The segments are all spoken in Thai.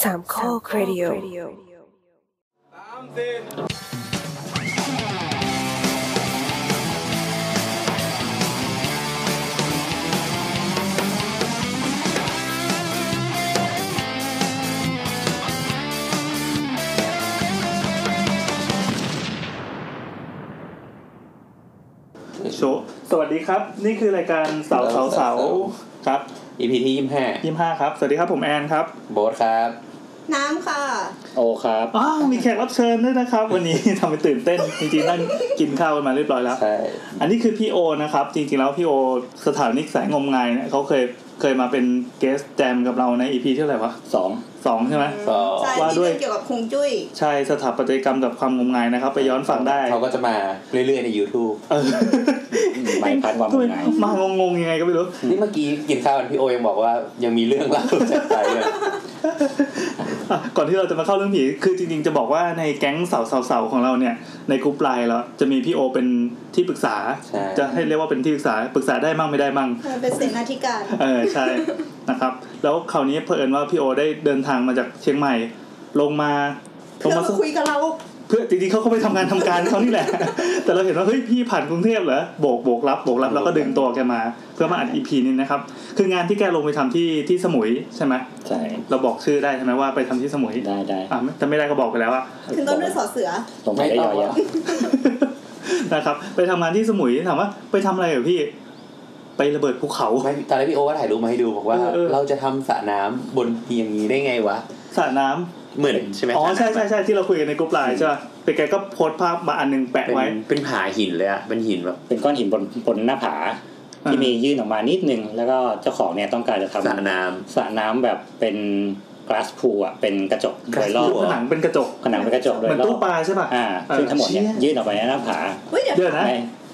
สามข้อครดิโอ โชสวัสดีครับ นี่คือรายการเสาเสาเสาครับ EP ที่ยี่ห้า ยี่ห้าครับ สวัสดีครับผมแอนครับ โบ๊ทครับ น้ำค่ะ โอครับ อ้าวมีแขกรับเชิญด้วยนะครับ วันนี้ ทำให้ตื่นเต้นจริงๆนั่งกินข้าวกันมาเรียบร้อยแล้ว ใช่ อันนี้คือพี่โอนะครับ จริงๆแล้วพี่โอสถานิกสายงมงายเนี่ยเขาเคยเคยมาเป็นเกสแจมกับเราในอีพีเท่าไหร่วะ สอง สองใช่ไหม ก็ ใช่ ว่า ที่ ด้วย เป็นเกี่ยวกับคงจุ้ย ใช่สถาปัตยกรรมกับความงมงายนะครับ ไปย้อนฟังได้ เขาก็จะมาเรื่อยๆใน YouTube เออ หมายพันความ ด้วย หมาย มางงๆยังไงก็ไม่รู้ นี่เมื่อกี้กินข้าวกันพี่โอยังบอกว่ายังมีเรื่องเล่า จากใจเลย อ่ะก่อนที่เราจะมาเข้าเรื่องผี คือจริงๆ จะบอกว่าในแก๊งสาวๆๆของเราเนี่ย ในกลุ่มไลน์เราจะมีพี่โอเป็นที่ปรึกษา ใช่ จะให้เรียกว่าเป็นที่ปรึกษา ปรึกษาได้มั่งไม่ได้มั่ง มันเป็นเสนาธิการ เออใช่ นะครับ แล้วคราวนี้เผอิญว่าพี่โอได้เดินทางมาจากเชียงใหม่ ลงมาล เพื่ ง อ มา มาคุยกับเรา เพื่อจริงๆเขาก็ไปทำงานทำการเขานี่แหละ แต่เราเห็นว่าเฮ้ยพี่ผ่านกรุงเทพเหรอโบกโบกรับโบกรับแล้วก็ดึงตัวแกมา เพื่อมาอัดอีพีนี้นะครับ คืองานที่แกลงไปทำที่ที่สมุยใช่ไหม ใช่ เราบอกชื่อได้ใช่ไหมว่าไปทำที่สมุย ได้ได้ อ่ะไม่แต่ไม่ได้ก็บอกไปแล้วอะ ขึ้นต้นด้วยสอเสือ ลงไปได้ยอยาว นะครับ ไปทำงานที่สมุยถามว่าไปทำอะไรเหรอพี่ ไประเบิดภูเขา ไม่ตอนแรกพี่โอก็ถ่ายรูปมาให้ดูบอกว่า เออเออ เราจะทำสระน้ำบนเพียงนี้ได้ไงวะ สระน้ำ เหมือนใช่ไหม อ๋อ ส ใช่ ระ ใช่ น้ำ ใช่ที่เราคุยกันในกลุ่มไลน์ใช่ป่ะแต่แกก็โพสต์ภาพมาอันหนึงแปะ เป็น ไว้ เป็นผาหินเลยอะเป็นหินแบบ ๆเป็นก้อนหินบนบนหน้าผา ที่มียื่นออกมานิดนึง แล้วก็เจ้าของเนี่ยต้องการจะทำ สระน้ สระน้ำแบบเป็นก s s pool อ่ะเป็นกระจกโดยรอ glass บ pool ผนังเป็นกระจก ผนังเป็นกระจกโด เหมือยน รอ ตู้ บ ปลาใช่ป่ะ อ่า เออ ซึ่งทั้งหมดเนี่ย เชี่ย ยื่นออกไปในหน้าผา เฮ้ยเดี๋ยว เดี๋ยวนะ ใน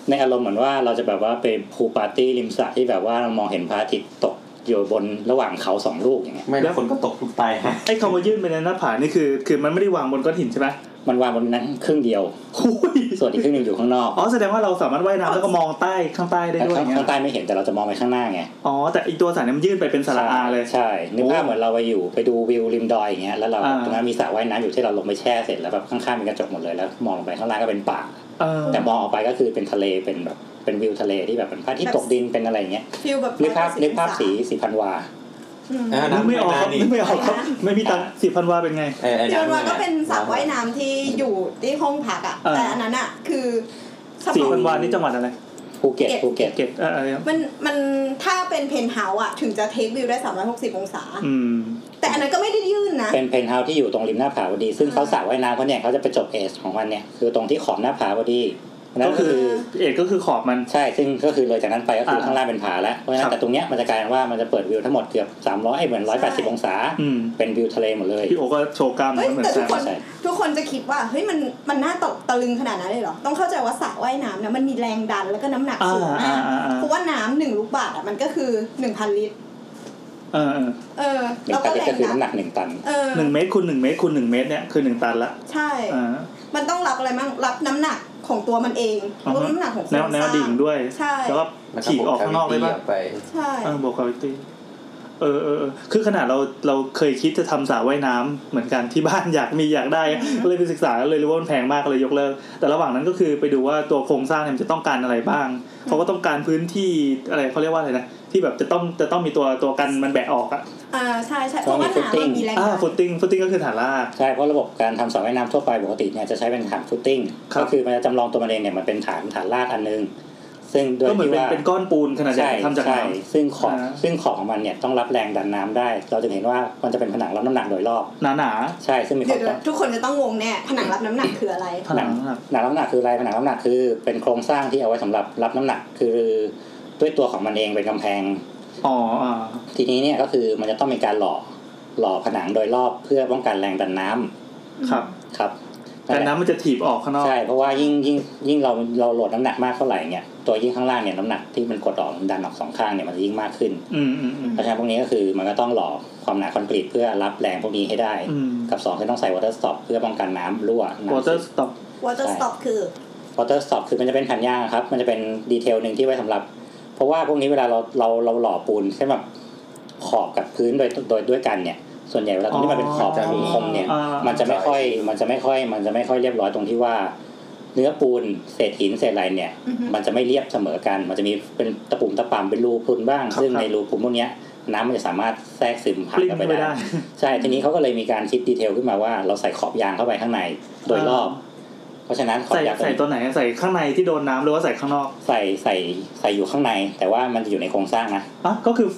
ในอารมณ์เหมือนว่าเราจะแบบว่าไปพูลปาร์ตี้ริมสระที่แบบว่าเรามองเห็นพระอาทิตย์ตกอยู่บนระหว่างเขาสองลูกอย่างเงี้ย ำไม่แล้วคนก็ตกทุกตายฮะ ไอ้คำว่ายื่นไปในหน้าผานี่คือ คือมันไม่ได้วางบนก้อนหินใช่ไหม มันวางบนนั้นครึ่งเดียว หุย ส่วนอีกครึ่งหนึ่งอยู่ข้างนอก อ๋อแสดงว่าเราสามารถว่ายน้ำแล้วก็มองใต้ข้างใต้ได้ด้วยอ ข้าย่างงเงี้ย ข้างใต้ไม่เห็นแต่เราจะมองไปข้างหน้าไง อ๋อแต่อีตัวสระเนี่ยมันยื่นไปเป็นสระอาเลย ใช่นึกภาพเหมือนเราไปอยู่ไปดูวิวริมดอยอย่างเงี้ยแล้วเราแบบ อ่า ตรงนั้นมีสระว่ายน้ำอยู่ที่เราลงไปแช่เสร็จแล้วแบบข้างๆเป็นกระจกหมดเลยแล้วมองลงไปข้างล่างก็เป็นป่า เออ แต่มองออกไปก็คือเป็นทะเลเป็นแบบเป็นวิวทะเลที่แบบเป็นพระอาที่ตกดินเป็นอะไรอย่างเงี้ย ฟิลแบบ นึกภาพนึกภาพสีสีพันวา อืม อ่า นึกไม่ออกครับ นี่ นึกไม่ออกครับไม่มีตังค์สี่พันวาเป็นไง เออไอ้ เดี๋ยว น้ำ มันก็เป็นสระว่ายน้ำที่อยู่ที่ห้องพักอ่ะ อ่า แต่อันนั้นอ่ะ คือส สี่ มอง พันวานี่จังหวัดอะไร ภูเก็ตภูเก็ต เก็ตเอออะไรครับ มันมันถ้าเป็นเพนท์เฮาส์อ่ะ ถึงจะเทควิวได้ 360 องศา อืม แต่อันนั้นก็ไม่ได้ยื่นนะ เป็นเพนท์เฮาส์ที่อยู่ตรงริมหน้าผาพอดี ซึ่งเขาสระว่ายน้ำเขาเนี่ยเขาจะไปจบเอสของมันเนี่ยคือตรงที่ขอบหน้าผาพอดีนั่ ก็ น คื คือ อ เอกก็คือขอบมัน ใช่ซึ่งก็คือเลยจากนั้นไปก็คืออา ข้างล่างเป็นผาแล้วเพราะฉะคนั้รั น บ แต่ตรงเนี้ยมันจะกลายเป็นว่ามันจะเปิดวิวทั้งหมดเกือบ300เหมือน180 องศา อืม เป็นวิวทะเลหมดเลย พี่โอก็โชว์กล้าม เฮ้ย เหมือ แต่ น ทุก กัน คน ใช่ ทุกคนจะคิดว่าเฮ้ยมันมันน่าตกตะลึงขนาดนั้นเลยเหรอ ต้องเข้าใจว่าสระว่ายน้ำนะมันมีแรงดันแล้วก็น้ำหนัก อ่า สูง อ่าม าก อ่าอ่า เพราะว่าน้ำหนึ่งลูกบาทอ่ะมันก็คือหนึ่งพันลิตร เออเออ เออ หนึ่ แล้ ง ว ตั ก็ น แร ก็ ง คือ ดัน น้ำหนักหนึ่งตัน เออ หนึ่งเมตรคูณหนึ่งเมตรคูณหนึ่งเมตรเนี่ยคือหนึ่งตันละ ใช่ อ่า มันต้องรับอะไรมั่งรับน้ำหนักของตัวมันเอง อือฮึ รับน้ำหนักของโค แน ร ว ง แนวสร้าง ดิ่งด้วย ใช่ แล้วก็ แล้ว ฉีกออกข้างนอกได้ปะ ไป ใช่ เออบอกคาวิตี้เออเออเออคือขนาดเราเราเคยคิดจะทำสระว่ายน้ำเหมือนกันที่บ้าน อยากมีอยากได้ก็เลยไปศึกษาเลยรู้ว่ามันแพงมากก็เลยยกเลิก แต่ระหว่างนั้นก็คือไปดูว่าตัวโครงสร้างเนี่ยมันจะต้องการอะไรบ้างเขาก็ต้องการพื้นที่อะไรเขาเรียกว่าอะไรนะที่แบบจะต้องจะต้องมีตัวตัวกันมันแบะออกอะ อ่าใช่ใช่เพ ต้อง ราะ มี ว่า footing น้ำมันมีแรง อ่า ดัน ฟุตติ้งฟุตติ้งก็คือฐานลาก ใช่เพราะระบบการทำสระว่ายน้ำทั่วไปปกติเนี่ยจะใช้เป็นฐานฟุตติ้ง ครับ ก็คือมันจะจำลองตัวมันเองเนี่ยมันเป็นฐานฐานลาดอันนึง ซึ่งโดย ก็เหมือนเป็นที่ว่า เป็นก้อนปูนขนาดใหญ่ ใช่ ทำจาก ใช่ น้ ซึ่งของ อ่า ซึ่งของของมันเนี่ยต้องรับแรงดันน้ำได้ เราจะเห็นว่ามันจะเป็นผนังรับน้ำหนักโดยรอบ ำหนาหนา ใช่ซึ่งมีค เดี๋ วายวมเดี๋ยวทุกคนจะต้องงงแน่ผนังรับน้ำหนักคืออะไร ๆผนังหนัก หนังรับน้ำหนักคืออะไรผนังรับน้ำหนักคือเป็นโครงสร้างที่เอาไว้สำหรับรับน้ำหนักคือด้วยตัวของมันเองเป็นกำแพง อ๋ออ่า ทีนี้เนี่ยก็คือมันจะต้องมีการหล่อหล่อผนังโดยรอบเพื่อป้องกันแรงดันน้ำ ครับ ครับ แต่น้ำมันจะถีบออกข้างนอก ใช่ เพราะว่ายิ่งยิ่งยิ่งเราเราโหลดน้ำหนักมากเท่าไหร่เนี่ยตัวยิ่งข้างล่างเนี่ยน้ำหนักที่มันกดออกมันดันออกสองข้างเนี่ยมันจะยิ่งมากขึ้น อืมอืมอืม เพราะฉะนั้นพวกนี้ก็คือมันก็ต้องหล่อความหนาคอนกรีตเพื่อรับแรงพวกนี้ให้ได้ อืม กับสองคือต้องใส่วอเตอร์สต็อปเพื่อป้องกันน้ำรั่ว วอ น้ำ เตอ ซึม ร์สต็อก water ใช่ stop คือ วอเตอร์สต็อปคือมันจะเป็นแผ่นย่างครับ มันจะเป็นดีเทลหนึ่งที่ไว้สำหรับ เพราะว่าพวกนี้เวลาเราเราเราหล่อปูนใช่แบบขอบกับพื้นโดยโดยด้วยกันเนี่ย ส่วนใหญ่เวลาตรงที่มันเป็นขอบ อ๋อ คมๆเนี่ย อ่ามั มันจะไม่ค่อย มันจะไม่ค่อย มันจะไม่ค่อยเรียบร้อยตรงที่ว่า เนื้อปูนเศษหินเศษอะไรเนี่ย อือฮึ มันจะไม่เรียบเสมอกัน มันจะมีเป็นตะปุ่มตะป่ำเป็นรูพรุนบ้าง ครับ ซึ่ง ครับ ในรูพรุนพวกเนี้ยน้ำมันจะสามารถแทรกซึมผ่าน ปลิ้น เข้าไป ไม่ได้ ได้ ใช่ทีนี้เขาก็เลยมีการคิดดีเทลขึ้นมาว่าเราใส่ขอบยางเข้าไปข้างในโดยรอบ เพราะฉะนั้นขอบ ใส่ ยาง ใส่ตัวไหนใส่ข้างในที่โดนน้ำหรือว่าใส่ข้างนอก ใส่ใส่ใส่อยู่ข้างใน แต่ว่ามันจะอยู่ในโครงสร้างนะ อ่ะก็คือ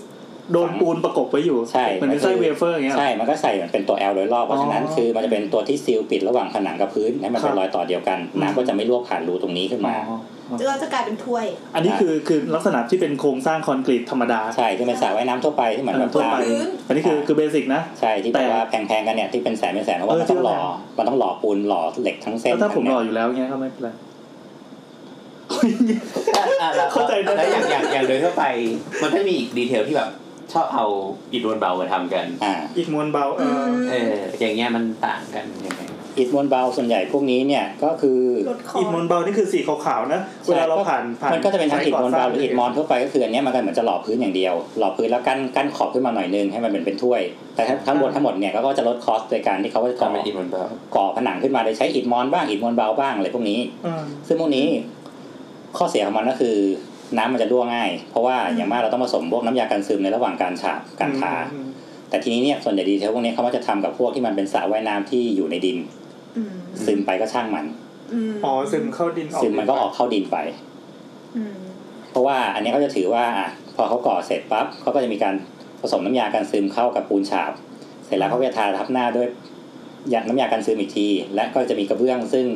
โดน ฝัง ปูนประกบไว้อยู่ ใช่ เหมือนเป็น ก็คือ ไส้เวเฟอร์อย่างเงี้ยเหรอ ใช่ มันก็ใส่เหมือนเป็นตัว L โดยรอบ เพราะฉะนั้น อ๋อ คือมันจะเป็นตัวที่ซีลปิดระหว่างผนังกับพื้นให้มันคเป็รั น บ รอยต่อเดียวกัน อืม น้ำก็จะไม่รั่วผ่านรูตรงนี้ขึ้น อ๋ มา อ เราจะกลายเป็นถ้วย อันนี้คือคือลักษณะที่เป็นโครงสร้างคอนกรีตธรรมดา ใช่ที่เป็นสระว่ายน้ำทั่วไปที่เหมือนแบบ ทั่วไป ลาง พื้น อันนี้คือคือเบสิกนะ ใช่ ที่แบ แต่ บว่าแพงๆกันเนี่ยที่เป็นแสนเป็นแสนเพราะว่า เออ มันต้องหล่อ ที่ว่า มันต้องหล่อปูนหล่อเหล็กทั้งเส้น แล้วถ้าผม ทั้ง รออเนี่ยยู่แล้วเงี้ยก็ไม่เป็นไร เข้า เข้า ใจ ใจ นะ แล้วอย่างอย่างอย่างโดยทั่วไป มันก็มีอีกดีเทลที่แบบ ชอบเอาอิฐมวลเบามาทำกัน อ่า อีกมวลเบาเอออ เออ อย่างเงี้ยมันต่างกันยังไง อิฐมวลเบาส่วนใหญ่พวกนี้เนี่ยก็คือ ลดคอ อิฐมวลเบานี่คือสีขาวๆนะ เวลาเราผ่านผ่าน มันก็จะเป็นทั้งอิฐมอนเบาหรืออิฐมอน ใช้ก่สร้าง ทั่วไปก็คืออันเนี้ยมันก็เหมือนจะหล่อพื้นอย่างเดียว หล่อพื้นแล้วกั้นกั้นขอบขึ้นมาหน่อยนึงให้มันเป็นเป็นถ้วย แต่ทั้งทั้งหมดทั้งหมดเนี่ยก็จะลดคอสโดยการที่เขาก็จะก่อ ทำเป็นอิฐมวลเบา ก่อผนังขึ้นมาโดยใช้อิฐมอนบ้างอิฐมอนเบาบ้างอะไรพวกนี้ อืม ซึ่งพวกนี้ข้อเสียของมันก็คือ น้ำมันจะรั่วง่าย เพราะว่าอย่างมากเราต้องผสมพวกน้ำยากันซึมในระหว่างการฉาบการทา อืม แต่ทีนี้เนี่ยส่วนใหญ่ดีเทลพวกนี้เขามักจะทำกับพวกที่มันเป็นสระว่ายน้ำที่อยู่ในดิน อืม ซึมไปก็ช่างมัน ม อ๋อซึมเข้าดินออก ซึมมันก็ออกเข้าดินไป อืม เพราะว่าอันนี้เขาจะถือว่าอ่ะพอเขาก่อเสร็จปั๊บเขาก็จะมีการผสมน้ำยากันซึมเข้ากับปูนฉาบ เสร็จแล้วเขาก็จะทาทับหน้าด้วยยาน้ำยากันซึมอีกที และก็จะมีกระเบื้องซึ่ง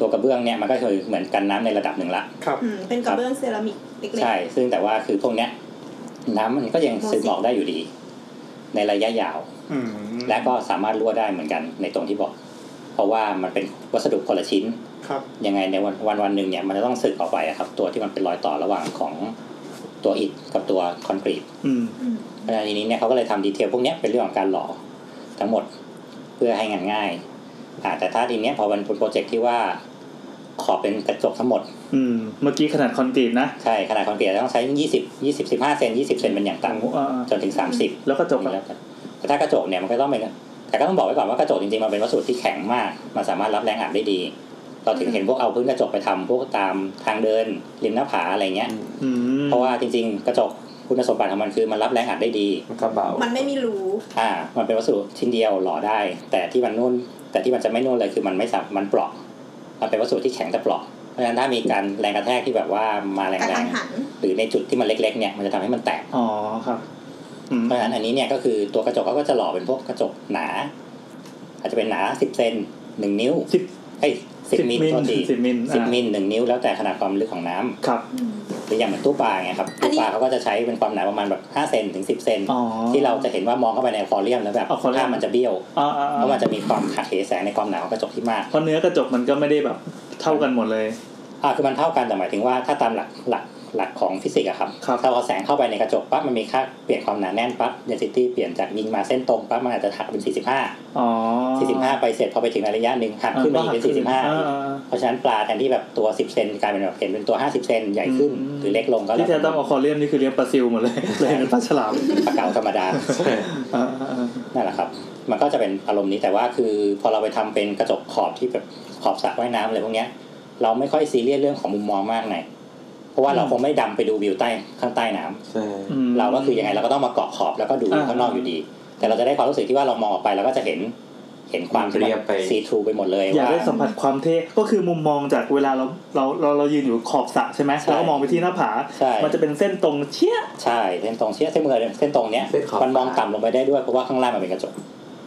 ตัวกระเบื้องเนี่ยมันก็คือเหมือนกันน้ำในระดับหนึ่งละ ครับ อืมเป็นกระเบื้องเซรามิกเล็ก ใช่ ซึ่งแต่ว่าคือพวกเนี้ยน้ำมันก็ยังซึมออกได้อยู่ดี ในระยะยาว อืม และก็สามารถรั่วได้เหมือนกันในตรงที่บอก เพราะว่ามันเป็นวัสดุคนละชิ้น ครับ ยังไงในวันวันวันหนึ่งเนี่ยมันจะต้องสึกออกไปอะครับ ตัวที่มันเป็นรอยต่อระหว่างของตัวอิฐกับตัวคอนกรีต อืม อืม เพราะฉะนั้นอันนี้เนี่ยเขาก็เลยทำดีเทลพวกเนี้ยเป็นเรื่องของการหล่อทั้งหมดเพื่อให้งานง่ายอ่าแต่ถ้าทีเนี้ยพอมันเป็นโปรเจกต์ที่ว่าขอเป็นกระจกทั้งหมด อืมเมื่อกี้ขนาดคอนกรีตนะ ใช่ขนาดคอนกรีตต้องใช้ยี่สิบยี่สิบสิบห้าเซนยี่สิบเซนเป็นอย่าง โอ้โห ต่ำ อ่า จนถึงสามสิบ ๆแล้วกระจกอะ แล้วกันแต่ถ้ากระจกเนี่ยมันก็ต้องเป็นแต่ก็ต้องบอกไว้ก่อนว่ากระจกจริงๆมันเป็นวัสดุที่แข็งมากมันสามารถรับแรงอัดได้ดี เราถึงเห็นพวกเอาพื้นกระจกไปทำพวกตามทางเดินริมหน้าผาอะไรเงี้ย อืม เพราะว่าจริงๆ กระจกคุณสมบัติของมันคือมันรับแรงอัดได้ดี มันก็เบา ๆ มันไม่มีรู อ่า มันเป็นวัสดุชิ้นเดียวหล่อได้ แต่ที่มันนุ่น แต่ที่มันจะไม่นุ่นเลยคือมันไม่สับมันเปราะ มันเป็นวัสดุที่แข็งแต่เปราะ เพราะฉะนั้นถ้ามีการแรงกระแทกที่แบบว่ามาแร กระทั ง นหัน ๆ หรือในจุดที่มันเล็กๆ เนี่ย มันจะทำให้มันแตก อ๋อครับอืม เพราะฉะนั้นอันนี้เนี่ยก็คือตัวกระจกเขาก็จะหล่อเป็นพวกกระจกหนา อาจจะเป็นหนาสิบเซนหนึ่งนิ้ว สิบ เอ้ยสิบมิลตัวที สิบมิล สิบ อ่า มิลหนึ่งนิ้วแล้วแต่ขนาดความลึกของน้ำ ครับ หรืออย่างเหมือนตู้ปลาไงครับ อัน ตู้ นี้ ปลาเขาก็จะใช้เป็นความหนาประมาณแบบห้าเซนถึงสิบเซน อ๋อ ที่เราจะเห็นว่ามองเข้าไปในอควาเรียมแล้วแบบ อควาเรียม ภาพมันจะเบี้ยว อ่า เพราะมันจะมีความขัดเหแสงในความหนาของกระจกที่มาก เพราะเนื้อกระจกมันก็ไม่ได้แบบ เท่ากันหมดเลย อ่าคือมันเท่ากันแต่หมายถึงว่าถ้าตามหลักหลักหลักของฟิสิกส์อะครับ ครับ ถ้าเอาแสงเข้าไปในกระจกปั๊บมันมีค่าเปลี่ยนความหนาแน่นปั๊บเดนซิตี้เปลี่ยนจากยิงมาเส้นตรงปั๊บมันอาจจะหักเป็น 45 อ๋อ 45 ไปเสร็จพอไปถึงระยะหนึ่งหักขึ้นมาอีกเป็น 45 เพราะฉะนั้นปลาแทนที่แบบตัว 10 เซนกลายเป็นแบบเห็นเป็นตัว 50 เซนใหญ่ขึ้นหรือเล็กลงก็ ๆที่แท้ต้องเอาคอเรียมนี่คือเลี้ยงปลาซิลหมดเลย เลยเป็นปลาฉลาม ปลาเก๋าธรรมดา อ่าอ่าอ่า นั่นแหละครับ มันก็จะเป็นอารมณ์นี้แต่ว่าคือพอเราไปทำเป็นกระจกขอบที่แบบขอบสระว่ายน้ำอะไรพวกเนี้ย เราไม่ค่อยซีเรียสเรื่องของมุมมองมากไงเพราะว่าเราคงไม่ดำไปดูวิวใต้ข้างใต้น้ำ ใช่ อืม เราก็คือยังไงเราก็ต้องมาเกาะขอบแล้วก็ดู อ่า ข้างนอกอยู่ดี แต่เราจะได้ความรู้สึกที่ว่าเรามองออกไปเราก็จะเห็นเห็นความ เรียบไป ซีทรูไปหมดเลย อยาก ว่า ได้สัมผัสความเท่ก็คือมุมมองจากเวลาเราเราเราเรายืนอยู่ขอบสระใช่ไหม ใช่ แล้วก็มองไปที่หน้าผา ใช่ มันจะเป็นเส้นตรงเชี่ย ใช่เส้นตรงเชี่ยเส้นมือเส้นตรงเนี้ย เส้นขอบ มันมองต่ำลงไปได้ด้วยเพราะว่าข้างล่างมันเป็นกระจก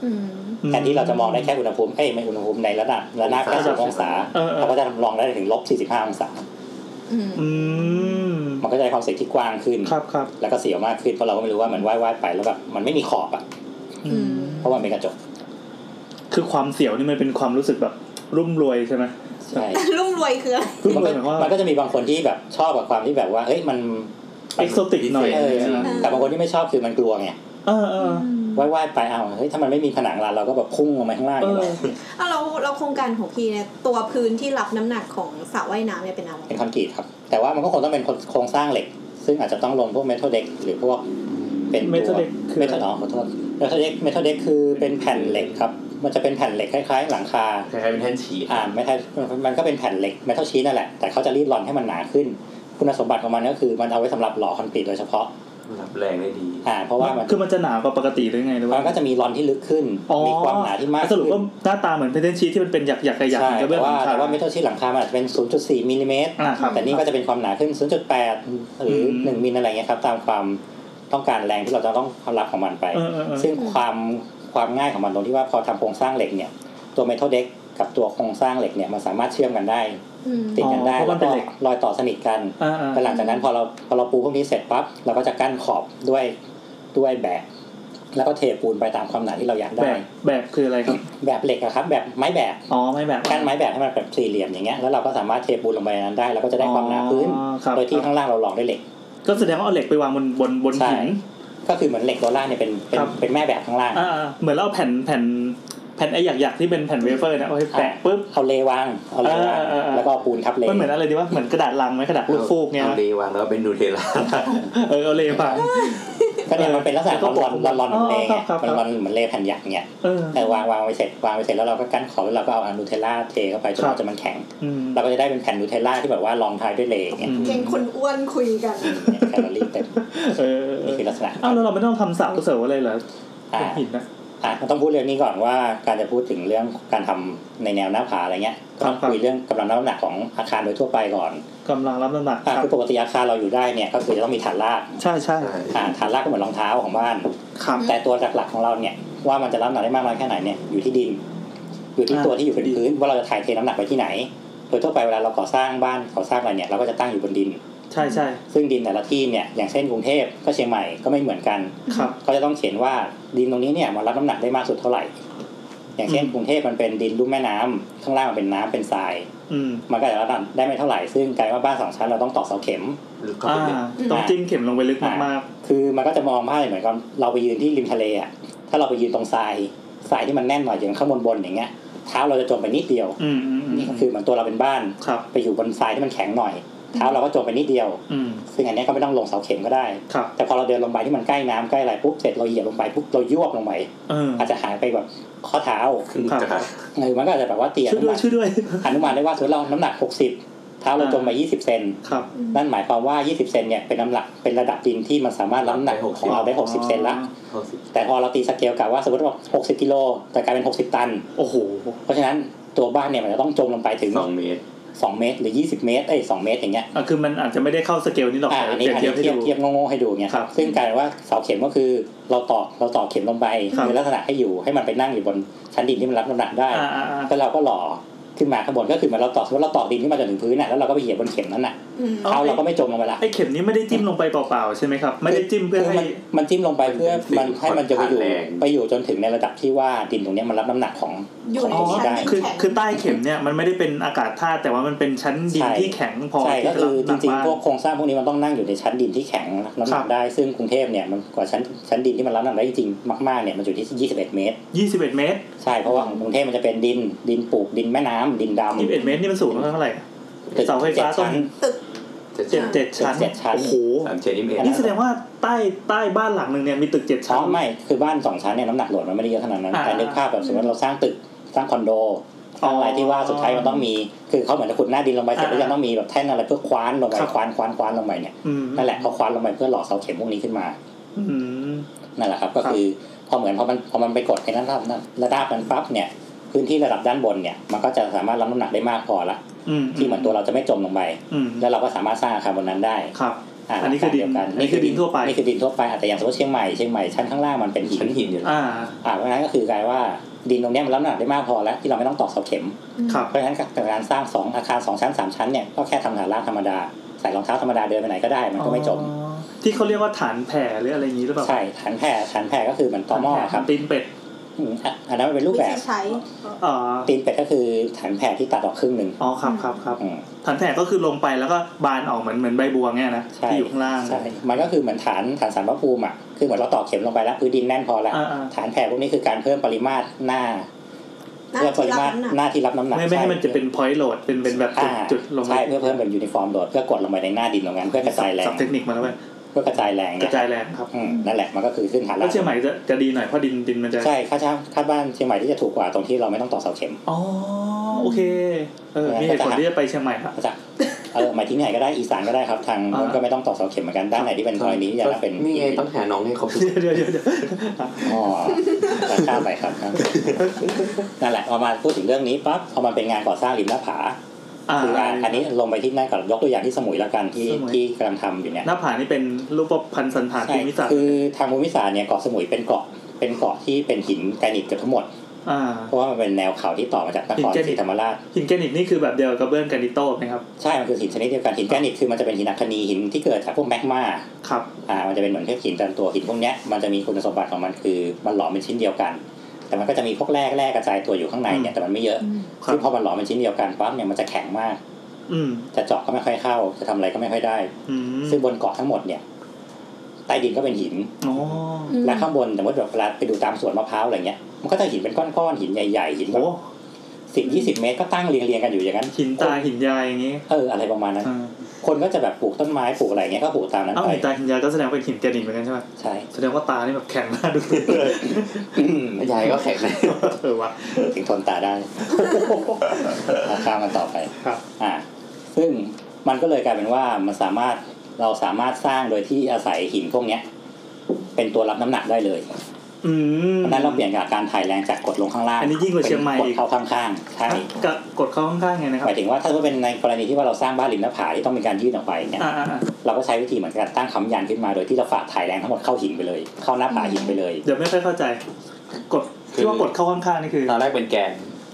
อืม แทนที่เราจะมองได้แค่อุณหภูมิเอ้ยไม่อุณหภูมิในระดับระนาบแค่สิบองศาเราก็จะลองได้ถึงลบสี่สิบห้าองศา อืม อืม มันก็จะได้ความรู้สึกที่กว้างขึ้น ครับครับ แล้วก็เสียวมากขึ้นเพราะเราก็ไม่รู้ว่ามันว่ายว่ายๆไปแล้วแบบมันไม่มีขอบอ่ะ อืม เพราะมันเป็นกระจก คือความเสียวนี่มันเป็นความรู้สึกแบบรุ่มรวยใช่ไหม ใช่ รุ่มรวยคืออะไร รุ่ม มัน รวยหก็มายความ มัน ว่า ก็จะมีบางคนที่แบบชอบกับความที่แบบว่าเฮ้ยมัน เอกโซติกหน่อย เออ ใช่ไหม แต่บางคนที่ไม่ชอบคือมันกลัวไง เออเออ ว่ายว่ายๆไปเอาเฮ้ยถ้ามันไม่มีผนังลานเราก็แบบพุ่งลงไปข้างล่าง เอ อย่าง อ เงี้ย อ่ะเราเราโครงการของพี่เนี่ยตัวพื้นที่รับน้ำหนักของสระว่ายน้ำเนี่ยเป็นอะไร เป็นคอนกรีตครับ แต่ว่ามันก็คงต้องเป็นโครงสร้างเหล็ก ซึ่งอาจจะต้องลงพวกเมทัลเด็กหรือพวก เป็นตั Metal ว deck คือ เม อะไร ทัลอ๋อขอโทษเมทัลเด็กเมทัลเด็กคือเป็นแผ่นเหล็กครับ มันจะเป็นแผ่นเหล็กคล้ายๆ หลังคา คล้ายๆเป็นแท่นฉีด อ่าไม่ใช่มันก็เป็นแผ่นเหล็กเมทัลชีทนั่นแหละ แต่เขาจะรีดรอนให้มันหนาขึ้น คุณสมบัติของมันก็คือมันเอาไว้สำหรับหล่อคอนกรีตโดยเฉพาะ รับแรงได้ดี อ่า เพราะว่ามัน คือมันจะหนากว่าปกติหรือไงหรือ มั ว่าน ก็จะมีรอนที่ลึกขึ้น มีความหนาที่มาก สรุป ขึ้ ว่านหน้าตาเหมือนเพนเทนชีที่มันเป็นหยักหยักๆหยัก ใช่ ๆกระเบื้ แต่ องหลังคาว่าแต่ว่าเมทัลชีทหลังคามันอาจจะเป็น 0.4มิลลิเมตร อ่าครับ แต่นี่ก็จะเป็นความหนาขึ้น 0.8 หรือ ม 1มิลอะไรเงี้ยครับ ตามความต้องการแรงที่เราจะต้องรับของมันไป เออเออเออ ซึ่งความความง่ายของมันตรงที่ว่าพอทำโครงสร้างเหล็กเนี่ย ตัวเมทัลเด็กกับตัวโครงสร้างเหล็กเนี่ยมันสามารถเชื่อมกันได้ อืม ติดกันได้ อ๋อเพราะมั แล้ น ว เป็น ก็ เหล็ก รอยต่อสนิทกัน อ่าอ่า แล้วหลังจากนั้นพอเราพอเราปูพวกนี้เสร็จปั๊บเราก็จะกั้นขอบด้วยด้วยแบบ แล้วก็เทปูนไปตามความหนาที่เราอยาก แบ ได้ บแบบคืออะไรครับ แบบเหล็กอะครับ แบบไม้แบบ อ๋อไม่แบบ กั้นไม้แบบให้มันแบบสี่เหลี่ยมอย่างเงี้ยแล้วเราก็สามารถเทปูนลงไปในนั้นได้ แล้วก็จะได้ความหนาพื้น อ๋อครับ โดยที่ข้างล่างเรารองด้วยเหล็ก ก็แสดงว่าเอาเหล็กไปวางบนบนบน ใช่ หิน ก็คือเหมือนเหล็กตัวล่างเนี่ยเป็นเป็น ครับ เป็นแม่แบบข้างล่าง อ่าอ่าเหมือนเราเอาแผ่นแผ่นแผ่นไอ้หยักหยักๆที่เป็นแผ่นเวเฟอร์นะเอาให้แปะปุ๊บ เอาเลวางเอาเลวาง เออเออเออ แล้วก็เอาปูนทับเล มันเหมือนอะไรดีวะเหมือนกระดาษลังไหมกระดาษลูกฟูกเนี่ย เอาดีวางแล้วเป็นนูเทลล่า เออเอาเลวาง ก็เนี่ยมันเป็นลักษณะ แล้วก็ รอนๆรอนๆของเล อ๋อครับครับ มันรอนเหมือนเลแผ่นหยักเนี่ย เออ แต่วางวางไว้เสร็จวางไว้เสร็จแล้วเราก็กั้นขอบแล้วเราก็เอาอะนูเทลล่าเทเข้าไปจน ครับกว่าจะมันแข็ง อืม เราก็จะได้เป็นแผ่นนูเทลล่าที่แบบว่ารองท้ายด้วยเลย์อย่างเงี้ย เก่งคนอ้วนคุยกัน เนี่ยแคลอรี่เต็ม เออเอ นี่ อ คือลักษณะ เอ้าวแล้วเราไม่ต้องทำเสาเสริมอะไรเหรอ อ่า เป็นหินนะ อ่าต้องพูดเรื่องนี้ก่อนว่าการจะพูดถึงเรื่องการทำในแนวหน้าผาอะไรเงี้ยก็ต้อง ครับ คุยเรื่องกำลังน้ำหนักของอาคารโดยทั่วไปก่อน กำลังรับน้ำหนัก อ่า ครับ คือปกติอาคารเราอยู่ได้เนี่ยก็คือจะต้องมีฐานราก ใช่ใช่ อ่าฐานรากก็เหมือนรองเท้าของบ้าน ครับ แต่ตัวหลักๆของเราเนี่ยว่ามันจะรับน้ำหนักได้มากน้อยแค่ไหนเนี่ยอยู่ที่ดิน อยู่ที่ อ่า ตัวที่อยู่บนพื้นว่าเราจะถ่ายเทน้ำหนักไปที่ไหน โดยทั่วไปเวลาเราก่อสร้างบ้านก่อสร้างอะไรเนี่ยเราก็จะตั้งอยู่บนดิน ใช่ใช่ ซึ่งดินแต่ละที่เนี่ยอย่างเช่นกรุงเทพก็เชียงใหม่ก็ไม่เหมือนกัน ครับ ก็จะต้องเขียนว่าดินตรงนี้เนี่ยมันรับน้ำหนักได้มากสุดเท่าไหร่ อย่างเช่น อืม กรุงเทพมันเป็นดินลุ่มแม่น้ำข้างล่างมันเป็นน้ำเป็นทราย อืม มันก็จะรับน้ำหนักได้ไม่เท่าไหร่ซึ่งกลายเป็นว่าบ้านสองชั้นเราต้องตอกเสาเข็ม หรือ อ่า เขาเป็น ต้องจิ้มเข็มลงไปลึก อ่าม มาก คือมันก็จะมองภาพเหมือนกับเราไปยืนที่ริมทะเลอ่ะ ถ้าเราไปยืนตรงทราย ทรายที่มันแน่นหน่อยอย่างข้างบนบนอย่างเงี้ย เท้าเราจะจมไปนิดเดียว ๆอืมอืมอืม นี่ก็คือเหมือนตัวเราเป็นบ้าน ครับ ไปอยู่บนทรายที่มันแข็งหน่อย เท้าเราก็จมไปนิดเดียว อืม ซึ่งอันเนี้ยก็ไม่ต้องลงเสาเข็มก็ได้ ครับ แต่พอเราเดินลงไปที่มันใกล้น้ำใกล้อะไรปุ๊บ เสร็จเราเหยียบลงไปปุ๊บเรายวบลงไป เออ อาจจะหายไปแบบข้อเท้า ครึ่งกา เออมันก็อาจจะแบบว่าเตีย ช่วยด้วยน้ำหนัก ช่วยด้วย อนุมานได้ว่าสมมติเราน้ำหนัก 60 เท้าเราจมไป20เซน ครับ นั่นหมายความว่า 20 เซนเนี่ยเป็นน้ำหนัก เป็นระดับดินที่มันสามารถรับน้ำหนักของเราได้ 60 เซนละ เข้าสิ แต่พอเราตีสเกลกลับว่าสมมติว่า 60 กิโลแต่กลายเป็น 60 ตัน โอ้โห เพราะฉะนั้นตัวบ้านเนี่ยมันจะต้องจมลงไปถึง สองเมตร 2 เมตรหรือ 20 เมตรเอ้ย2เมตรอย่างเงี้ย อ่ะคือมันอาจจะไม่ได้เข้าสเกลนี้หรอก อ่า แต่ อันนี้อัน เที นี้ ยบให้ เทียบ ดู เทียบโง่ๆให้ดูเงี้ย ครับ ซึ่งกลายเป็นว่าเสาเข็มก็คือเราตอกเราตอกเข็มลงไป ครับ ในลักษณะให้อยู่ให้มันไปนั่งอยู่บนชั้นดินที่มันรับน้ำหนักได้ อ่าอ่าอ่า แล้วเราก็หล่อขึ้นมาข้างบนก็คือเหมือนเราตอกสมมติเราตอกดินขึ้นมาจนถึงพื้นน่ะแล้วเราก็ไปเหยียบบนเข็มนั้นน่ะเท้าเราก็ไม่จมลงไปละ ไอ้เข็มนี้ไม่ได้จิ้มลงไปเปล่าๆใช่ไหมครับ ไม่ได้จิ้มเพื่อให้ คืมันมันจิ้มลงไปเพื่อ มั มัน น ให้มันจะไปอยู่ ผ่านแรง ไปอยู่จนถึงในระดับที่ว่าดินตรงเนี้ยมันรับน้ำหนักของ อยู่ ของ ใน ตรงนี้ ชั้น ได้ ดิน คือ แข็ง คือใต้เข็มเนี่ยมันไม่ได้เป็นอากาศธาตุแต่ว่ามันเป็นชั้นดิน ใช่ ที่แข็งพอ ใช่ก็ ที่ะ คือจ รับ ริง น้ำหนั ๆพวก ก โครงสร้างพวกนี้มันต้องนั่งอยู่ในชั้นดินที่แข็งรับน้ำหนั ครั ก บ ได้ซึ่งกรุงเทพเนี่ยมันกว่าชั้นชั้นดินที่มันรับน้ำหนักได้จริงๆมากๆเนี่ยมันอยู่ที่ 21 เมตร ยี่สิบเอ็ดเมตร ใช่เพราะว่าของกรุงเทพมันจะเป็นดินดินปลูกดินแม่น้ำดินด ยี่สิบเอ็ดเมตรนี่มันสูงเท่าไหร่ ำตึก เสาไฟฟ้า เจ็ดชั้น ต้อง จะ เจ็ดเจ็ดชั้น เจ็ดชั้น โอ้โห สามเจนิเมตร นี่แสดงว่าใต้ใต้บ้านหลังหนึ่งเนี่ยมีตึกเจ็ด อ๋ ชั้ อน ไม่คือบ้านสองชั้นเนี่ยน้ำหนักโหลดมันไม่ได้เยอะขนาดนั้น อ่า แต่นึกภาพแบบสมมติเราสร้างตึกสร้างคอนโดสร้างอะไรที่ว่าสุดท้ายมันต้องมี คือเขาเหมือนจะขุดหน้าดินลงไปเสร็จ อ่า แล้วยังต้องมีแบบแท่นอะไรเพื่อคว้านลงไป ครับ คว้านคว้านคว้านลงไปเนี่ย อืม นั่นแหละเขาคว้านลงไปเพื่อหล่อเสาเข็มพวกนี้ขึ้นมา อืม นั่นแหละครับก็ ครับ คือพอเหมือนพอมันพอมันไปกดในระดับนั้นระดับนั้นปั๊บเนี่ยพื้นที่ระดับด้านบนเนี่ยมันก็จะสามารถรับน้ำหนักได้มากพอละ อืม ที่เหมือนตัวเราจะไม่จมลงไป อืม แล้วเราก็สามารถสร้างอาคารบนนั้นได้ ครับ า อันนี้คือดิน ลักษณะเยวกั อันนี้คือดินทั่วไป นี่คือดินทั่วไปอ่ะแต่อย่างสมมติเชียงใหม่เชียงใหม่ชั้นข้างล่างมันเป็นหิน ชั้นหินอยู่แล้ว อ่า อ่าเพราะฉะนั้นก็คือกลายว่าดินตรงเนี้ยมันรับน้ำหนักได้มากพอแล้วที่เราไม่ต้องตอกเสาเข็ม ครับ เพราะฉะนั้นการสร้างสองอาคารสองชั้นสามชั้นเนี่ยก็แค่ทำฐานรากธรรมดา ใส่รองเท้าธรรมดาเดินไปไหนก็ได้มันก็ไม่จม อ๋อที่เขาเรียกว่าฐานแผ่หรืออะไรอย่างนี้หรือเปล่า ใช่ฐานแผ่ฐานแผ่ก็คือเหมือนตอหม้อ ฐานแผ่ ครับ ตีนเป็ด อืมอ่ะอันนั้นมันเป็นรูป วิ แบ ธี บ ใช้ อ๋อ ตีนเป็ดก็คือฐานแผ่ที่ตัดออกครึ่งหนึ่ง อ๋อครับครับครับ อืม ฐานแผ่ก็คือลงไปแล้วก็บานออกเหมือนเหมือนใบบัวเงี้ยนะ ใช่ ที่อยู่ข้างล่าง ใช่มันก็คือเหมือนฐานฐานสารพระภูมิอ่ะคือเหมือนเราตอกเข็มลงไปแล้วพื้นดินแน่นพอแล้ว อ่าๆ ฐานแผ่พวกนี้คือการเพิ่มปริมาตรหน้า หน้า เพิ่มป ที่ ริ รับ มาตร น้ำหนัก หน้าที่รับน้ำหนัก ไม่ไม่ให้ ช่ มันจะเป็น point load เป็นเป็นแบบจุด อ่า จุดลงไป ใช่เพื่อเพิ่มเป็นยูนิฟอร์มโดดเพื่อกดลงไปในหน้าดินตรงนั้นเพื่อกระจายแรง สับเทคนิคมาแล้วไป เพื่อกระจายแรง ก เนี่ ระ ย จายแรงครับ อืมนั่นแหละมันก็คือขึ้นฐานห แล้ ลั ว ก เชียงใหม่จะจะดีหน่อยเพราะดินดินมันจะ ใช่ค่าเช่าคาดบ้านเชียงใหม่ที่จะถูกกว่าตรงที่เราไม่ต้องต่อเสาเข็ม อ๋อโอเคเออมีเหตุผลที่จะไปเชียงใหม่ครับ จากเออหมายถึงไหนก็ได้อีสานก็ได้ครับทาง อ่า นู้นก็ไม่ต้องต่อเสาเข็มเหมือนกันด้านไหนที่เป็นธรณีอยากเป็น นี่ไงต้องหาน้องให้ครบทุกคน เดี๋ยวเดี๋ยวเดี๋ยว อ๋อข้ามไปครับครับนั่นแหละพอมาพูดถึงเรื่องนี้ปั๊บพอมันเป็นงานก่อสร้างริมหน้าผา อ่า คืออ่าอันนี้ลงไปที่นั่นก่อนยกตัวอย่างที่สมุยแล้วกันที่ สมุย ที่กำลังทำอยู่เนี่ย หน้าผานี่เป็นรูปพันธ์สันฐานภูมิศาสตร์ คือทางภูมิศาสตร์เนี่ยเกาะสมุยเป็นเกาะเป็นเกาะที่เป็นหินแกรนิตเกือบทั้งหมด อ่า เพราะว่ามันเป็นแนวเขาที่ต่อมาจากนคร หินแกรนิ ศ ต รีธรรมราช หินแกรนิตนี่คือแบบเดียวกับเบื้องแกรนิโตะนะครับ ใช่มันคือหินชนิดเดียวกันหินแกรนิตคือมันจะเป็นหินอัคนีหินที่เกิดจากพวกแมกมา ครับ อ่ามันจะเป็นเหมือนเทพหินจันตัวหินพวกเนี้ยมันจะมีคุณสมบัติของมันคือมันหลอมเป็นชิ้นเดียวกัน แต่มันก็จะมีพวกแร่แร่กระจายตัวอยู่ข้างในเนี่ยแต่มันไม่เยอะ ครั ซึ่ บ งพอมันหลอมเป็นชิ้นเดียวกันปั๊บเนี่ยมันจะแข็งมาก อืม จะเจาะก็ไม่ค่อยเข้า จะทำอะไรก็ไม่ค่อยได้ อืม ซึ่งบนเกาะทั้งหมดเนี่ยใต้ดินก็เป็นหิน อ๋อ และข้างบนแต่ว่าแบบเวลาไปดูตามสวนมะพร้าวอะไรเงี้ยมันก็จะหินเป็นก้อนๆหินใหญ่ๆหินแบ โอ้ บสิบยี่สิบเมตรก็ตั้งเรียงๆกันอยู่อย่างนั้น หินตาหินยายอย่างงี้ เอออะไรประมาณนั้น อ่า คนก็จะแบบปลูกต้นไม้ปลูกอะไรเงี้ยก็ปลูกตามนั้น เอ้า ไป หินตาหินยายก็แสดงว่าเป็นหินแกรนิตเหมือนกันใช่ไหม ใช่ แสดงว่าตานี่แบบแข็งมากดู อืม ยายก็แข็งนะ เออวะ ถึงทนตา ได้ อ่ะข้ามกันต่อไป ครับ อ่า ซึ่งมันก็เลยกลายเป็นว่ามันสามารถเราสามารถสร้างโดยที่อาศัยหินพวกเนี้ย เป็นตัวรับน้ำหนักได้เลย อืม เพราะฉะนั้นเราเปลี่ยนจากการถ่ายแรงจากกดลงข้างล่าง อันนี้ยิ่งกว่าเชียงใหม่ ป็นก อี ด ก เข้าข้างๆใช่ อ่ะกับกดเข้าข้างๆไงนะค ห รับ มายถึงว่าถ้าเป็นในกรณีที่ว่าเราสร้างบ้านริมหน้าผาที่ต้องมีการยื่นออกไปเนี่ย อ่าอ่าอ่า เราก็ใช้วิธีเหมือนกันตั้งคำยันขึ้นมาโดยที่เราฝากถ่ายแรงทั้งหมดเข้าหินไปเลย เข้าหน้าผาหินไปเลย เดี๋ยวไม่ค่อยเข้าใจ กดที่ว่ากดเข้าข้างๆนี่คือ ตอนแรกเป็นแกน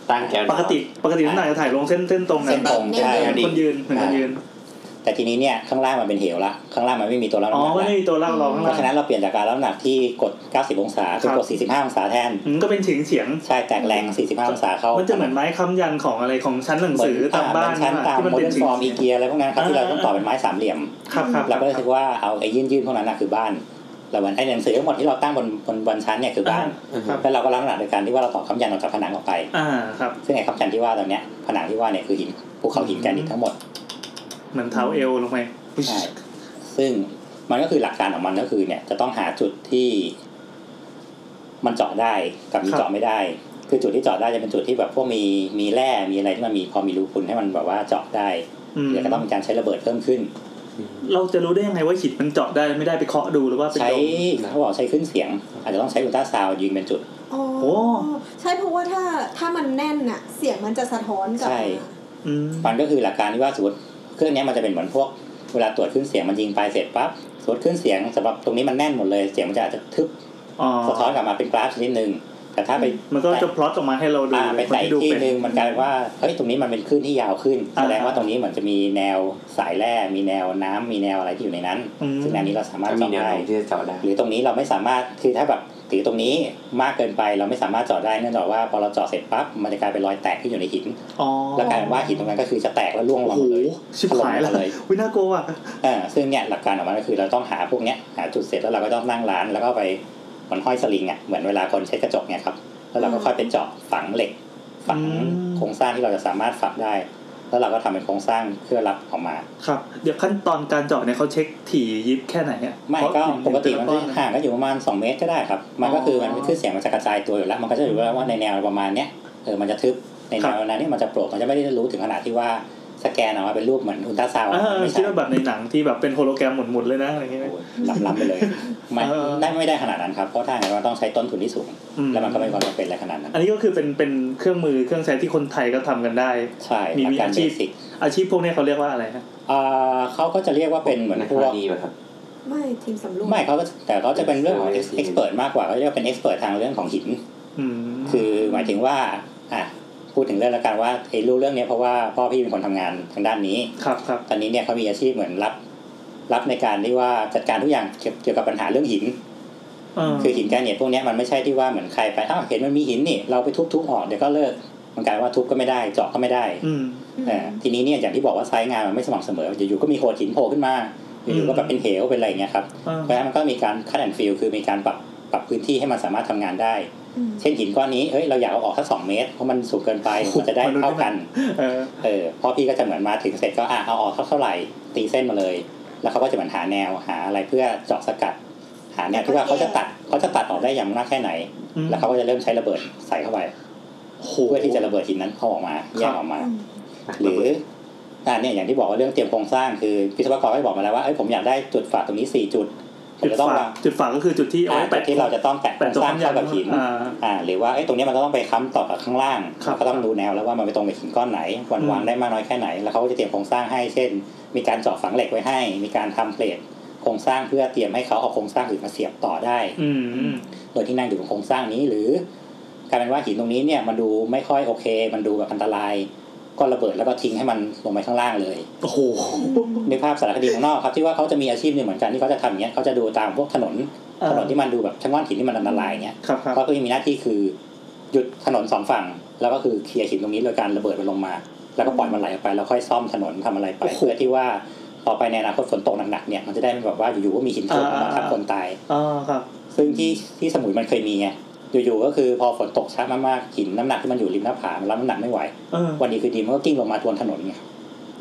ตั้งแกน ปกติปกติน้ำหนักจะถ่ายลงเส้นเส้นตรงนะ เส้นตรงใช่ เหมือนคนยืนเหมือนคนยืน แต่ทีนี้เนี่ยข้างล่างมันเป็นเหวละข้างล่างมันไม่มีตัวรับ อ๋ น้ำ อ หนัก ไม่ ละ ได้มีตัวลากรองข้าง เพ ล่า ราะ ง ฉะนั้นเราเปลี่ยนจากการรับน้ำหนักที่กด 90 องศาเป็น ครับ กด 45 องศาแทน อืมก็เป็นเฉียงเฉียง ใช่แตกแรง 45 องศาเข้า ๆมั มัน จะเหมือนไม้ค้ำยันของอะไรของชั้นหนังสือตามบ้าน ชั้นตาม ที่มัน โมเดิ เป็น ร์น เฉีย ฟ ง อร์มอีเกียอะไรพวกนั้นครับที่เราต้องต่อเป็นไม้สามเหลี่ยม ครับครับ เราก็เลยคิดว่าเอาไอ้ยื่นยื่นๆพวกนั้นนะคือบ้านเราวันไอ้หนังสือทั้งหมดที่เราตั้งบนบนบนชั้นเนี่ยคือบ้าน ครับ แล้วเราก็รับน้ำหนักโดยการที่ว่าเราต่อคำยันออกจากผนังออกไป อ่าครับ ซึ่งไอ้คำยันที่ว่าตอนเนี้ยผนังที่ว่าเนี่ยคือหินภูเขาหินแกรนิตทั้งหมด เหมือนเท้าเอวลงไป ใช่ซึ่งมันก็คือหลักการของมันก็คือเนี่ยจะต้องหาจุดที่มันเจาะได้กับมีเจาะไม่ได้ คือจุดที่เจาะได้จะเป็นจุดที่แบบพวกมีมีแร่มีอะไรที่มันมีพอมีรูพุนให้มันแบบว่าเจาะได้ อืม เดี๋ยวก็ต้องมีการใช้ระเบิดเพิ่มขึ้น เราจะรู้ได้ยังไงว่าหินมันเจาะได้ไม่ได้ไปเคาะดูหรือว่าไป ใช้ ดม เขาบอกใช้ขึ้นเสียง อาจจะต้องใช้อุลตราซาวด์ยิงเป็นจุด โอ้ โอ้ ใช่เพราะว่าถ้าถ้ามันแน่นอะเสียงมันจะสะท้อนกลับ ใช่ มา อืม มันก็คือหลักการที่ว่าสมมติเครื่องเนี้ยมันจะเป็นเหมือนพวกเวลาตรวจขึ้นเสียงมันยิงไปเสร็จปั๊บสมมติขึ้นเสียงสำหรับตรงนี้มันแน่นหมดเลยเสียงมันจะอาจจะทึบ อ๋อ สะท้อนกลับมาเป็นกราฟชนิดหนึ่งแต่ถ้าไป มันก็จะพลอตออกมาให้เราดู อ่าไป เลยคน ใส่ ที่ดู ที่ เป็น หนึ่งมันกลายเป็นว่าเฮ้ยตรงนี้มันเป็นคลื่นที่ยาวขึ้น อ่า แสดงว่าตรงนี้เหมือนจะมีแนวสายแร่มีแนวน้ำมีแนวอะไรที่อยู่ในนั้น อืม ซึ่งแนวนี้เราสามารถ ถ้ามีแนวเจาะได้ โน้มที่จะเจาะได้ หรือตรงนี้เราไม่สามารถคือถ้าแบบถือตรงนี้มากเกินไปเราไม่สามารถเจาะได้เนื่องจากว่าพอเราเจาะเสร็จปั๊บมันจะกลายเป็นรอยแตกที่อยู่ในหิน อ๋อ แล้วกลายเป็นว่าหินตรงนั้นก็คือจะแตกแล้วร่วงล โอ้ ง โห มาเลย ชิบหายแล้ว ถมงมเลย วิน่ากลัวอ่ะ เออซึ่งเนี่ยหลักการของมันก็คือเราต้องหาพวกเนี้ยหาจุดเสร็จแล้วเราก็ต้องนั่งร้านแล้วก็ไปเหมือนห้อยสลิงอ่ะเหมือนเวลาคนเช็ดกระจกเนี่ยครับแล้วเราก็ค่อยไปเจาะฝังเหล็ก ฝังโครงสร้างที่เราจะสามารถฝังได้ แล้วเราก็ทำเป็นโครงสร้างเพื่อรับออกมา ครับ เดี๋ยวขั้นตอนการเจาะเนี่ยเขาเช็คถี่ยิบแค่ไหนอ่ะ ไม่ เพราะ ก็ หิ ปกติ เป็ มัน ก้อ จะห่างกันอยู่ประมาณ 2 เมตรก็ได้ครับ มันก็คือมันขึ้นเสียงมันจะกระจายตัวอยู่แล้ว มันก็จะรู้แล้วว่าในแนวประมาณเนี้ยเออมันจะทึบใน ครั แน บ วนั้นเนี่ยมันจะโปร่งมันจะไม่ได้รู้ถึงขนาดที่ว่าสแกนออกมาเป็นรูปเหมือนอุลตราซาวด์ อ่า ไม่ คิด ใช่ ว่าแบบในหนังที่แบบเป็นโฮโลแกรมหมุนๆเลยนะอะไรเงี้ย โอ้โหล้ำๆไปเลยไม่ เออ ได้ไม่ได้ขนาดนั้นครับเพราะถ้าอย่างนั้นมันต้องใช้ต้นทุนที่สูง อื แล้วมันก็ไม่ความจำเป็นอะไรขนาดนั้น อันนี้ก็คือเป็นเป็นเครื่องมือเครื่องใช้ที่คนไทยก็ทำกันได้ ใช่ มี หลักการ อาชี เบ พ สิก อาชีพพวกเนี้ยเขาเรียกว่าอะไรฮะ อ่าเขาก็จะเรียกว่าเป็นเหมือน นัก พ ธรวก ณีป่ะครับ ไม่ทีมสำรวจ ไม่เขาก็แต่เขาจะเป็นเรื่องของ Exploration เอ็กซ์เพรสมากกว่าเขาเรียกว่าเป็นเอ็กซ์เพรสทางเรื่องของหิน อืม คือหมายถึงว่าอ่ะพูดถึงเรื่องละกันว่าไอ้รู้เรื่องเนี้ยเพราะว่าพ่อพี่เป็นคนทำงานทางด้านนี้ ครับครับ ตอนนี้เนี่ยเขามีอาชีพเหมือนรับ รับในการที่ว่าจัดการทุกอย่างเกี่ยวเกี่ยวกับปัญหาเรื่องหิน เออ คือหินแกรนิตพวกเนี้ยมันไม่ใช่ที่ว่าเหมือนใครไปอ้าวเห็นมันมีหินนี่เราไปทุบทุบออกเดี๋ยวก็เลิกมันกลายว่าทุบก็ไม่ได้เจาะก็ไม่ได้ อืม เออทีนี้เนี่ยอย่างที่บอกว่าไซต์งานมันไม่สม่ำเสมออยู่ๆก็มีโขดหินโผล่ขึ้นมาอยู่ๆก็แบบเป็นเหวเป็นอะไรอย่างเงี้ยครับ เออ เพราะฉะนั้นมันก็มีการคัดแอนฟิลคือมีการปรับปรับพื้นที่ให้มันสามารถทำงานได้ อืม เช่นหินก้อนนี้เอ้ยเราอยากเอาออกสักสองเมตรเพราะมันสูงเกินไปมันจะได้เท่ากัน เออ เออพอพี่ก็จะเหมือนมาถึงเสร็จก็อ่ะเอาออกเท่าเท่าไหร่ตีเส้นมาเลย แล้วเขาก็จะเหมือนหาแนวหาอะไรเพื่อเจาะสกัด หาแนวที่ว่าเขาจะตัดเขาจะตัดออกได้อย่างมากแค่ไหน อืม แล้วเขาก็จะเริ่มใช้ระเบิดใส่เข้าไป โห เพื่อที่จะระเบิดหินนั้นเข้าออกมาแยกออกมา หรืออ่าเนี่ยอย่างที่บอกว่าเรื่องเตรียมโครงสร้างคือวิศวกรก็บอกมาแล้วว่าเอ้ยผมอยากได้จุดฝาตรงนี้สี่จุดผม จุด จะต้อฝาวงาง จุดฝาก็คือจุดที่เอา อ่า ไว้ จุ แปะ ดที่เราจะต้องแปะโคร แปะ ง ตัว สร้าง ข้างยั เข้าน กับหิน อ่า อ่าหรือว่าเอ้ยตรงเนี้ยมันก็ต้องไปค้ำต่อกับข้างล่าง ครับ เราก็ต้องดูแนวแล้วว่ามันไปตรงกับหินก้อนไหนวัน อืม วางได้มากน้อยแค่ไหน แล้วเขาก็จะเตรียมโครงสร้างให้เช่น มีการเจาะฝังเหล็กไว้ให้ มีการทำเพลทโครงสร้างเพื่อเตรียมให้เขาเอาโครงสร้างอื่นมาเสียบต่อได้ อืมอืม โดยที่นั่งอยู่บนโครงสร้างนี้หรือกลายเป็นว่าหินตรงนี้เนี่ยมันดูไม่ค่อยโอเค มันดูแบบอันตราย ก็ระเบิดแล้วก็ทิ้งให้มันลงไปข้างล่างเลย โอ้โห นึกภาพสารคดีข้างนอกครับที่ว่าเขาจะมีอาชีพหนึ่งเหมือนกันที่เขาจะทำอย่างเงี้ยเขาจะดูตามพวกถนน เออ ถนนที่มันดูแบบช่างว่านหินที่มันอันตรายเงี้ย ครับครับ เขาก็จะมีหน้าที่คือหยุดถนนสองฝั่ง แล้วก็คือเคลียร์หินตรงนี้โดยการระเบิดมันลงมา แล้วก็ปล่อยมันไหลออกไปแล้วค่อยซ่อมถนนทำอะไรไปเพื่อที่ว่าต่อไปในอนาคตฝนตกหนักๆเนี่ยมันจะได้ไม่แบบว่าอยู่ๆก็มีหินถล่มลงมาทับคนตาย อ่าครับ ซึ่งที่ที่สมุยมันเคยมีไงอยู่ๆก็คือพอฝนตกช้ามากๆหินน้ำหนักที่มันอยู่ริมหน้าผามันรับน้ำหนักไม่ไหว เออ วันนี้คือดีมันก็กิ้งลงมาทวนถนนไง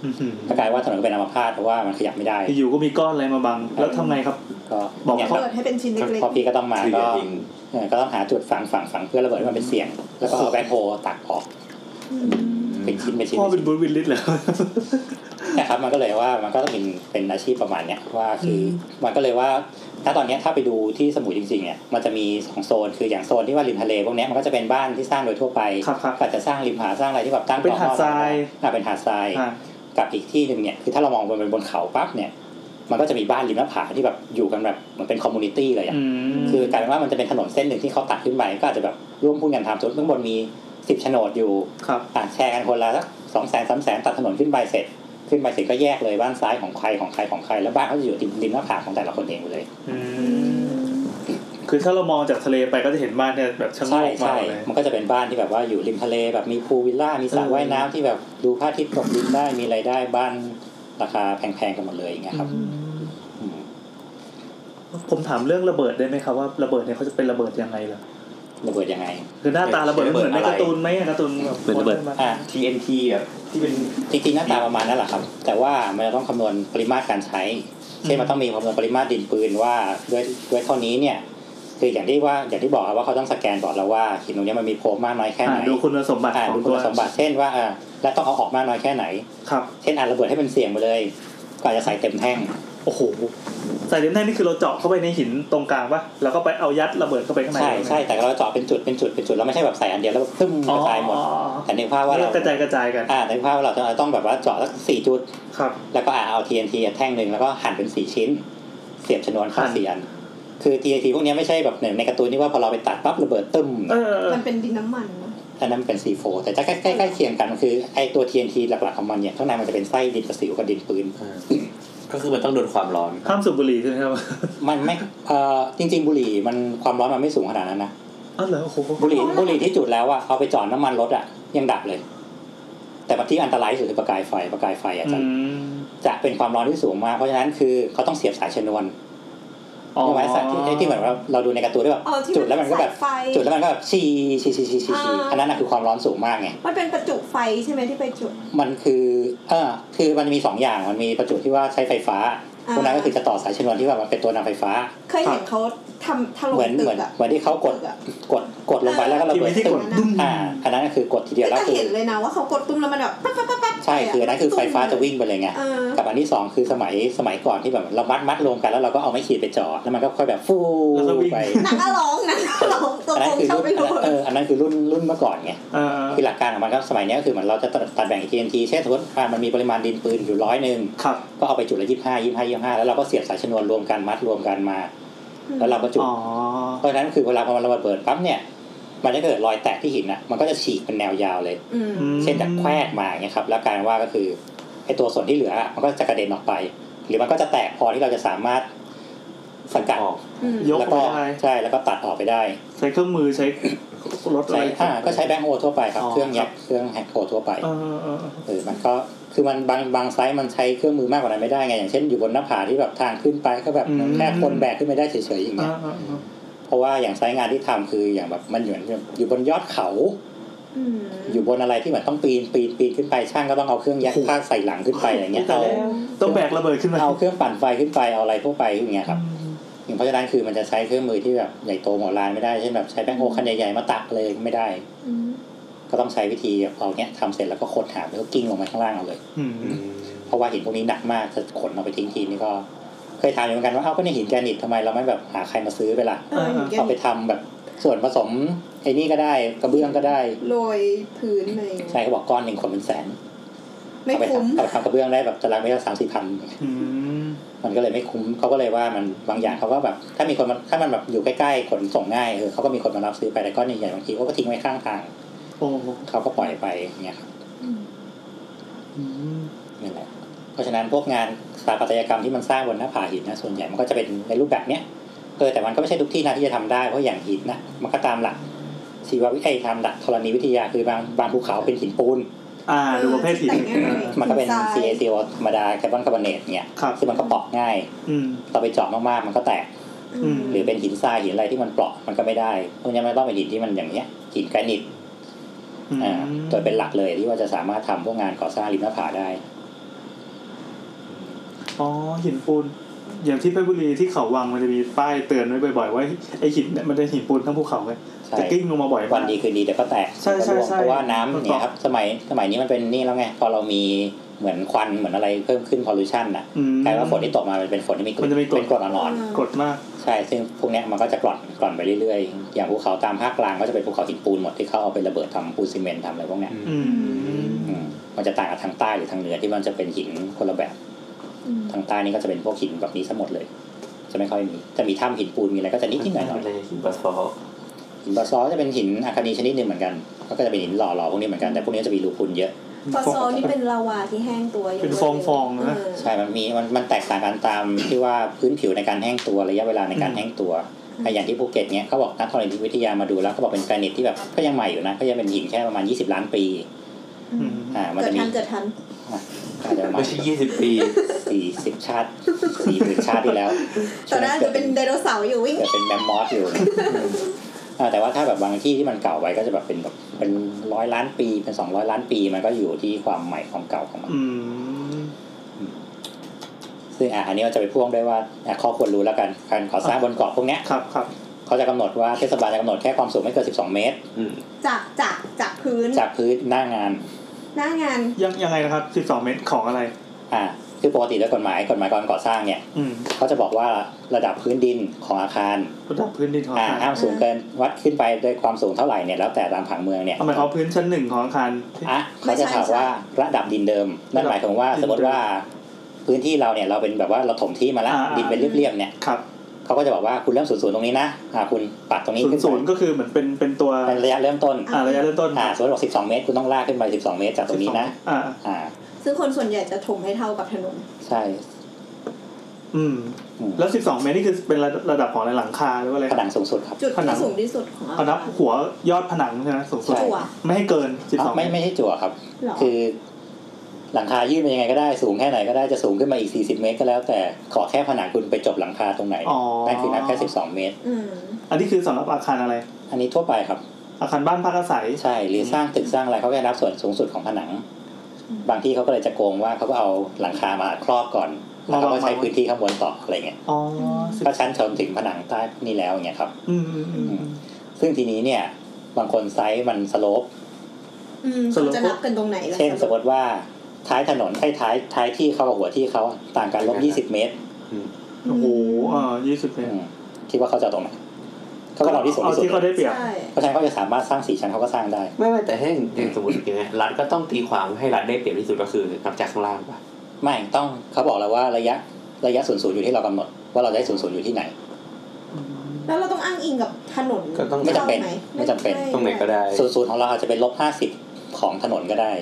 อื้อหือ ก็กลายว่าถนนเป็นอัมพาตเพราะว่ามันขยับไม่ได้ อยู่ๆก็มีก้อนอะไรมาบัง แล้วทำไงครับ ก็ บอก เนี่ย เขา เปิดให้เป็นชิ้น ครับ เล็ก พอพี่ก็ต้องมา คืออก็ย่ายิง เออก็ต้องหาจุดฝังฝังฝังเพื่อระเบิดให้มันเป็นเสียง แล้วก็เอาแบคโฮตักออก ๆอืม เป็นชิ้นเป็นชิ้น พ่อ เป็น เป็นชิ้น บูธวินลิสเหรอ นะครับมันก็เลยว่ามันก็ต้องเป็นเป็นอาชีพประมาณเนี้ยว่าคืออมันก็เลยว่าถ้าตอนเนี้ยถ้าไปดูที่สมุยจริงๆเนี่ยมันจะมีสองโซนคืออย่างโซนที่ว่าริมทะเลพวกเนี้ยมันก็จะเป็นบ้านที่สร้างโดยทั่วไป ครับครับ ก็อาจจะสร้างริมหาดสร้างอะไรที่แบบตั้ง เป็นหาดทราย อ่ะเป็นหาดทราย อ่า กับอีกที่หนึ่งเนี่ยคือถ้าเรามองไปบนเขาปั๊บเนี่ย มันก็จะมีบ้านริมหน้าผาที่แบบอยู่กันแบบเหมือนเป็นคอมมูนิตี้เลยอ่ะ อืม คือกลายเป็นว่ามันจะเป็นถนนเส้นหนึ่งที่เขาตัดขึ้นไปก็อาจจะแบบร่วมพูดกันทำจนข้างบนมีสิบโฉนดอยู่ ครับ อ่ะแชร์กันคนละสักสองแสนสามแสนตัดถนนขึ้นไปเสร็จ ขึ้นไปเสร็จก็แยกเลยบ้านซ้ายของใครของใครของใครแล้วบ้านเขาจะอยู่ริมหน้าผาของแต่ละคนเองหมดเลย อืมคือถ้าเรามองจากทะเลไปก็จะเห็นบ้านเนี่ยแบบชะโง ใช่ กมา ใช่ เลย มันก็จะเป็นบ้านที่แบบว่าอยู่ริมทะเลแบบมีพูลวิลล่ามีสระ เออ ว่ายน้ำที่แบบดูพระอาทิตย์ตกดินได้มีรายได้บ้านราคาแพงๆกันหมดเลยอย่างเงี้ยครับ อืม อืม ผมถามเรื่องระเบิดได้ไหมครับว่าระเบิดเนี่ยเขาจะเป็นระเบิดยังไงล่ะ ระเบิดยังไง คือหน้าตาระเบิดมันเหมือนใน ระเบิดอะไร การ์ตูนไหมอะการ์ตูนแบบ เหมือนระเบิด โพสต์ อ่ะ TNT แบบที่เป็น จริงๆหน้าตาประมาณนั้นแหละครับ แต่ว่ามันจะต้องคำนวณปริมาตรการใช้เช่นมันต้องมีคำนวณปริมาตรดินปืนว่าด้วยด้วยเท่านี้เนี่ยคืออย่างที่ว่าอย่างที่บอกครับว่าเขาต้องสแกนบอกแล้วว่าหินตรงเนี้ยมันมีโพรงมากน้อยแค่ไหน อ่าดูคุณสมบัติ อ่า ของ ดูคุ ตัว ณสมบัติเช่นว่าอ่าแล้วต้องเอาออกมากน้อยแค่ไหน ครับ เช่นอ่าระเบิดให้เป็นเสียงไปเลยก็อาจจะใส่เต็มแท่ง โอ้โหใส่เต็มแท่งนี่คือเราเจาะเข้าไปในหินตรงกลางปะแล้วก็ไปเอายัดระเบิดเข้าไปข้างใน ใช่ใช่แต่เราเจาะเป็นจุดเป็นจุดเป็นจุดเราไม่ใช่แบบใส่อันเดียวแล้วพึ่ม อ๋อกระจายหมดแต่ในภาพว่า แล้ เรา วกระจายกระจายกัน อ่าในภาพว่าเราจะต้องแบบว่าเจาะสักสี่จุด ครับ แล้วก็อ่าเอา TNT แท่งหนึ่งแล้วก็หั่นเป็นสี่ชิ้น เสียบชนวนเข้า หั่น เสียนคือ TNT พวกเนี้ยไม่ใช่แบบเหมือนในการ์ตูนที่ว่าพอเราไปตัดปั๊บระเบิดตึ้ม เออเออ มันเป็นดินน้ำมันนะ อันนั้นเป็น C4 แต่จะใกล้ๆใกล้เคียงกันคือไอตัว TNT หลักๆของมันเนี่ยข้างในมันจะเป็นไส้ดินประสิวกับดินปืน ก็คือมันต้องโดนความร้อน ห้ามสูบบุหรี่ใช่ไหมครับ มันไม่เอ่อจริง ๆ บุหรี่มันความร้อนมันไม่สูงขนาดนั้นนะ อ้าวเหรอโอ้โห บุหรี่บุหรี่ที่จุดแล้วอะเอาไปจ่อน้ำมันรถอะยังดับเลย แต่ที่อันตรายที่สุดคือประกายไฟประกายไฟอะ อื จะ ม จะเป็นความร้อนที่สูงมากเพราะฉะนั้นคือเขาต้องเสียบสายชนวน อ๋อ ใช่ไหมสัตว์ที่ไอ้ที่เหมือนว่าเราดูในการ์ตูนที่แบบ อ๋อที่ จุดแล้วมันก็แบบ สายไฟ จุดแล้วมันก็แบบชีชีชีชีชีชี อ่า อันนั้นนะคือความร้อนสูงมากไง มันเป็นประจุไฟใช่ไหมที่ไปจุด มันคือเออคือมันมีสองอย่างมันมีประจุที่ว่าใช้ไฟฟ้า อ่า พวกนั้นก็คือจะต่อสายชนวนที่แบบมันเป็นตัวนำไฟฟ้า เคยเห็นเขาทำถล่ เห ม มือน ตึ เหมือก น อะ เหมือนที่เขากดกดกดลงไปแล้วก็ระ ที่ เบิ ไม่ ด ที่กดดุ้ม อ่าอันนั้นก็คือกดทีเดียวแล้ว ก็ คือ เห็นเลยนะว่าเขากดตุ้มแล้วมันแบบปั๊บปั๊บปั๊บปั๊บ ใช่คืออันนั้นคือไฟฟ้าจะวิ่งไปเลยไง เออ กับอันที่สองคือสมัยสมัยก่อนที่แบบเรามัดมัดรวมกันแล้วเราก็เอาไม้ขีดไปจ่อแล้วมันก็ค่อยแบบฟู แล้วก็วิ่ง ไป หนังอะร้องหนะร้องตัวตอันนั้ รงนคือ เขาไม่รู้ รุ่นเอออันนั้นคือรุ่นรุ่นเมื่อก่อนไง เออ คือหลักการของมันก็สมัยเนี้ยก็คือเหมือนเราจะตัดตัดแบ่ง TNT เช่นสมมติอ่ามันมีปริมาณดินปืนอยู่ร้อยหนึ่ง ครับ ก็เอาไปจุดละยี่ห้ายี่ห้ายี่ห้าแล้วเราก็เสียบสายชนวนรวมกันมัดรวมกันมา แล้วเราก็จุด อ๋อ เพราะฉะนั้นคือเวลาพอมันระเบิดปั๊บเนี่ยมันจะเกิดรอยแตกที่หินอ่ะมันก็จะฉีกเป็นแนวยาวเลย อืม อืม เช่นจากแควกมาอย่างเงี้ยครับแล้วกลารว่าก็คือไอตัวส่วนที่เหลืออะมันก็จะกระเด็นออกไป หรือมันก็จะแตกพอที่เราจะสามารถสกัด ออก อืม ยก แล้ว ไป ก็ ได้ ใช่แล้วก็ตัดออกไปได้ ใช้เครื่องมือใช้รถอะ ใช้ ไร อ่าก็ใช้แบงค์โฮทั่วไปครับ อ๋อ เครื่อง ครั ยั บ กษ์เครื่องแฮกโฮทั่วไป เออเออเออ เออมันก็คือมันบางบางไซส์มันใช้เครื่องมือมากกว่านั้นไม่ได้ไงอย่างเช่นอยู่บนหน้าผาที่แบบทางขึ้นไปก็แบบแค่คนแบกขึ้นไม่ได้เฉยๆอย่าง เอ เงี้ย อเออเออ เพราะว่าอย่างไซส์งานที่ทำคืออย่างแบบมันเหมือนอยู่บนยอดเขา อืม อยู่บนอะไรที่เหมือนต้องปีนปีนปีนขึ้นไปช่างก็ต้องเอาเครื่องยักผ้าใส่หลังขึ้นไปอะไรเงี้ย ตาย เอา แล้วต้องแบกระเบิดขึ้นมา เอาเครื่องปั่นไฟขึ้นไปเอาอะไรพวกไปอย่างเงี้ยครับ เพราะฉะนั้นคือมันจะใช้เครื่องมือที่แบบใหญ่โตโหมอลานไม่ได้เช่นแบบใช้แป้งโอคันใหญ่ๆมาตักเลยไม่ได้ อืม ก็ต้องใช้วิธีเอาเนี้ยทำเสร็จแล้วก็คดหาแล้วก็กิ้งลงไปข้างล่างเอาเลย อืม เพราะว่าหินพวกนี้หนักมากจะขนเอาไปทิ้งทีนี่ก็ เคยถามอยู่เหมือนกันว่าเอ้าก็ในยหินแกรนิตทำไมเราไม่แบบหาใครมาซื้อไปล่ะ เอออย่างเงี้ย เอาไปทำแบบส่วนผสมไอ้นี่ก็ได้กระเบื้องก็ได้ โรยพื้นอะไรอย่าง ใช่ เลย เขาบอกก้อนหนึ่งขนเป็นแสน ไม่ เอาไป คุ้ม ทำเอาไปทำกระเบื้องได้แบบตารางเมตรละสามสี่พัน อืม มันก็เลยไม่คุ้มเขาก็เลยว่ามันบางอย่างเขาก็แบบ ถ้ามีคนมาถ้ามันแบบอยู่ใกล้ๆขนส่งง่ายเออเขาก็มีคนมารับซื้อไปแต่ก้อนใหญ่ๆบางทีเขาก็ทิ้งไว้ข้างทาง โอ้โห เขาก็ปล่อยไปอย่างเงี้ยครับ อืม อืม นั่นแหละเพราะฉะนั้นพวกงานสถาปัตยกรรมที่มันสร้างบนหน้าผาหินนะส่วนใหญ่มันก็จะเป็นในรูปแบบเนี้ยเออแต่มันก็ไม่ใช่ทุกที่นะที่จะทำได้เพราะอย่างหินนะมันก็ตามหลักชีววิทยาตามหลักธรณีวิทยาคือบางบางภูเขาเป็นหินปูน อ่า ดูประเภทหิน แต่งง่าย มันก็เป็น ทราย CaCO ธรรมดาแคร์บอนคาร์บอเนตเนี่ย ครับ ซึ่งมันก็เปอกง่าย อืม เราไปเจาะมากๆมันก็แตก อืม หรือเป็นหินทรายหินอะไรที่มันเปราะมันก็ไม่ได้เพราะงั้นมันต้องเป็นหินที่มันอย่างเนี้ยหินแกรนิต อืม อ่าโดยเป็นหลักเลยที่ว่าจะสามารถทำพวกงานก่อสร้างริมหน้าผาได้ อ๋อหินปูน อย่างที่เพชรบุรีที่เขาวังมันจะมีป้ายเตือนไว้บ่อย ๆ ว่าไอหินเนี่ยมันเป็นหินปูนทั้งภูเขาไง ใช่ จะกิ้งลงมาบ่อย วั มาน ก ดีคืนดีเดี๋ยวก็แตก ใช่ใช่ เดี๋ยวใช่ก็ร่วงเพราะว่าน้ำ มันเกาะ เนี่ยครับสมัยสมัยนี้มันเป็นนี่แล้วไงพอเรามีเหมือนควันเหมือนอะไรเพิ่มขึ้นพอลูชันน่ะ อืม กลายว่าฝนที่ตกมามันเป็นฝนที่มีกรด มันจะมีกรด เป็นกรดอ่อน กดมาก ๆใช่ซึ่งพวกเนี้ยมันก็จะกร่อนกร่อนไปเรื่อยๆอย่างภูเขาตามภาคกลางก็จะเป็นภูเขาหินปูนหมดที่เขาเอาไประเบิดทำปูนซีเมนต์ทำอะไรพวกเนี้ย อืม อืมมันจะต่างกับทางใต้หรือทางเหนือที่มันจะเป็นหินคนละแบบ อืม ทางใต้นี่ก็จะเป็นพวกหินแบบนี้ทั้งหมดเลย จะไม่ค่อยมี จะมีถ้ำหินปูนมีอะไรก็จะนิดนิดหน่อยหน่อย เลยหินบัสฟอล หินบาซอลต์จะเป็นหินอาคานีชนิดหนึ่งเหมือนกัน ก็จะเป็นหินหล่อๆพวกนี้เหมือนกันแต่พวกนี้จะมีรูพุนเยอะ ฟอสโซนี่เป็นลาวาที่แห้งตัวอยู่ เป็นฟองๆนะ เออ ใช่ มันมีมันมันแตกต่างกันตามที่ว่าพื้นผิวในการแห้งตัวระยะเวลาในการแห้งตัวแต่อย่างที่ภูเก็ตเนี้ยเขาบอกนักธรณีวิทยามาดูแล้วเขาบอกเป็นแกรนิตที่แบบก็ยังใหม่อยู่นะก็ยังเป็นหินแค่ประมาณ 20 ล้านปี อื อื ม ม อ่า มัน เกิด จะมี ทันเกิดทัน อาจจะประมา ไม่ ณ ใช่ยี่สิบปี สี่สิบชาติสี่หมื่นชาติที่แล้ว ตอนนั้นอาจจะเป็นไดโนเสาร์อยู่วิ่ง จะเป็นแมมมอสอยู่นะเออแต่ว่าถ้าแบบบางที่ที่มันเก่าไว้ก็จะแบบเป็นแบบเป็นร้อยล้านปีเป็นสองร้อยล้านปีมันก็อยู่ที่ความใหม่ความเก่าของมัน อืม ซึ่งอ่ะอันนี้เราจะไปพ่วงด้วยว่าอ่ะข้อควรรู้แล้วกันการก่อสร้างบนเกาะพวกเนี้ย ครับครับ เขาจะกำหนดว่าเทศบาลจะกำหนดแค่ความสูงไม่เกิน 12 เมตร จากจากจากพื้น จากพื้นหน้างาน หน้างาน ยังยังไงนะครับสิบสองเมตรของอะไร อ่ะคือปกติโดยกฎหมายกฎหมายการก่อสร้างเนี่ย อืม เขาจะบอกว่าระดับพื้นดินของอาคาร ระดับพื้นดินของ อ่ะ อาคาร ห้ามสูงเกินวัดขึ้นไปด้วยความสูงเท่าไหร่เนี่ยแล้วแต่ตามผังเมืองเนี่ย ทำไมเอาพื้นชั้นหนึ่งของอาคารที่ อ่ะ ไม่ใช่เขาจะถามว่าระดับดินเดิมนั่นหมายถึงว่า ระดับดิน สมมติว่าพื้นที่เราเนี่ยเราเป็นแบบว่าเราถมที่มาแล้ว อ่า ดินเป็นเรียบๆเนี่ย ครับ เขาก็จะบอกว่าคุณเริ่มศูนย์ศูนย์ตรงนี้นะอ่าคุณปัดตรงนี้ ศูน ขึ้น ย์ศูนย์ ไป ก็คือเหมือนเป็นเป็นตัว เป็นระยะเริ่มต้น อ่าระยะเริ่มต้น อ่าสมมติบอกสิบสองเมตรคุณต้องลากขึ้นไปสิบสองเมตรจากตรงนี้นะ อ่า อ่า ซึ่งคนส่วนใหญ่จะถมให้เท่ากับถนน ใช่ อืม อืม แล้วสิบสองเมตรนี่คือเป็นระระดับของอะไรหลังคาหรือว่าอะไร ผนังสูงสุดครับ จุด ผนั ที่ ง สูงที่สุดของอา เอานับหัวยอดผนังใช่ไหมสูงสุด จั่ว ไม่ให้เกินสิบสอง อ่ะ เม ไม่ ตร ไม่ใช่จั่วครับ เหรอ คือหลังคายื่นไปยังไงก็ได้สูงแค่ไหนก็ได้จะสูงขึ้นมาอีก40 เมตร ก็แล้ว แต่ขอแค่ผนังคุณไปจบหลังคาตรงไหน อ๋อ นั่นคือนับแค่ 12 เมตร อืม อันนี้คือสำหรับอาคารอะไร อันนี้ทั่วไปครับ อาคารบ้านพักอาศัย ใช่หรือสร้างตึกสร้างอะไรเขาก็จะรับส่วนสูงสุดของผนัง บางที่เขาก็เลยจะโกงว่าเขาก็เอาหลังคามาครอบก่อนแล้วเขาก็ใช้ มาๆๆ พื้นที่ข้างบนต่ออะไรเงี้ย อ๋อสิบ ก็ชั้นชนถึงผนังใต้นี่แล้วอย่างเงี้ยครับ อืมอืมอืมอืม ซึ่งทีนี้เนี่ยบางคนไซส์มันสโลป อืม สรุป จะนับกันตรงไหนล่ะ เช่นสมมติว่าท้ายถนนท้ายท้ายท้ายที่เขากับหัวที่เขาต่างกันลบยี่สิบเมตร โอ้โหเอ่ายี่สิบเมตร อืมคิดว่าเขาจะเอาตรงไหนเขาก็ลองที่สูง เอา ที่สุด ที่เขาได้เปรียบ ใช่ เพราะฉะนั้นเขาจะสามารถสร้างสี่ชั้นเขาก็สร้างได้ ไม่ไม่แต่ให้อย่างสมมติอย่างเงี้ยรัฐก็ต้องตีความให้รัฐได้เปรียบที่สุดก็คือนับจากข้างล่างป่ะ ไม่ต้องเขาบอกแล้วว่าระยะระยะศูนย์ศูนย์อยู่ที่เรากำหนดว่าเราจะให้ศูนย์ศูนย์อยู่ที่ไหน แล้วเราต้องอ้างอิงกับถนน ก็ต้อง ไม่จำเป็น ห ไม่จำเป็น ตรงไหนก็ได้ ศูนย์ศูนย์ของเราอาจจะเป็นลบห้าสิบของถนนก็ได้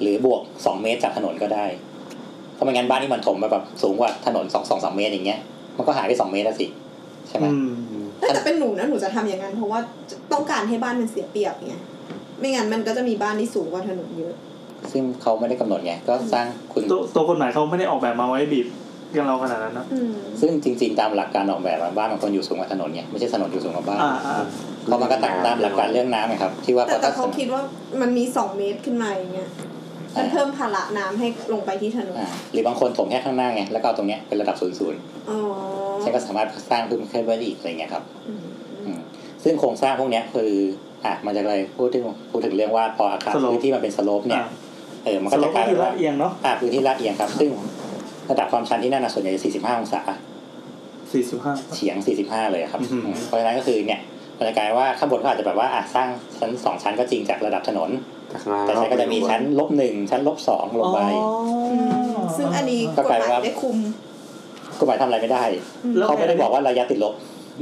หรือบวกสองเมตรจากถนนก็ได้เพราะไม่งั้นบ้านที่มันถมไปแบบสูงกว่าถนนสองสองสามเมตรอย่างเงี้ยมันก็หายไปสองเมตรแล้วสิใช่ไหม อืม เอ้ยแต่เป็นหนูนะหนูจะทำอย่างนั้น เพราะว่าต้องการให้บ้านมันเสียเปรียบไงไม่งั้นมันก็จะมีบ้านที่สูงกว่าถนนเยอะ ซึ่งเขาไม่ได้กำหนดไงก็สร้างคุณ ตัวตัวกฎหมายเขาไม่ได้ออกแบบมาไว้บีบ อย่างเราขนาดนั้นนะ อืม ซึ่งจริง ๆ ตามหลักการออกแบบอะบ้านบางคนอยู่สูงกว่าถนนเนี่ยไม่ใช่ถนนอยู่สูงกว่าบ้าน อ่าอ่า เพราะมันก็ตัดตามหลักการเรื่องน้ำไงครับที่ว่า แต่แต่ ถ้ เขาคิดว่ามันมีสองเมตรขึ้นมาอย่างเงี้ยมันเพิ่มภาระน้ำให้ลงไปที่ถนน อ่าหรือบางคนถมแค่ข้างหน้าไงแล้วก็เอาตรงเนี้ยเป็นระดับศูนย์ศูนย์ อ๋อ ฉันก็สามารถสร้างเพิ่มขึ้นไปได้อีกอะไรเงี้ยครับ อืม อืมซึ่งโครงสร้างพวกเนี้ยคืออ่ะมันจะเลยพูดถึงพูดถึงเรื่องว่าพออาคารพื้นที่มันเป็นสโลปเนี่ย อ่า เออมัน ส ก็ โล จะ ป ก ก็ ลาย คื เป็ อน ละ ว่า เอียงเนาะ อ่ะพื้นที่ลาดเอียงครับ ซึ่งระดับความชันที่นั่นนะส่วนใหญ่จะ45 องศา สี่สิบห้า เฉียง 45 เลยอะครับ อื้อหือ มเพราะฉะนั้นก็คือเนี่ยมันจะกลายว่าข้างบนก็อาจจะแบบว่าอ่ะสร้างชั้นสองชั้นก็จริงจากระดับถนน แต่ชั้นก็จะมีชั้นลบหนึ่งชั้นลบสองลงไป อืมซึ่งอันนี้ ก็ กฎ กลาย หมา ว่า ยได้คุม กฎหมายทำอะไรไม่ได้ แล้ว เขาไม่ได้บอกว่าระยะติดลบ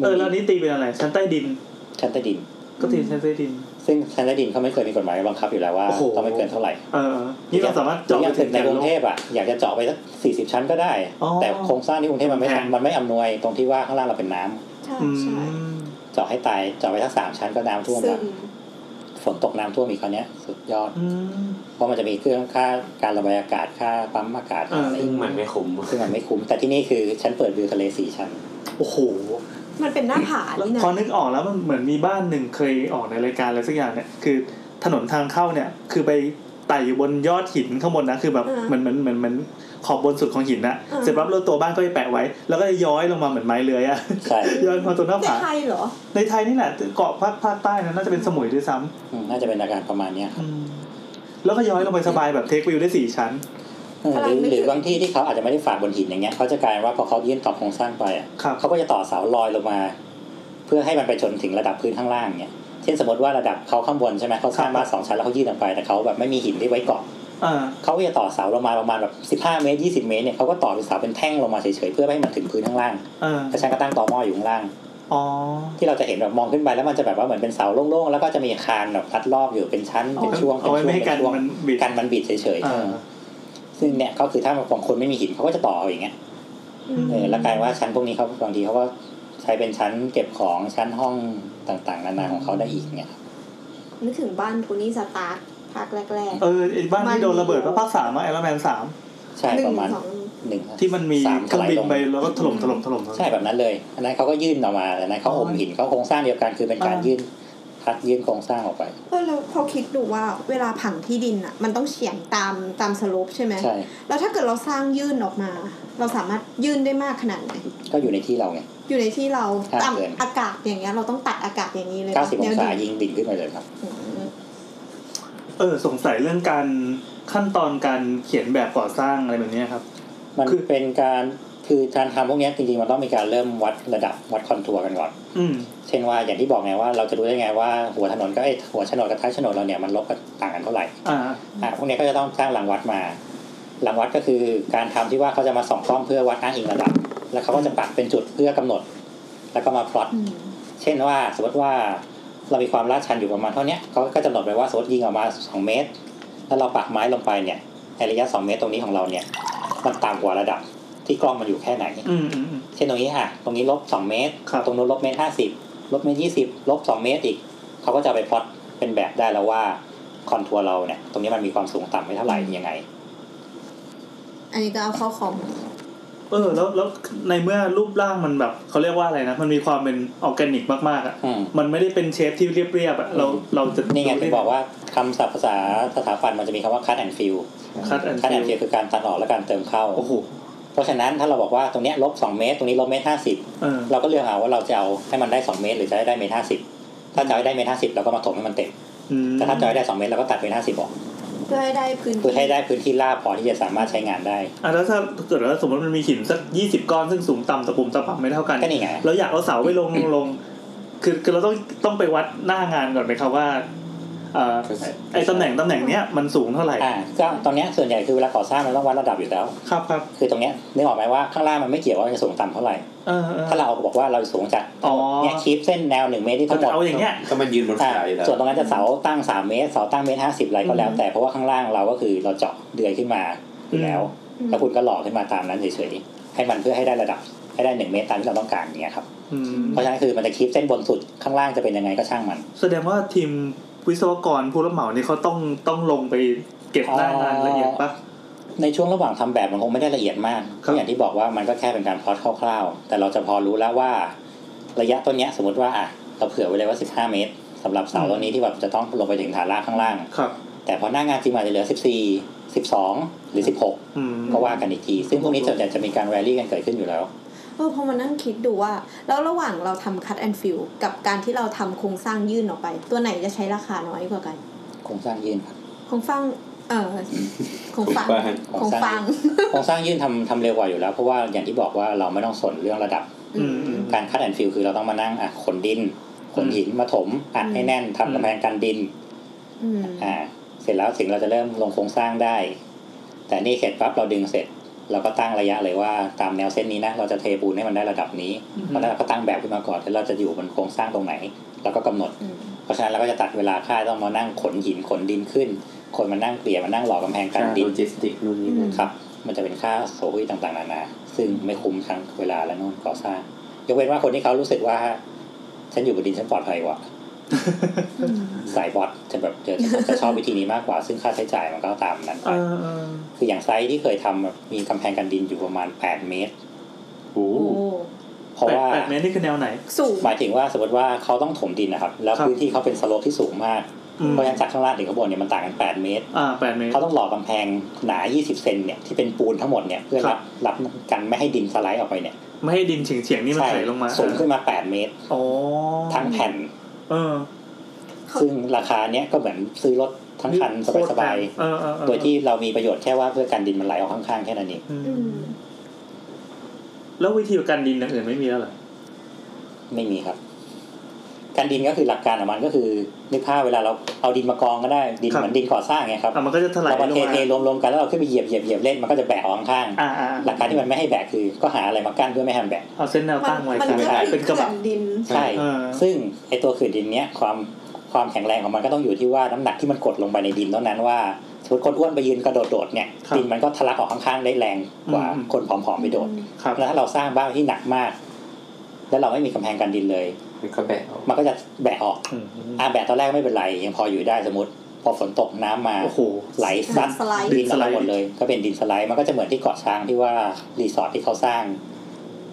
เออแล้วอันนี้ตีเป็นอะไรชั้นใต้ดิน ชั้นใต้ดิน ก็ตีชั้นใต้ดิน ซึ่งชั้นใต้ดินเขาไม่เคยมีกฎหมายบังคับอยู่แล้วว่า โอ้โห ต้องไม่เกินเท่าไหร่ เออนี่เราสามารถเจาะ อ ไป ย่าง ถึ ถึ ง ง แก ใน น ก โล รุง ก เทพอ่ะอยากจะเจาะไปสักสี่สิบชั้นก็ได้ อ๋อ แต่โครงสร้างที่กรุงเทพมันไม่ แพง มันไม่อำนวยตรงที่ว่าข้างล่างเราเป็นน้ำ ใช่ อื ใช่ ม เจาะให้ตายเจาะไปสักสามชั้นก็น้ำท่วม ซึ่ ละ ง ฝนตกน้ำท่วมอีกคราวเนี้ยสุดยอด อืม เพราะมันจะมีเครื่องค่าการระบายอากาศค่าปั๊มอากาศ เออ ซึ่งมันไม่คุ้ม ซึ่งมันไม่คุ้ม แต่ที่นี่คือชั้นเปิดวิวทะเลสี่ ชั้น โอ้โห มันเป็นหน้าผานี่นะ พอนึกออกแล้วมันเหมือนมีบ้านหนึ่งเคยออกในรายการอะไรสักอย่างเนี่ยคือถนนทางเข้าเนี่ยคือไปไต่อยู่บนยอดหินข้างบนนะคือแบบเหมือนเหมือนเหมือนเหมือนขอบบนสุดของหินนะเสร็จปั๊บแล้วตัวบ้านก็ไปแปะไว้ แล้วก็ย้อยลงมาเหมือนไม้เลื้อยอะ ใช่ ย้อยมาตรงหน้า ใน ผา ไทยเหรอ ในไทยนี่แหละเกาะภาคภาคใต้นะน่าจะเป็นสมุยด้วยซ้ อืมน่าจะเป็นอาการประมาณเนี้ยครับ ำอืมแล้วก็ย้อยลงไปสบายแบบเทควิวได้สี่ชั้น เออหรื กำลันึกองหรือบางที่ที่เขาอาจจะไม่ได้ฝากบนหินอย่างเงี้ยเขาจะกลายว่าพอเขายื่นต่อโครงสร้างไปอ่ะ ครับ เขาก็จะต่อเสาลอยลงมา เพื่อให้มันไปชนถึงระดับพื้นข้างล่างเนี่ย เช่นสมมติว่าระดับเขาข้างบนใช่ไหมเขาสร้างบ้านสองชั้นแล้วเขายืดลงไปแต่เขาแบบไม่มีหินที่ไว้เกาะ อ่า เขาก็จะต่อเสาลงมาประมาณแบบสิบห้าเมตรยี่สิบเมตรเนี่ยเขาก็ต่อเป็นเสาเป็นแท่งลงมาเฉยๆเพื่อไม่ให้มันถึงพื้นข้างล่าง อ่า แต่ชั้นก็ตั้งต่อหม้ออยู่ข้างล่าง อ๋อ ที่เราจะเห็นแบบมองขึ้นไปแล้วมันจะแบบว่าเหมือนเป็นเสาโล่งๆแล้วก็จะมีอาคานแบบรัดรอบอยู่เป็นชั้นเป็นช่วงเป็ เอา น ไว้ ช่วง ไม่ให้ เป็ กัน นช่วง มันบิด กันมันบิดเฉยๆ อ่า เออซึ่งเนี่ยก็คือถ้าบางคนไม่มีหินเขาก็จะต่อเอาอย่างเงี้ย อืม เออแล้วกลายว่าชั้นพวกนี้เขาบางทีเขาก็ใช้เป็นชั้นเก็บของชั้นห้องต่างๆ นานาของเขาได้อีกเนี่ยครับ นึกถึงบ้านโทนี่สตาร์คภาคแรก เออไอ้บ้านที่โดนระเบิดว่าภาคสามไอรอนแมนสาม ใช่ ๆ หนึ่ ป ง ระมาณ สอง หนึ่ง ที่มันมี สาม เค ถ รื่องบิลายน ลง ไปแล้วก็ถล่มถล่มถล่มถล่ม ใช่แบบนั้นเลยอันนั้นเขาก็ยื่นออกมาแต่อันนั้นเขาอมหินเขาโครงสร้างเดียวกันคือเป็นการ อ่ายื่ ยื่นพัดยื่นโครงสร้างออกไป เออแล้วพอคิดดูว่าเวลาผังที่ดินอ่ะ มันต้องเฉียงตามตามสโลปใช่ไหม ใช่ แล้วถ้าเกิดเราสร้างยื่นออกมา เราสามารถยื่นได้มากขนาดไหน ก็อยู่ในที่เราไง อยู่ในที่เรา ห้าตามมเกิน อากาศอย่างเงี้ยเราต้องตัดอากาศอย่างนี้เลยปะ 90 องศา แนวดิ่ง ยิงดิ่งขึ้นไปเลยครับ อืม เออ สงสัยเรื่องการขั้นตอนการเขียนแบบก่อสร้างอะไรแบบเนี้ยครับ มัน คือ เป็นการคือการทำพวกเนี้ยจริงๆมันต้องมีการเริ่มวัดระดับวัดคอนทัวร์กันก่อน อืม เช่นว่าอย่างที่บอกไงว่าเราจะรู้ได้ไงว่าหัวถนนก็ไอยหัวถนนกับท้ายถนนเราเนี่ยมันลบกันต่างกันเท่าไหร่ อ่า อ่ะพวกเนี้ยก็จะต้องสร้างหลังวัดมา หลังวัดก็คือการทำที่ว่าเขาจะมาส่องกล้องเพื่อวัดอ้างอิงระดับ แล้วเขาก็จะปักเป็นจุดเพื่อกำหนด แล้วก็มาพลอต อืม เช่นว่าสมมติว่าเรามีความลาดชันอยู่ประมาณเท่าเนี้ยเขาก็กำหนดไปว่าสมมติยิงออกมา 2 เมตร แล้วเราปักไม้ลงไปเนี่ยในระยะ 2 เมตรตรงนี้ของเราเนี่ยมันต่ำกว่าระดับที่กล้องมันอยู่แค่ไหน อืมอืมอืม เช่นตรงนี้อ่ะตรงนี้ลบ 2 เมตร ครับ ตรงนู้นลบเมตรห้าสิบลบเมตรยี่สิบลบ 2 เมตรอีก เขาก็จะเอาไปพลอตเป็นแบบได้แล้วว่าคอนทัวร์เราเนี่ย ตรงนี้มันมีความสูงต่ำไม่เท่าไหร่ยังไง อันนี้ก็เอาเข้าคอม เออ แล้วแล้วในเมื่อรูปร่างมันแบบเขาเรียกว่าอะไรนะ มันมีความเป็นออร์แกนิกมากๆอ่ะ อืม มันไม่ได้เป็นเชฟที่เรียบๆอ่ะ เราเราจะ นี่ไงที่บอกว่าคำศัพท์ภาษาสถาปัตย์มันจะมีคำว่า cut and fill คัดอัน cut and fill คือการตัดออกและการเติมเข้า โอ้โห เพราะฉะนั้นถ้าเราบอกว่าตรงเนี้ยลบ 2 เมตร ตรงนี้ลบเมตรห้าสิบ เออ เราก็เลือกเอาว่าเราจะเอาให้มันได้ 2 เมตร หรือจะได้เมตรห้าสิบถ้าจะเอาให้ได้เมตรห้าสิบเราก็มาถมให้มันเต็ม อืม แต่ถ้าจะเอาให้ได้สองเมตรเราก็ตัดเมตรห้าสิบออก เพื่อให้ได้พื้น เพื่ ที่ อให้ได้พื้นที่ราบพอที่จะสามารถใช้งานได้ อ่ะแล้วถ้าเกิดว่าสมมติมันมีหินสักยี่สิบก้อนซึ่งสูงต่ำตะปุ่มตะป่ำไม่เท่ากัน ก็นี่ไง เราอยากเอาเสาไปลงลง คือคือเราต้องต้องไปวัดหน้างานก่อนไหมครับว่าเอ่อไอ้ตำแหน่งตำแหน่งเนี้ยมันสูงเท่าไหร่ อ่าก็ตอนเนี้ยส่วนใหญ่คือเวลาก่อสร้างมันต้องวัดระดับอยู่แล้ว ครับครับ คือตรงเนี้ยนึกออกไหมว่าข้างล่างมันไม่เกี่ยวว่ามันจะสูงต่ำเท่าไหร่ เออเออ ถ้าเราบอกว่าเราสูงจาก อ๋อ เนี่ยคีปเส้นแนวหนึ่งเมตรที่ ก็ ทั้งหม จะ ด เอาอย่างเงี้ย ก็มันยืนบน อ่า สายแล้ว ส่วนตรงนั้นจะเสาตั้งสามเมตรเสาตั้งเมตรห้าสิบอะไรก็แล้ว แต่เพราะว่าข้างล่างเราก็คือเราเจาะเดือยขึ้นมาอยู่แล้ว อืม แล้วคุณก็หล่อขึ้นมาตามนั้นเฉยๆให้มันเพื่อให้ได้ระดับให้ได้หนึ่งเมตรตามที่เราต้องการอย่างเงี้ยครับ อืม เพราะฉะนั้นคือมันจะคีปเส้นบนสุดข้างล่างจะเป็นยังไงก็ช่างมัน แสดงว่าทีมวิศวกรผู้รับเหมานี่เขาต้องต้องลงไปเก็บหน้างานละเอียดปะ ในช่วงระหว่างทำแบบมันคงไม่ได้ละเอียดมาก ครั ก็ บ อย่างที่บอกว่ามันก็แค่เป็นการพล็อตคร่าวๆ แต่เราจะพอรู้แล้วว่า ระยะต้นเนี้ยสมมติว่าอ่ะเราเผื่อไว้เลยว่า 15 เมตรสำหรับเสาต้นนี้ที่แบบจะต้องลงไปถึงฐานรากข้างล่าง ครับ แต่พอหน้างานจริงมันอาจจะเหลือ 14 12 หรือ 16 อืม ก็ว่ากันอีกที ซึ่งพวกนี้ส่วนใหญ่จะมีการแวรี่กันเกิดขึ้นอยู่แล้ว เออพอมานั่งคิดดูว่า แล้วระหว่างเราทำคั t แอนฟิลกับการที่เราทำโครงสร้างยื่นออกไป ตัวไหนจะใช้ราคาน้อยกว่ากัน โครงสร้างยื่นครับ โครงสร้างเออโครงฟัง โครงฟัง โครงฟัง โครงสร้างยื่นทำทำเร็วกว่าอยู่แล้ว เพราะว่าอย่างที่บอกว่าเราไม่ต้องสนเรื่องระดับ อืมอืม การคัดแอนฟิลคือเราต้องมานั่งอ่ะขนดิน ขนหินมาถมอัดให้แน่นทำกำแพงกันดิน อืม อ่า เสร็จแล้วถึงเราจะเริ่มลงโครงสร้างได้ แต่นี่เสร็จปั๊บเราดึงเสร็จ เราก็ตั้งระยะเลยว่าตามแนวเส้นนี้นะเราจะเทปูนให้มันได้ระดับนี้ อืม เพราะฉะนั้นเราก็ตั้งแบบขึ้นมาก่อนแล้วเราจะอยู่บนโครงสร้างตรงไหนเราก็กำหนด อืม เพราะฉะนั้นเราก็จะตัดเวลาค่าต้องมานั่งขนหินขนดินขึ้น คนมานั่งเกลี่ยมานั่งหล่อกำแพงกันดิ โล น จิสติกนู่นนี่นั่น ครับ มันจะเป็นค่าโซยต่างๆนานา ซึ่งไม่คุ้มทั้งเวลาและนู่นก่อสร้าง ยกเว้นว่าคนที่เขารู้สึกว่า ฉันอยู่บนดินฉันปลอดภัยกว่า อืม สายบอทจะแบบจะจะชอบวิธีนี้มากกว่า ซึ่งค่าใช้จ่ายมันก็ตามนั้นไป เออเออ คืออย่างไซต์ที่เคยทำมีกำแพงกันดินอยู่ประมาณ 8 เมตร โอ้ โอ้ เพราะ แปด ว่า แปดเมตรนี่คือแนวไหน สูง หมายถึงว่าสมมติว่าเขาต้องถมดินนะครับแล้ว ครับ พื้นที่เขาเป็นสโลปที่สูงมาก อืม เพราะฉะนั้นจากข้างล่างถึงข้างบนเนี่ยมันต่างกัน 8 เมตร อ่าแปดเมตร เขาต้องหล่อกำแพงหนา 20 เซนเนี่ยที่เป็นปูนทั้งหมดเนี่ยเพื่อรับรับกันไม่ให้ดินสไลด์ออกไปเนี่ย ไม่ให้ดินเฉียงเฉียงๆนี่มัน ใช่ ไหลลงมา สูงขึ้นมา 8 เมตร อ๋อ ทั้งแผ่น เออ ซึ่งราคาเนี้ยก็เหมือนซื้อรถทั้งคัน โคตร สบาย เออเออเอ ๆ อ โดยที่เรามีประโยชน์แค่ว่าเพื่อกันดินมันไหลออกข้างๆแค่นั้นเอง อืม อืม แล้ววิธีการดินอย่างอื่นไม่มีแล้วเหรอ ไม่มีครับ กันดินก็คือหลักการของมันก็คือนึกภาพเวลาเราเอาดินมากองก็ได้ดินเหมือนดินก่อสร้างไงครับ อ่ะมันก็จะถลาย เรา ล มาง เท มา เทๆรวมๆกันแล้วเราขึ้นไปเหยียบเหยียบเหยียบเล่นมันก็จะแบกออกข้างๆ อ่าอ่า หลักการที่มันไม่ให้แบกคือก็หาอะไรมากั้นเพื่อไม่ให้มันแบก เอาเส้นแนวตั้งไว้ มัน กัน ก็คื เป็ อน ก เขื่อบระะ นดิน ใช่ เออ ซึ่งไอตัวขืดดินเนี้ยความความแข็งแรงของมันก็ต้องอยู่ที่ว่าน้ำหนักที่มันกดลงไปในดินเท่านั้นว่าสมมติคนอ้วนไปยืนกระโดดโดดเนี่ย ครับ ดินมันก็ทะลักออกข้างๆได้แรงกว่า อืม คนผอมๆไปโดด ครับ แล้วถ้าเราสร้างบ้านที่หนักมาก แล้วเราไม่มีกำแพงกันดินเลย มันก็แบะออก มันก็จะแบะออก อืม อ่าแบะตอนแรกไม่เป็นไร ยังพออยู่ได้สมมติ พอฝนตกน้ำมา โอ้โห ไหลซัด สไลด์ ดิน ส ส ไล ไล ด์ ด์หมดเลย ก็เป็นดินสไลด์มันก็จะเหมือนที่เกาะช้างที่ว่ารีสอร์ทที่เขาสร้าง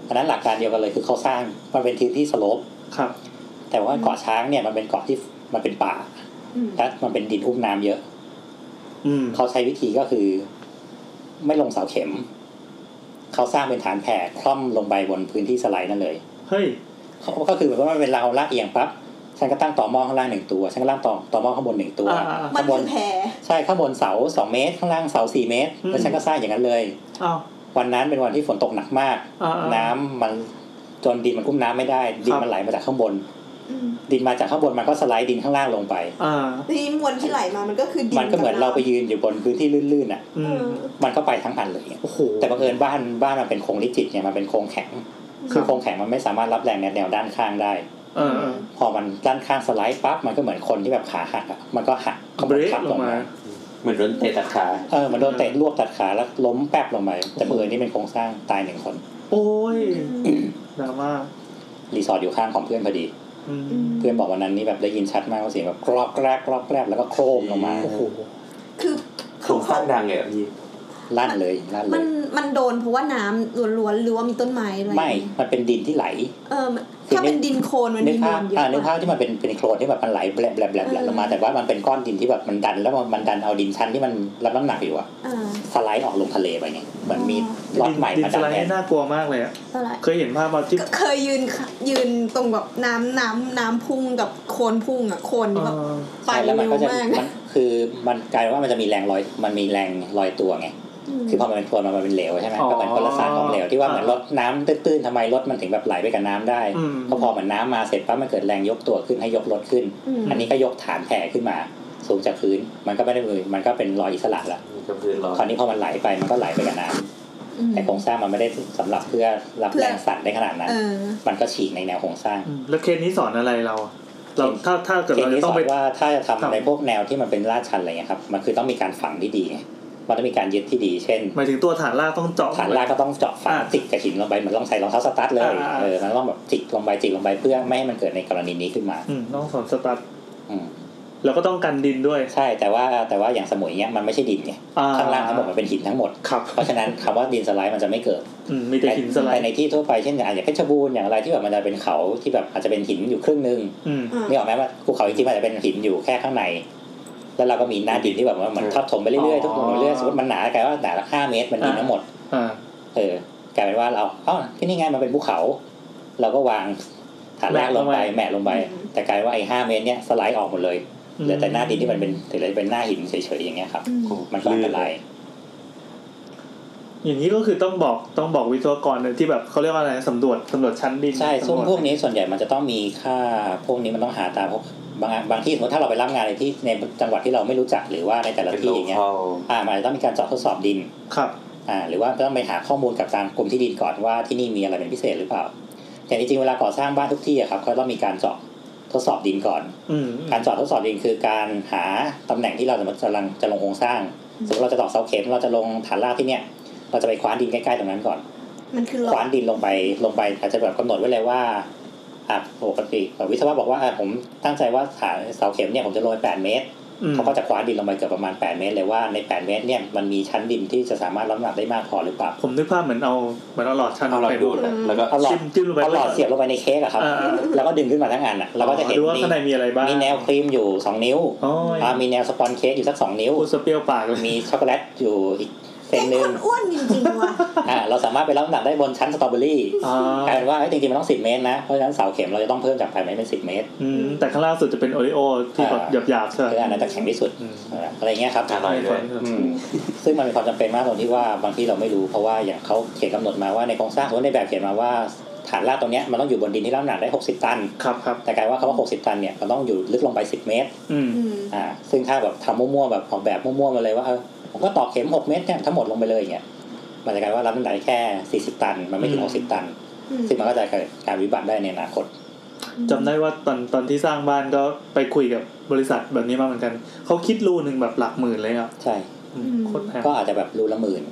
อันนั้นหลักการเดียวกันเลยคือเขาสร้างมันเป็นที่ที่สโลป ครับ แต่ว่าเกาะช้างเนี่ยมันเป็นเกาะที่มันเป็นป่า อืม และมันเป็นดินอุ้มน้ำเยอะ อืม เขาใช้วิธีก็คือ ไม่ลงเสาเข็ม เขาสร้างเป็นฐานแผ่คล่อมลงไปบนพื้นที่สไลด์นั่นเลย เฮ้ย เขาก็คือแบบว่ามันเป็นราวลากเอียงปั๊บฉันก็ตั้งต่อหมอข้างล่างหนึ่งตัวฉันก็ตั้งต่อต่อหมอข้างบนหนึ่งตัว อ่าอ่าอ่า มันคือแพร ใช่ข้างบนเสาสองเมตร ข้างล่างเสาสี่เมตร อืม แล้วฉันก็สร้างอย่างนั้นเลย อ้าว วันนั้นเป็นวันที่ฝนตกหนักมาก อ่าอ่า น้ำมันจนดินมันอุ้มน้ำไม่ได้ ดิน ครับ มันไหลมาจากข้างบน อืม ดินมาจากข้างบนมันก็สไลด์ดินข้างล่างลงไป อ่า ทีนี้มวลที่ไหลมามันก็คือดิน มันก็เหมือนเราไปยืนอยู่บนพื้นที่ลื่นๆอ่ะ อื เอ ม อ มันก็ไปทั้งอันเลยอะ โอ้โห แต่บังเอิญบ้านบ้านมันเป็นโครงลิจิตเนี่ยมันเป็นโครงแข็ง คือโครงแข็งมันไม่สามารถรับแรงในแนวด้านข้างได้ เออเออ พอมันด้านข้างสไลด์ปั๊บมันก็เหมือนคนที่แบบขาหักอ่ะ มันก็หักขา เบรก ทับ ลงมา เหมือนโดนเตะตัดขา เออ มันโดนเตะลวกตัดขาแล้วล้มแป๊บลงไป แต่บังเอิญนี่เป็นโครงสร้างตายหนึ่งคน โอ้ย อืม ดราม่า รีสอร์ทอยู่ข้างของเพื่อนพอดี อืม อืม เพื่อนบอกวันนั้นนี่แบบได้ยินชัดมากว่าเสียงแบบกรอกแกรกกรอกแกรกแล้วก็โครมลงมา โอ้โห คือ โครงสร้างดังเลยอะพี่ ลั่นเลยลั่นเล มัน ย มันโดนเพราะว่าน้ำล้วนๆหรือว่ามีต้นไม้อะไร ไม่ มันเป็นดินที่ไหล เออถ้าเป็นดินโคลนมัน นึ มี ก ม ภาว พ ลเยอะ อ่านึกกว่า ภาพที่มันเป็นเป็นโคลนที่แบบมันไหลแบลบแบลบแบลบ เออ ลงมาแต่ว่ามันเป็นก้อนดินที่แบบมันดัน แล้วมันมันดันเอาดินชั้นที่มันรับน้ำหนักอยู่อะ อ่า สไลด์ออกลงทะเลไปไงเหมือนมี อ๋ ล็อตใหม่ ดิน มา ส ดัน ไลด์ แทน นี่น่ากลัวมากเลยอะ เท่าไหร่ เคยเห็นภาพเอาที่ เคยยืนค่ะยืนตรงแบบน้ำน้ำน้ำพุ่งกับโคลนพุ่งอ่ะโคลน เอ แบบ อ ไป ใช่ เร็ แล้ววมันก็จะ มาก มันคือมันกลายเป็นว่ามันจะมีแรงลอยมันมีแรงลอยตัวไงคือพอมันเป็นโคลนมันเป็นเหลวใช่ไหมก็เหมือนคนละสารของเหลวที่ว่าเหมือนรถน้ำตื้นๆทำไมรถมันถึงแบบไหลไปกับน้ำได้ อืม ก็พอเหมือนน้ำมาเสร็จปั๊บมันเกิดแรงยกตัวขึ้นให้ยกรถขึ้น อืม อันนี้ก็ยกฐานแผ่ขึ้นมาสูงจากพื้นมันก็ไม่ได้มือมันก็เป็นลอยอิสระละ มันก็คือร้อน คราวนี้พอมันไหลไปมันก็ไหลไปกับน้ อืม ำแต่โครงสร้างมันไม่ได้สำหรับเพื่อรับ เพื่อ แรงสั่นได้ขนาดนั้น เออ มันก็ฉีกในแนวโครงสร้าง อืมแล้วเคสนี้สอนอะไรเราอะเราถ้าถ้าเกิด เทค เรา นิ จะ คส ต้อ อง ไป นว่าถ้าจะทำ ครับ ในพวกแนวที่มันเป็นลาดชันอะไรเงี้ยครับมันคือต้องมีการฝังที่ดีไงมันต้องมีการยึดที่ดี เช่น หมายถึงตัวฐานรากต้องเจาะ ฐานรากก็ต้องเจาะฝัง อ่า จิกกับหินลงไปเหมือนต้องใส่รองเท้าสตั๊ดเลย อ่าอ่า เออมันต้องแบบจิกลงไปจิกลงไปเพื่อไม่ให้มันเกิดในกรณีนี้ขึ้นมา อืมต้องสอนสตาร์ท อืม แล้วก็ต้องกันดินด้วย ใช่แต่ว่าแต่ว่าอย่างสมุยเนี้ยมันไม่ใช่ดินไง อ่า ข้างล่างทั้งหมดมันเป็นหินทั้งหมด ครับ เพราะฉะนั้นคำว่าดินสไลด์มันจะไม่เกิด อืมมีแต่หินสไล แต่ ด์ ในที่ทั่วไปเช่นอย่างเพชรบูรณ์อย่างอะไรที่แบบมันจะเป็นเขาที่แบบอาจจะเป็นหินอยู่ครึ่งหนึง อืม อ่า นี่ออกไหมว่าภูเขาจริงๆมันอาจจะเป็นหินอยู่แค่ข้างใน แล้วเราก็มีหน้าดินที่แบบว่าเหมือนทับถมไปเรื่อยๆทุบถมไปเรื่อยๆสมมติมันหนากลายว่าหนาห้าเมตรมันดินทั้งหมด อ่า เออกลายเป็นว่าเราเอ้าที่นี่ไงมันเป็นภูเขา เราก็วางฐานรากลงไปแหมะลงไป แต่กลายว่าไอ้ห้าเมตรเนี้ยสไลด์ออกหมดเลยเหลือแต่หน้าดินที่มันเป็นถึงเลยเป็นหน้าหินเฉยๆอย่างเงี้ยครับ อืม มันก็อันตราย อย่างนี้ก็คือต้องบอกต้องบอกวิศวกรเนี่ยที่แบบเขาเรียกว่าอะไรสำรวจสำรวจชั้นดิน ใช่ สำร ซึ่ง จ พวกนี้ส่วนใหญ่มันจะต้องมีค่าพวกนี้มันต้องหาตามพวกบางบางที่สมมติถ้าเราไปรับงานในที่ในจังหวัดที่เราไม่รู้จักหรือว่าในแต่ละ เป็น ที่ โล อย่างเงี้ย คอล อ่ามันอาจจะต้องมีการเจาะทดสอบดิน ครับ อ่า หรือว่าต้องไปหาข้อมูลกับทางกรมที่ดินก่อนว่าที่นี่มีอะไรเป็นพิเศษหรือเปล่า แต่จริงๆ เวลาก่อสร้างบ้านทุกที่อะครับเขาต้องมีการเจาะทดสอบดินก่อน อืม การเจาะทดสอบดินคือการหาตำแหน่งที่เราสมมติกำลังจะลงโครงสร้าง สมมติเราจะตอกเสาเข็มเราจะลงฐานรากที่เนี่ย เราจะไปคว้านดินใกล้ๆตรงนั้นก่อน มันคือหลอ คว้า ด นดินลงไปลงไปอาจจะแบบกำหนดไว้เลยว่าอ่ะปกติวิศวะบอกว่าอ่ะผมตั้งใจว่าฐานเสาเข็มเนี่ยผมจะลงไป8เมตร อืม เขาก็จะคว้าดินลงไปเกือบประมาณ 8 เมตรเลยว่าใน 8 เมตรเนี่ยมันมีชั้นดินที่จะสามารถรับน้ำหนักได้มากพอหรือเปล่า ผมนึกภาพเหมือนเอาเหมือนเอาหลอดชั้น เอาเรา ไป ดูดนะแล้วก็ เอาหลอด จิ้มจิ้มลงไป เอาหลอดเสียบลงไปในเค้กอะครับ อ่าอ่า แล้วก็ดึงขึ้นมาทั้งอันอะเราก็จะเห็น ดูว่า มี ข้างในมีอะไรบ้าง มีแนวครีมอยู่ 2 นิ้ว อ๋อ อ่ามีแนวสปอนเค้กอยู่สัก 2 นิ้ว พูดสเปรียวปากเลย มีช็อกโกแลตอยู่อีกเซ เป็น น หนึ่ ค ง นอ้วนจริงๆว่ะ อ่าเราสามารถไปรับน้ำหนักได้บนชั้นสตรอเบอรี่ อ่าก ลายเป็นว่าเอ้ยจริงๆมันต้อง 10 เมตรนะเพราะฉะนั้นเสาเข็มเราจะต้องเพิ่มจาก8เมตรเป็น 10 เมตร อืมแต่ข้างล่างสุดจะเป็นโอริโอที่แบบหยาบๆใช่ไหม คืออันนั้นจะแข็งที่สุด อืม อ่าอะไรเงี้ยครับ อร่อยด้วย อืมซึ่งมันมีความจำเป็นมากตรงที่ว่าบางที่เราไม่รู้เพราะว่าอย่างเขาเขียนกำหนดมาว่าในโครงสร้างสมมติในแบบเขียนมาว่าฐานรากตรงเนี้ยมันต้องอยู่บนดินที่รับน้ำหนักได้ 60 ตัน ครับครับ แต่กลายว่าคำว่า 60 ตันเนี่ยมันต้องอยู่ลึกลงไป 10 เมตร อืม อืม อ่าซึ่งถ้าแบบทำมั่วๆแบบออกแบบมั่วๆมาเลยว่าเออผมก็ตอกเข็ม 6 เมตรเนี่ยทั้งหมดลงไปเลยอย่างเงี้ยมันจะกลายว่ารับน้ำหนักได้แค่ 40 ตัน มันไม่ถึง 60 ตัน อืม ซึ่งมันก็จะเกิดการวิบัติได้ในอนาคต จำได้ว่าตอนตอนที่สร้างบ้านก็ไปคุยกับบริษัทแบบนี้มาเหมือนกัน เขาคิดรูหนึ่งแบบหลักหมื่นเลยครับ ใช่ อืมโคตรแพง ก็อาจจะแบบรูละหมื่น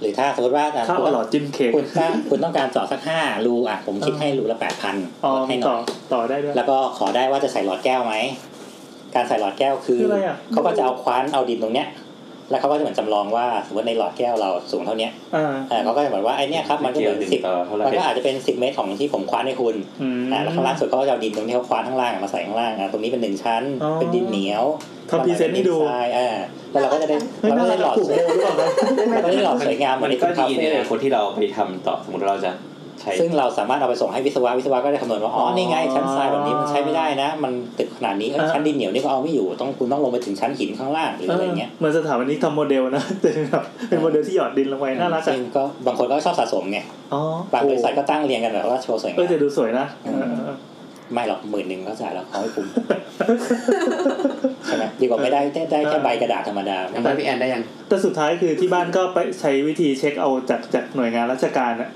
หรือถ้าสมมติว่าอ่ะ ข้าวเอาหลอดจิ้มเค้ก คุณถ้าคุณต้องการเจาะสักห้ารูอ่ะผมคิดให้รูละแปดพัน อ๋อ ให้ห ต่ น่ อ อย ต่อได้ด้วย แล้วก็ขอได้ว่าจะใส่หลอดแก้วไหม การใส่หลอดแก้วคือ คืออะไรอ่ะ เขาก็จะเอาคว้านเอาดินตรงเนี้ย แล้วเขาก็จะเหมือนจำลองว่าสมมติในหลอดแก้วเราสูงเท่าเนี้ย อ่า เออเขาก็จะเหมือนว่าไอเนี้ยครับมันก็เห เกี่ยวมือน หนึ่ง สิบ ต่อเท่าไหร่ มันก็อาจจะเป็นสิบเมตรของที่ผมคว้านให้คุณ อืม อ่าแล้วข้างล่างสุดเขาก็จะเอาดินตรงที่เขาคว้านข้างล่างอ่ะมาใส่ข้างล่างอ่ะตรงนี้เป็นหนึ่งชั้น อ๋อ เป็นดินเหนียว ทำพรีเซนต์ให้ดู ทรายอ่าแล้วเราก็จะได้ เฮ้ย เรา น่ารักก็ได้หลอด ถูก สวย เร็วหรือเปล่านะ เราก็ได้หลอดสวยงามเหมื มั อนน ก็ ที่คา ดี เฟ่ ในคนที่เราไปทำต่อสมมติเราจะใช้ ซึ่งเราสามารถเอาไปส่งให้วิศวะวิศวะก็ได้คำนวณว่าอ๋อนี่ไงชั้นทรายแบบนี้มันใช้ไม่ได้นะ มันตึกขนาดนี้เอ้ยชั้นดินเหนียวนี่ก็เอาไม่อยู่ต้องคุณต้องลงไปถึงชั้นหินข้างล่างหรืออะไรเงี้ย เหมือนสถาปนิกทำโมเดลนะ แต่แบบเป็นโมเดลที่หยอดดินลงไปน่ารัก ซึ่ อ่ะ งก็บางคนก็ชอบสะสมไง อ๋อบ างบริษัทก็ตั้งเรียงกันแบบว่าโชว์สวเอองยาม แต่ดูสวยนะเออเออเออ ไม่หรอกหมื่นหนึ่งเขาจ่ายแล้วเขาให้คุ้มใช่ไหมดีกว่าไม่ได้ได้ได้แค่ใบกระดาษธรรมดา น้ำตาลพี่แอนได้ยัง แต่สุดท้ายคือที่บ้านก็ไปใช้วิธีเช็คเอาจากจากหน่วยงานราชการอะ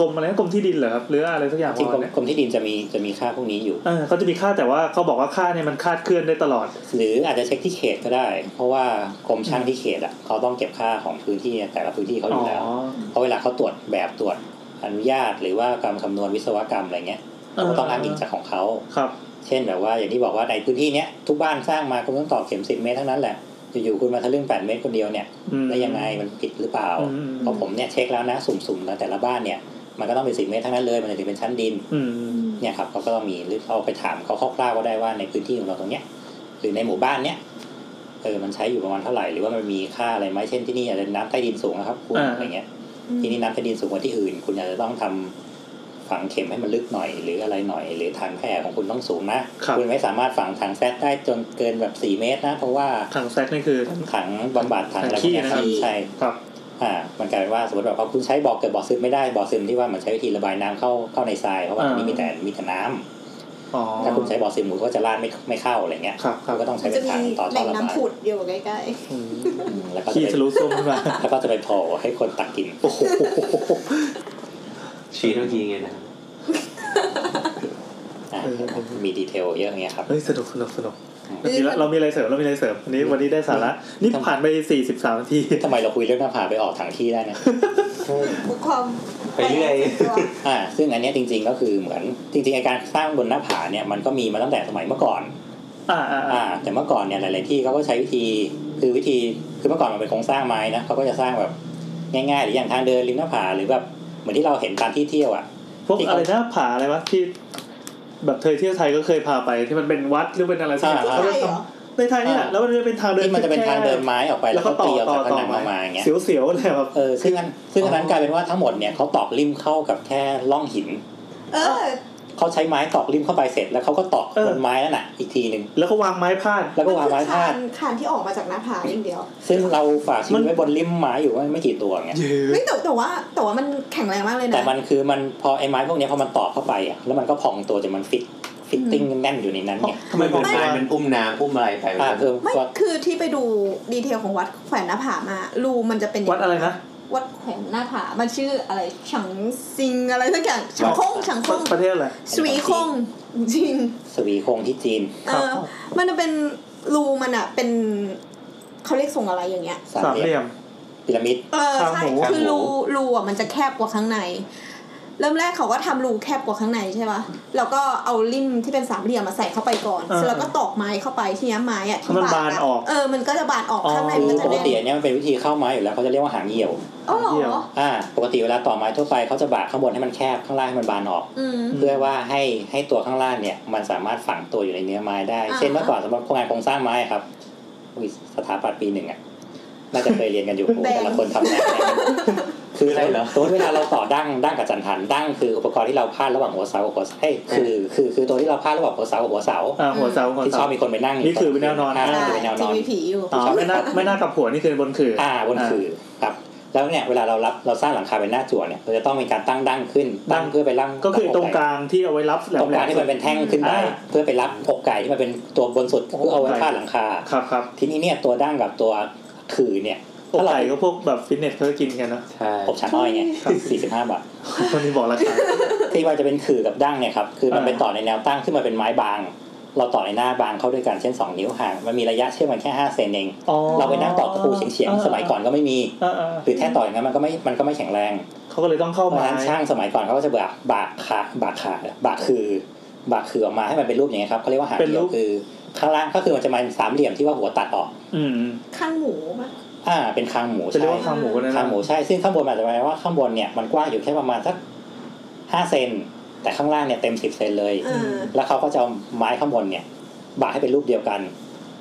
กรมอะไรนะกรมที่ดินเหรอครับหรืออะไรสักอย่าง ที่ ประมาณกรม เนี้ย กรมที่ดินจะมีจะมีค่าพวกนี้อยู่ เออเขาจะมีค่าแต่ว่าเขาบอกว่าค่าเนี่ยมันคาดเคลื่อนได้ตลอด หรืออาจจะเช็คที่เขตก็ได้ เพราะว่ากรมช่างที่เขตอ่ะเขาต้องเก็บค่าของพื้นที่แต่ละพื้นที่เขาอ อ๋อยู่ แล้วเพราะเวลาเขาตรวจแบบตรวจอนุญาต หรือว่าการคำนวณวิศวกรรมอะไรเงี้ยเขาก็ต้องอ้างอิงจากของเขา ครับ เช่นแบบว่าอย่างที่บอกว่าในพื้นที่เนี้ยทุกบ้านสร้างมาคุณต้องตอกเข็มสิบเมตรทั้งนั้นแหละอยู่ๆคุณมาทะลึ่งแปดเมตรคนเดียวเนี่ย อืม ได้ยังไงมันผิดหรือเปล่า อืม เพราะผมเนี่ยเช็คแล้วนะสุ่มๆนะแต่ละบ้านเนี่ยมันก็ต้องเป็นสิบเมตรทั้งนั้นเลยมันถึงเป็นชั้นดิน อืม อืม เนี่ยครับเขาก็ต้องมีหรือเอาไปถามเขาคร่าวๆก็ได้ว่าในพื้นที่ของเราตรงเนี้ยหรือในหมู่บ้านเนี่ยเออมันใช้อยู่ประมาณเท่าไหร่หรือว่ามันมีค่าอะไรไหมเช่นที่นี่อาจจะน้ำใต้ดินสูงนะครับคุณอะไรเงี้ย ที่นี่น้ำใต้ดินสูงกว่าที่อื่น คุณอาจจะต้องทำฝังเข็มให้มันลึกหน่อย หรืออะไรหน่อย หรือทางแพร่ของคุณต้องสูงนะครับ ณไม่สามารถฝังถังแซดได้จนเกินแบบ 4 เมตรนะ เพราะว่า ถังแซกนี่คือ ถังบำบัดถังอะไรพวกเนี้ย ถังขี้นะครับ ใช่ ครับ อ่ามันกลายเป็นว่าสมมติแบบว่าคุณใช้บ่อเกิดบ่อซึมไม่ได้บ่อซึมที่ว่ามันใช้วิธีระบายน้ำเข้าเข้าในทรายเพราะว่าอันนี้มีแต่มีแต่น้ำ อ๋อ ถ้าคุณใช้บ่อซึมคุณก็จะลาดไม่ไม่เข้าอะไรเงี้ย ครับครับคุณก็ต้องใช้ มัน เป็ จะมีนถังต่อ แห ท่อ ล่ง ระบาย น้ำผุดอยู่ใกล้ อืม อืมแล้วก็จะ ขี้ ไป ทะลุส้มขึ้นมา แล้วก็จะไปโผล่ให้คนตักกิน โอ้โห ชีสเมื่อกี้ไงนะ อ่ะมีดีเทลเยอะอย่างเงี้ยครับ เฮ้ยสนุกสนุกสนุกเรามีละเรามีอะไรเสริมเรามีอะไรเสริมวันนี้วันนี้ได้สาระนี่ผ่านไปสี่สิบสามนาที ทำไมเราคุยเรื่องหน้าผาไปออกทางที่ได้นะ ๆบุคความ ไปเรื่อย อ่า ซึ่งอันเนี้ยจริงๆก็คือเหมือนจริงๆไอการสร้างบนหน้าผาเนี่ยมันก็มีมาตั้งแต่สมัยเมื่อก่อน อ่าอ่าอ่า อ่าแต่เมื่อก่อนเนี่ยหลาย ๆ ที่เขาก็ใช้วิธีคือวิธีคือเมื่อก่อนมันเป็นโครงสร้างไม้นะเขาก็จะสร้างแบบง่าย ๆ หรืออย่างทางเดินริมหน้าผาหรือแบบเหมือนที่เราเห็นตามที่เที่ยวอ่ะ พวกอะไรนะผาอะไรวะที่ แบบเธอเที่ยวไทยก็เคยพาไปที่มันเป็นวัดหรือเป็นอะไรสักอย่าง อ่า เขาจะทำในไทยนี่แหละแล้วมันจะเป็นทางเดิน ที่มันจะเป็นทางเดินไม้ออกไป แล้ แล้ว ว ก็ ก็ ต่อ เตียว ต่อ จากผ ต่อ นังออกมาอย่างเงี้ย เสียวๆเลยแบบ เออซึ่งอันซึ่งอันนั้นกลายเป็นว่าทั้งหมดเนี่ยเขาตอกริมเข้ากับแค่ร่องหิน เออ เขาใช้ไม้ตอกริมเข้าไปเสร็จแล้วเขาก็ตอก เออ บนไม้นั่นน่ะอีกทีหนึ่ง แล้วก็วางไม้พาด แล้วก็วางไม้พาด มันคือคานคานที่ออกมาจากหน้าผาอย่างเดียว ซึ่งเราฝากชี มั วิต น ไว้บนริมไม้อยู่ว่าไม่กี่ตัวไง ไม่แต่แต่ว่าแต่ว่ามันแข็งแรงมากเลยนะ แต่มันคือมันพอไอ้ไม้พวกเนี้ยพอมันตอกเข้าไปอ่ะแล้วมันก็พองตัวจนมันฟิตฟิตติ้งแน่นอยู่ในนั้นไง ทำไมผม ไม่ นายมันอุ้มน้ำอุ้มอะไรไป อ่าคือ ไม่ ก็ คือที่ไปดูดีเทลของวัดแขวนหน้าผามารูมันจะเป็นย่าง วัดอะไรนะ วัดแขวนหน้าผา มันชื่ออะไรฉังซิงอะไรสักอย่างฉังคงฉังคง ประเทศอะไร สวีคงจริง สวีโคงที่จีน เออมันจะเป็นรูมันอะเป็นเขาเรียกทรงอะไรอย่างเงี้ย สาม สาม เห เห ลี่ ลี่ยมยมพีระมิด เออคใช่รับผม คือรูรูอ่ะมันจะแคบกว่าข้างใน เริ่มแรกเขาก็ทำรูแคบกว่าข้างในใช่ปะแล้วก็เอาริมที่เป็นสามเหลี่ยมมาใส่เข้าไปก่อน เออ เสร็จแล้วก็ตอกไม้เข้าไปทีเนี้ยไม้อ่ะที่ มัน อะ บานออก เออมันก็จะบานออก อ๋อ ข้างใน คื มัน อ ก็ ป จะ ก แน่ ติ น อันเนี้ยมันเป็นวิธีเข้าไม้อยู่แล้วเขาจะเรียกว่าหางเหี่ยว อ๋อเหร เดี่ยว อ อ่าปกติเวลาต่อไม้ทั่วไปเขาจะบากข้างบนให้มันแคบข้างล่างให้มันบานออก อืม เพื่อว่าให้ให้ตัวข้างล่างเนี่ย มันสามารถฝังตัวอยู่ในเนื้อไม้ได้ อ่า เช่นเมื่อก่อนสำหรับโครงงานโครงสร้างไม้ครับอุ๊ยสถาปัตย์ปีหนึ่งอ่ะน่าจะเคยเรียน กันอยู่ โอ้โหแต่ละคนทำงานอะไรกันคืออะไรเหรอสมมติเวลาเราต่อดั้งดั้งกับจันทันดั้งคืออุปกรณ์ที่เราพาดระหว่างหัวเสากับหัวเสาเอ้ยคือคือคือตัวที่เราพาดระหว่างหัวเสากับหัวเสา อ่าหัวเสาหัว ที่ช เสา อบมีคนไปนั่งยู่ นี่คือเป็นแนวนอน า ใช่ คือเป็นแนวน ที อน วีผีอยู่ อ๋อไม่น่าไม่น่ากับหัวนี่คือบนขื่ออ อ่าบนคือครับ แล้วเนี่ยเวลาเรารับเราสร้างหลังคาเป็นหน้าจั่วเนี่ยเราจะต้องมีการตั้งดั้งขึ้น ดั้ ตั้ ง งเพื่อไปรับ ก็คือไอ้ตรงกลางที่เอาไว้รับแหล ตรงกลาง ม ที่ ๆ มันเป็นแท่งขึ้นไป อ่า เพื่อไปรับอกไก่ที่มันเป็นตัวบนสุดเพื่อเอาไว้ อกไก่ พาดหลังคา ครับครับ ทีนี้เนี่ยตัวดั้งกับตัวคือเนี่ย อก ถ้าเรา ไก่ก็พวกแบบฟิตเนสเขาจะกินกันนะ ใช่ อบชาน้อยไงสี่สิบห้าบาท คนที่บอกราคา ที่ว่าจะเป็นคือกับดั้งเนี่ยครับคือมัน อ่า ไปต่อในแนวตั้งขึ้นมาเป็นไม้บาง เราต่อในหน้าบางเข้าด้วยกันเช่นสองนิ้วห่างมันมีระยะเชื่อมกันแค่ห้าเซนเอง อ๋อ เราไปนั่งต่อตะปูเฉียงๆสมัยก่อนก็ไม่มี เออเออ หรือแค่ต่ออย่างนั้นมันก็ไม่มันก็ไม่แข็งแรง เขาก็เลยต้องเข้า เพราะ มา ฉะนั้นช่างสมัยก่อนเขาก็จะแบบบากขาบากขาบากคือบากคือออกมาให้มันเป็นรูปอย่างเงี้ยครับเขาเรียกว่าหางเดียวคือ ข้างล่างก็คือมันจะมาเป็นสามเหลี่ยมที่ว่าหัวตัดออก อืม ข้างหมูปะ อ่าเป็นคางหมู จะเรียใช่กว่าคางหมูก็ได้นะ คางหมูใช่ซึ่งข้างบนอาจจะหมายว่าข้างบนเนี่ยมันกว้างอยู่แค่ประมาณสักห้าเซนแต่ข้างล่างเนี่ยเต็มสิบเซนเลย เออ แล้วเขาก็จะเอาไม้ข้างบนเนี่ยบากให้เป็นรูปเดียวกัน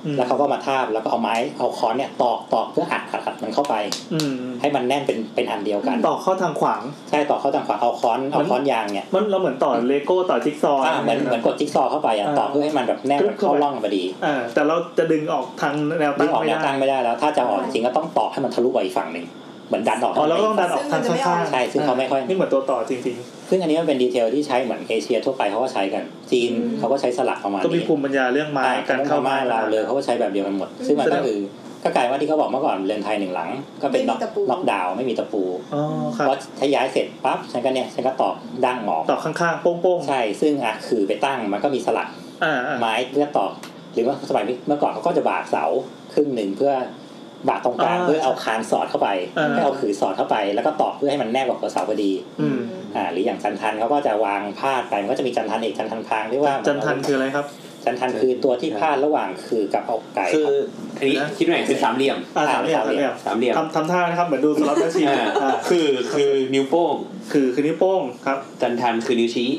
อืม แล้วเขาก็มาทาบแล้วก็เอาไม้เอาค้อนเนี่ยตอกตอกเพื่ออัดอัดอัดมันเข้าไป อืม ให้มันแน่นเป็นเป็นอันเดียวกัน ต่อเข้าทางขวาง ใช่ตอกเข้าทางขวาเอาค้อนเอาค้อนยางเนี่ย มันเราเหมือนต่อเลโก้ต่อจิ๊กซอว์ อ่าเหมือนเหมือนกดจิ๊กซอว์เข้าไปอ่ะต่อเพื่อให้มันแบบแนบเข้าร่องพอดี อ่าแต่เราจะดึงออกทางแนว ดึ ตั้ ง ง ออก ไม่ แนว ได้ ตั้งไม่ได้แล้ว ถ้าจะออกจริงก็ต้องต่อให้มันทะลุไปอีกฝั่งหนึ่งเหมือนดันออก อ๋อเราก็ต้องดันออกทางข้างๆ ใช่ซึ่งเขาไม่ค่อย นี่เหมือนตัวต่อจริง ซึ่งอันนี้มันเป็นดีเทลที่ใช้เหมือนเอเชียทั่วไปเขาก็ใช้กัน จีนเขาก็ใช้สลักประมาๆณนี้ ก็มีภูมิปัญญาเรื่องไม้ ใช่กา การ ร เข้า เข้า มา มา เราวเลยเขาก็ใช้แบบเดียวกันหมด ซึ่งมันก็คือก็กลายว่าที่เขาบอกเมื่อก่อนเรือนไทยหนึ่งหลัง ก็เป็นล็อกล็อกดาวน์ไม่มีตะปู อ๋อค พ รั อบ ถ้าย้ายเสร็จปั๊บฉันก็เนี่ยฉันก็ตอกดั้งหมอก ต่อข้างๆโป้ง ใช่ ซึ่งอ่ะคือไปตั้งมันก็มีสลัก ๆอ่าอ่า ไม้เพื่อตอกหรือว่าสมัยเมื่อก่อนเขาก็จะบากเสาครึ่งหนึ่งเพื่อบากตรงกลาง อ่า เพื่อเอาคานสอดเข้าไป อ่า ให้เอาขือสอดเข้าไป แล้วก็ตอกเพื่อให้มันแนบกับหัวเสาพอดี อืม อ่าหรืออย่างจันทันเขาก็จะวางพาดไปมันก็จะมีจันทันเอกจันทันพรางเรียกว่า จันทันคืออะไรครับ จันทันคือตัวที่พาดระหว่างคือกับอกไก่ คือ รับ อันนี้คิดว่าไหนคือสามเหลี่ยม อ่าสามเหลี่ยมสามเหลี่ยม สามเหลี่ยม ทำทำท่านะครับเหมือนดูสล็อตแมชชีน อ่า อ่า คือคือนิ้วโป้ง คือคือนิ้วโป้งครับ จันทันคือนิ้วชี้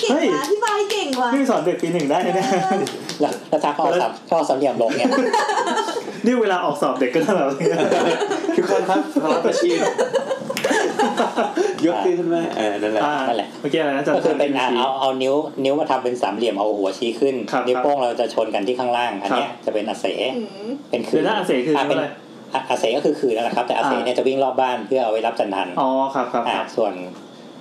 เก่ง เฮ้ย ว่ะอธิบายเก่งว่ะ นี่สอนเด็กปีหนึ่งได้แน่ แล้วแล้วถ้าเขาเอาสามเขาเอาสามเหลี่ยมลงเนี่ย ๆนี่เวลาออกสอบเด็กก็แบบนี้ ทุกคนครับสล็อตแมชชีน ยกขึ้นมาเออนั่นแหละ อ่าเมื่อกี้อะไรนะจัน ก็ ทั คื น อเป็นอ่ะ นิ้วชี้ เอาเอานิ้วนิ้วมาทำเป็นสามเหลี่ยมเอาหัวชี้ขึ้น ครับ นิ้วโป้งเราจะชนกันที่ข้างล่างอันเนี้ยจะเป็นอาเส อืม เป็นคื เดี๋ยวนะอาเสคืออะไร เป็นอ่ะอาเสก็คือคืนนั่นแหละครับแต่อาเสเนี่ยจะวิ่งรอบบ้านเพื่อเอาไว้รับจันทัน อ๋อครับครับค อ่า รับ ส่วน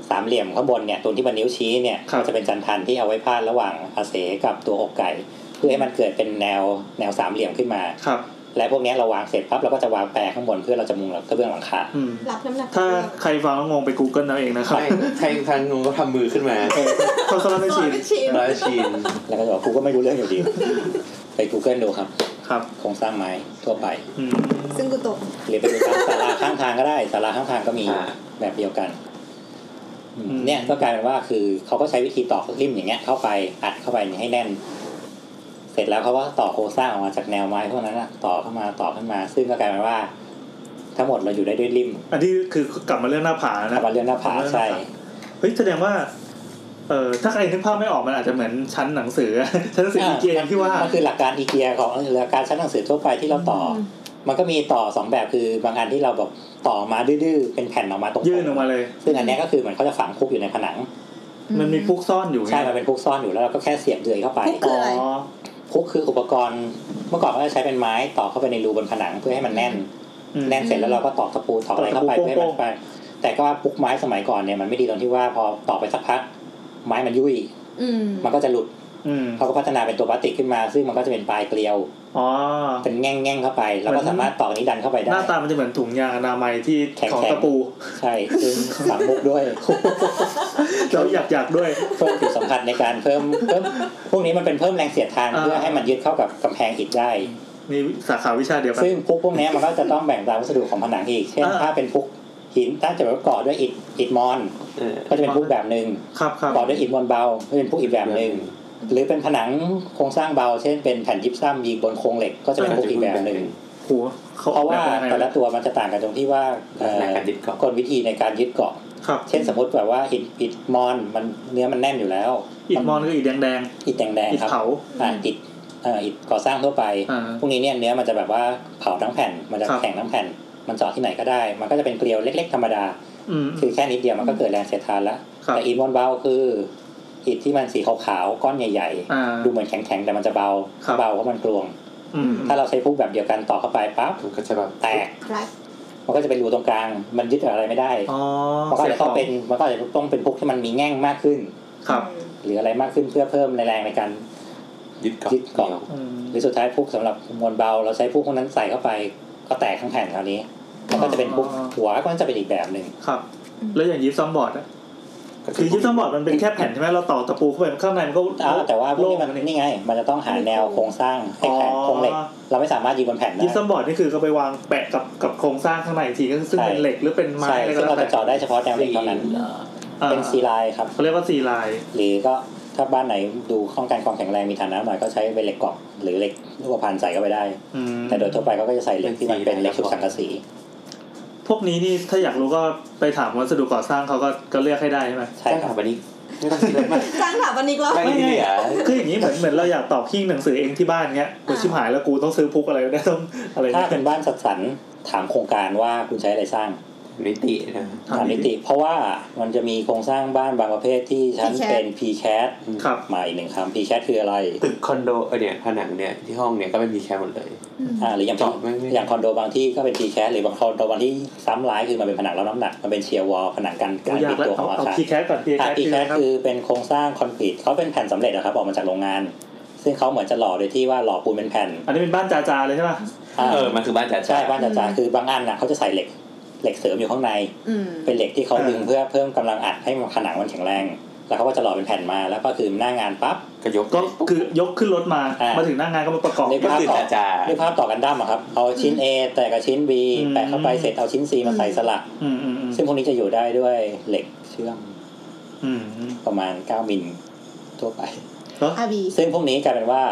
สามเหลี่ยมข้างบนเนี่ยตรงที่มันนิ้วชี้เนี่ย ครับ ก็จะเป็นจันทันที่เอาไว้พาดระหว่างอาเสกับตัวอกไก่ เพื่อให้มันเกิดเป็นแนวแนวสามเหลี่ยมขึ้นมา ครับ และพวกเนี้ยเราวางเสร็จปั๊บเราก็จะวางแปรข้างบนเพื่อเราจะมุงหลังกระเบื้องหลังคา อืม รับน้ำหนัก ถ้าใครฟังแล้วงงไป Google เอาเองนะครับ ไม่ใครทันงงก็ทำมือขึ้นมา เขาสล็อตแมช สอ ชีนนเป็นชิม ร้อยชีน แล้วก็จะบอกกูก็ไม่รู้เรื่องอยู่ดี ไป Google ดูครับ ครับ โครงสร้างไม้ทั่วไป อืม ซึ่งกูตก หรือไปดูตามศาลาข้างทางก็ได้ศาลาข้างทางก็มีแบบเดียวกันอืมเนี่ยก็กลายเป็นว่าคือเขาก็ใช้วิธีตอกริมอย่างเงี้ยเข้าไปอัดเข้าไปให้แน่น เสร็จแล้วเขาก็ต่อโครงสร้างออกมาจากแนวไม้พวกนั้นอะต่อเข้ามาต่อขึ้นมา ซึ่งก็กลายเป็นว่า ทั้งหมดเราอยู่ได้ด้วยริม อันที่คือกลับมาเรื่องหน้าผานะ กลับมาเรื่องหน้าผาใช่ เฮ้ยแสดงว่าเออถ้าใครนึกภาพไม่ออกมันอาจจะเหมือนชั้นหนังสือ ชั้นหนังสืออีเกียที่ว่า นคือหลักการอีเกียของหลักการชั้นหนังสือทั่วไปที่เราต่ออ ม มันก็มีต่อสองแบบคือบางอันที่เราแบบต่อมาดื้อๆเป็นแผ่นออกมาตรงๆ ยื่นออกมาเลย ซึ่งอันเนี้ยก็คือเหมือนเขาจะฝังคุกอยู่ในผนัง มันมีพุกซ่อนอยู่ไง ใช่มันเป็นพุกซ่อนอยู่แล้วเราก็แค่เสียบเดือยเข้าไป พุก คืออะไร อ๋อ พุกคืออุปกรณ์เมื่อก่อนเขาจะใช้เป็นไม้ต่อเข้าไปในรูบนผนังเพื่อให้มันแน่น อืม แน่นเสร็จแล้วเราก็ตอกตะปูตอกอะไรเข้าไป ตอกตะปู เพื่อให้มัน โป้งๆ ไป แต่ก็ว่าพุกไม้สมัยก่อนเนี่ยมันไม่ดีตรงที่ว่าพอตอกไปสักพักไม้มันยุ่ย อืม มันก็จะหลุด อืม เขาก็พัฒนาเป็นตัวพลาสติกขึ้นมา ซึ่งมันก็จะเป็นปลายเกลียว อ๋อ เป็นแง่งแง่งๆเข้าไป แล้วก็ เหมือน สามารถตอกนี้ดันเข้าไป ห ได้ น้าตามันจะเหมือนถุงยางอนามัยที่ แข็งๆ ของตะปู ใช่ซึ่งฝังมุกด้วย เราอยากอยากด้วย เพิ่มผิวสัมผัสในการเพิ่มเพิ่มพวกนี้มันเป็นเพิ่มแรงเสียดทาน อ่า เพื่อให้มันยึดเข้ากับกำแพงอิฐได้ นี่สาขาวิชาเดียวกัน ซึ่งพุกพวกนี้มันก็จะต้องแบ่งตามวัสดุของผนังอีก เช่น อ่า ถ้าเป็นพุกหินถ้าจะประกอบด้วยอิฐอิฐมอน เออ ก็จะเป็นพุกแบบหนึ่ง ครับค ป รับ ระกอบด้วยอิฐมอนเบาก็เป็นพุกอีกแบบหนึ่งหรือเป็นผนังโครงสร้างเบา เช่นเป็นแผ่นยิปซัมยิงบนโครงเหล็กก็จะเป็นพุกอีกแบบหนึ่ง โหเขา เพ ออก ราะ แบบว่ายังไง แต่ละตัวมันจะต่างกันตรงที่ว่าเอ่อ ลักษณะการยึดเกาะ กลวิธีในการยึดเกาะ ครับ เช่นสมมติแบบว่าอิฐอิฐมอนมันเนื้อมันแน่นอยู่แล้ว อิดมอนก็อิดแดงแดง อิฐแดง ๆอิด ๆครับ เผา อ่าอิฐเอ่ออิฐก่อสร้างทั่วไป อ่า พวกนี้เนี่ยเนื้อมันจะแบบว่าเผาทั้งแผ่น มันจะ ครับ แข็งทั้งแผ่น มันเจาะที่ไหนก็ได้ มันก็จะเป็นเกลียวเล็ก ๆ ธรรมดา อืม คือแค่นิดเดียวมันก็เกิดแรงเสียดทานละ ครับ แต่อิฐมอนเบาคืออิฐที่มันสีขาวๆก้อนใหญ่ อ่า ดูเหมือนแข็งๆแต่มันจะเบา ครับ เบาเพราะมันกลวง อืม ถ้าเราใช้พวกแบบเดียวกันต่อเข้าไปปั๊บ มันก็จะแบบ แตก ครับ มันก็จะเป็นรูตรงกลาง มันยึดกับอะไรไม่ได้ อ๋อ มันก็อาจจะต้องเป็น มันก็อาจจะต้องเป็นพวกที่มันมีแง่งมากขึ้น ครับ หรืออะไรมากขึ้นเพื่อเพิ่มแรงในการ ยึดเกาะ ยึดเกาะ อืม หรือสุดท้ายพวกสำหรับมวลเบา เราใช้พวกพวกนั้นใส่เข้าไป ก็แตกทั้งแผ่นคราวนี้ มันก็จะเป็นพวกหัวก็จะเป็นอีกแบบหนึ่ง ครับ แล้วอย่างยิปซัมบอร์ดอะ คือยึดทั้งหมดมันเป็นแค่แผ่นใช่ไหมเราต่อตะปูเข้าไปข้างในมันก็ อ้าวแต่ว่าพวก โล่ง นี้มัน อันนี้ นี่ไง มันจะต้องหาแนวโครงสร้างให้แข็ง อ๋อ โครงเหล็ก เราไม่สามารถยิงบนแผ่นได้ ยึดซัมบอร์ดนี่คือก็ไปวางแปะกับกับโครงสร้างข้างในอีกทีก็ซึ่งเป็นเหล็กหรือเป็นไม้ ใช่ อะไรก็ ซึ่ง แล้ เรา ว จะ แต่ เจาะได้เฉพาะแนวเหล็กเท่านั้น อ่า เป็นซีไลายครับ เขาเรียกว่าซีลาย หรือก็ถ้าบ้านไหนดูข้องกันความแข็งแรงมีฐานะหน่อยก็ใช้เป็นเหล็กกล่องหรือเหล็กลูกพันใส่เข้าไปได้ อืม แต่โดยทั่วไปเขาก็จะใส่เหล็กที่มันเป็นเหล็กชุบสังกะสี พวกนี้นี่ถ้าอยากรู้ก็ไปถามวัสดุก่อสร้างเขาก็ก็เลือกให้ได้ใช่ไหม ใช่ ใช่ ค ค รั รั บบ วันนี้ไม่ต้องคิดอะไรมาก สร้างถาปนิกแล้ว ไม่ที่เหลือ คืออย่างนี้เหมือนเหมือนเราอยากต่อขิ้งหนังสือเองที่บ้านเงี้ยกูชิบหายแล้วกูต้องซื้อพุกอะไร ได้ต้องอะไร ถ้า เงี้ย เป็นบ้านสัดสรรถามโครงการว่าคุณใช้อะไรสร้าง นิตินะ ถามนิติ เพราะว่ามันจะมีโครงสร้างบ้านบางประเภทที่ชั้นเป็น p c a t ครับ มาอีกหนึ่งคำ p c a t คืออะไร ตึกคอนโดเออเนี่ยผนังเนี่ยที่ห้องเนี่ยก็เป็นมีแค่หมดเลย อ่าหรืออย่าง เจาะไม่ไม่ อย่างคอนโดบางที่ก็เป็น p c a t หรือบางคอนโดบางที่ซ้ำร้ายคือมันเป็นผนังรับน้ำหนักมันเป็นเชียร์วอลผนังกัน กู การ อยา ปิ ก ด แล้ว ตัวข เอา องอา เอา คาร คีแคสก่อนคีแค อา ส อี คืออะแคไร ส ครับ คือเป็นโครงสร้างคอนกรีตเขาเป็นแผ่นสำเร็จนะครับออกมาจากโรงงาน ซึ่งเขาเหมือนจะหล่อโดยที่ว่าหล่อปูนเป็นแผ่น อันนี้เป็นบ้านจาจาเลยใช่ป่ะ อ่า เออมันคือบ้านจัด ใช่บ้านจัดจาคือบางอันน่ะเขาจะใส่เหล็กเหล็กเสริมอยู่ข้างใน อืม เป็นเหล็กที่เขาดึงเพื่อเพิ่มกำลังอัดให้ผนังมันแข็งแรง แล้วเขาก็จะหล่อเป็นแผ่นมาแล้วก็คือหน้างานปั๊บ กระยก ก็คือยกขึ้นรถมา อ่าม มาถึงหน้างานก็มาประกอบ ใน ก็ ภาพ คือ ต่อ จ่าจ่า ในภาพต่อกันด้ามอะครับเอาชิ้น A แต่กับชิ้น B อืม แปะเข้าไปเสร็จเอาชิ้น C มาใส่สลัก อืมอืมอืม ซึ่งพวกนี้จะอยู่ได้ด้วยเหล็กเชื่อม อืม ประมาณ 9 มิลทั่วไป แล้ว อาบี ซึ่งพวกนี้กลายเป็นว่า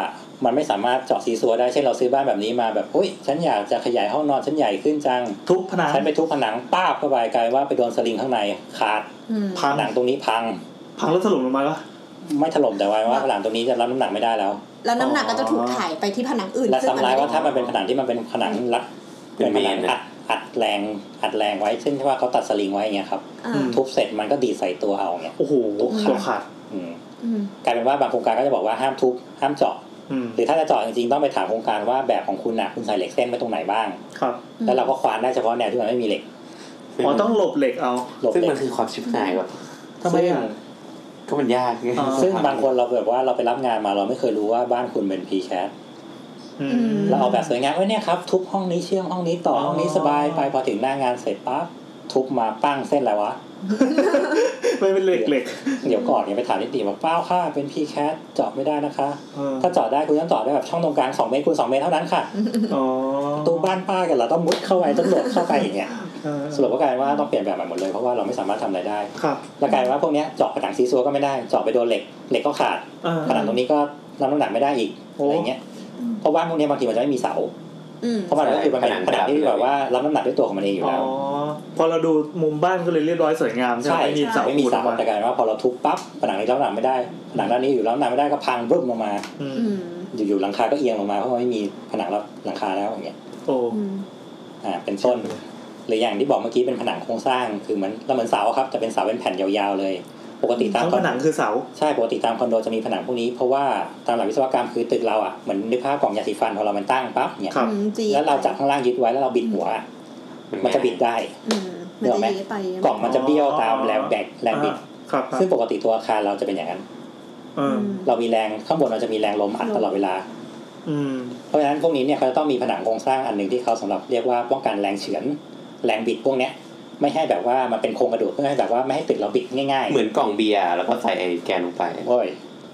มันไม่สามารถเจาะซีซัวได้ เช่นเราซื้อบ้านแบบนี้มาแบบอุ้ยฉันอยากจะขยายห้องนอนฉันใหญ่ขึ้นจัง ทุบผนัง ฉันไปทุบผนังป้าบเข้าไปกลายว่าไปโดนสลิงข้างในขาด อืม พัง ผนังตรงนี้พัง พังแล้วถล่มลงมาปะ ไม่ถล่มแต่ว่าว่าผนังตรงนี้จะรับน้ำหนักไม่ได้แล้ว แล้วน้ำหนัก อ๋อ ก็จะถูกถ่ายไปที่ผนังอื่น และ ซึ่งมั ซ้ำร้ายว่า ไม่ ถ้ามันเป็นผนังที่มันเป็นผนังรัด เป็น เป็นผนัง เมน อั อะ ดอัดแรงอัดแรงไว้เช่นว่าเขาตัดสลิงไว้อย่างเงี้ยครับ อ่า อืม ทุบเสร็จมันก็ดีดใส่ตัวเอาเนี่ย โอ้โห ตัวขาด ตัวขาด อืม อืม กลายเป็นว่าบางโครงการก็จะบอกว่าห้ามทุบห้ามเจาะ อืม หรือถ้าจะเจาะจริงๆต้องไปถามโครงการว่าแบบของคุณน่ะคุณใส่เหล็กเส้นไว้ตรงไหนบ้าง ครับ แล้วเราก็ควานได้เฉพาะแนวที่มันไม่มีเหล็ก อ๋อต้องหลบเหล็กเอา หลบ ซึ่ง เหล็ มั ก นคือความชิบหายแบบ ทำไมอ่ะ ก็มันยากไง อ๋อ ซึ่งบางคนเราแบบว่าเราไปรับงานมาเราไม่เคยรู้ว่าบ้านคุณเป็น p c a t อืม เราเอาแบบสวยงามไว้เนี่ยครับทุบห้องนี้เชื่อมห้องนี้ต่อห้องนี้สบายไปพอถึงหน้างานเสร็จปั๊บทุบมาปั้งเส้นอะไรวะ ไม่เป็นเหล็กเหล็ก เดี๋ยวก่อนเนี่ยไปถามนิติบอกเปล่าค่ะเป็น p c a t เจาะไม่ได้นะคะ เออ ถ้าเจาะได้คุณต้องเจาะได้แบบช่องตรงกลาง2เมตรคูณ2เมตรเท่านั้นค่ะ อ๋อ ตู้บ้านป้ากันเราต้องมุดเข้าไปต้องโดดเข้าไปอย่างเงี้ย เออ สรุปก็กลายว่าต้องเปลี่ยนแบบใหม่หมดเลยเพราะว่าเราไม่สามารถทำอะไรได้ ครับ แล้วกลายว่าพวกเนี้ยเจาะผนังซีซัวก็ไม่ได้เจาะไปโดนเหล็กเหล็กก็ขาด เออ ผนังตรงนี้ก็ รับน้ำหนักไม่ได้อีก โอ้ อะไรเงี้ยเพราะบ้านพวกเนี้ยบางทีมันจะไม่มีเสา อืม เพราะมันก็คือมันเป็น ใช่ ผนังที่ ผนัง แบบว่ารับน้ำหนักด้วยตัวของมันเองอยู่ อ๋อ แล้ว พอเราดูมุมบ้านก็เลยเรียบร้อยสวยงามใช่ไห ใช่ มไม่มีเสา ไม่มี ปูนอ เสา อกมา แต่กลายเป็นว่าพอเราทุบปั๊บผนังนี้รับน้ำหนักไม่ได้ผนังด้านนี้อยู่รับน้ำหนักไม่ได้ก็พังบึ้มลงมา อืม อืม อยู่ๆหลังคาก็เอียงลงมาเพราะว่าไม่มีผนังรับหลังคาแล้วอย่างเงี้ย โอ้ อืม อ่าเป็นต้นหรืออย่างที่บอกเมื่อกี้เป็นผนังโครงสร้างคือเหมือนเราเหมือนเสาครับแต่เป็นเสาเป็นแผ่นยาวๆเลย ปกติตาม ทั้ง ค ผ อน นังคือเสา ใช่ปกติตามคอนโดจะมีผนังพวกนี้เพราะว่าตามหลักวิศวกรรมคือตึกเราอ่ะเหมือนนึกภาพกล่องยาสีฟันพอเรามันตั้งปั๊บเนี่ย ครับ อืมจี แล้วเราจับข้างล่างยึดไว้แล้วเราบิดหัวอะมันจะบิดได้ อืมมัน เดี๋ยวไหม จะเยไป กล่องมันจะเบี้ยวตามแรงแบกแรงบิด อ่าครับครับ ซึ่งปกติตัวอาคารเราจะเป็นอย่างนั้น เอ อื อ ม เรามีแรงข้างบนเราจะมีแรงลมอัดตลอดเวลา อืม เพราะฉะนั้นพวกนี้เนี่ยเขาจะต้องมีผนังโครงสร้างอันหนึ่งที่เขาสำหรับเรียกว่าป้องกันแรงเฉือนแรงบิดพวกเนี้ยไม่ให้แบบว่ามันเป็นโครงกระดูกเพื่อให้แบบว่าไม่ให้ตึกเราบิดง่ายๆ เหมือนกล่องเบียร์แล้วก็ใส่ไอ้แกนลงไป โอ้ย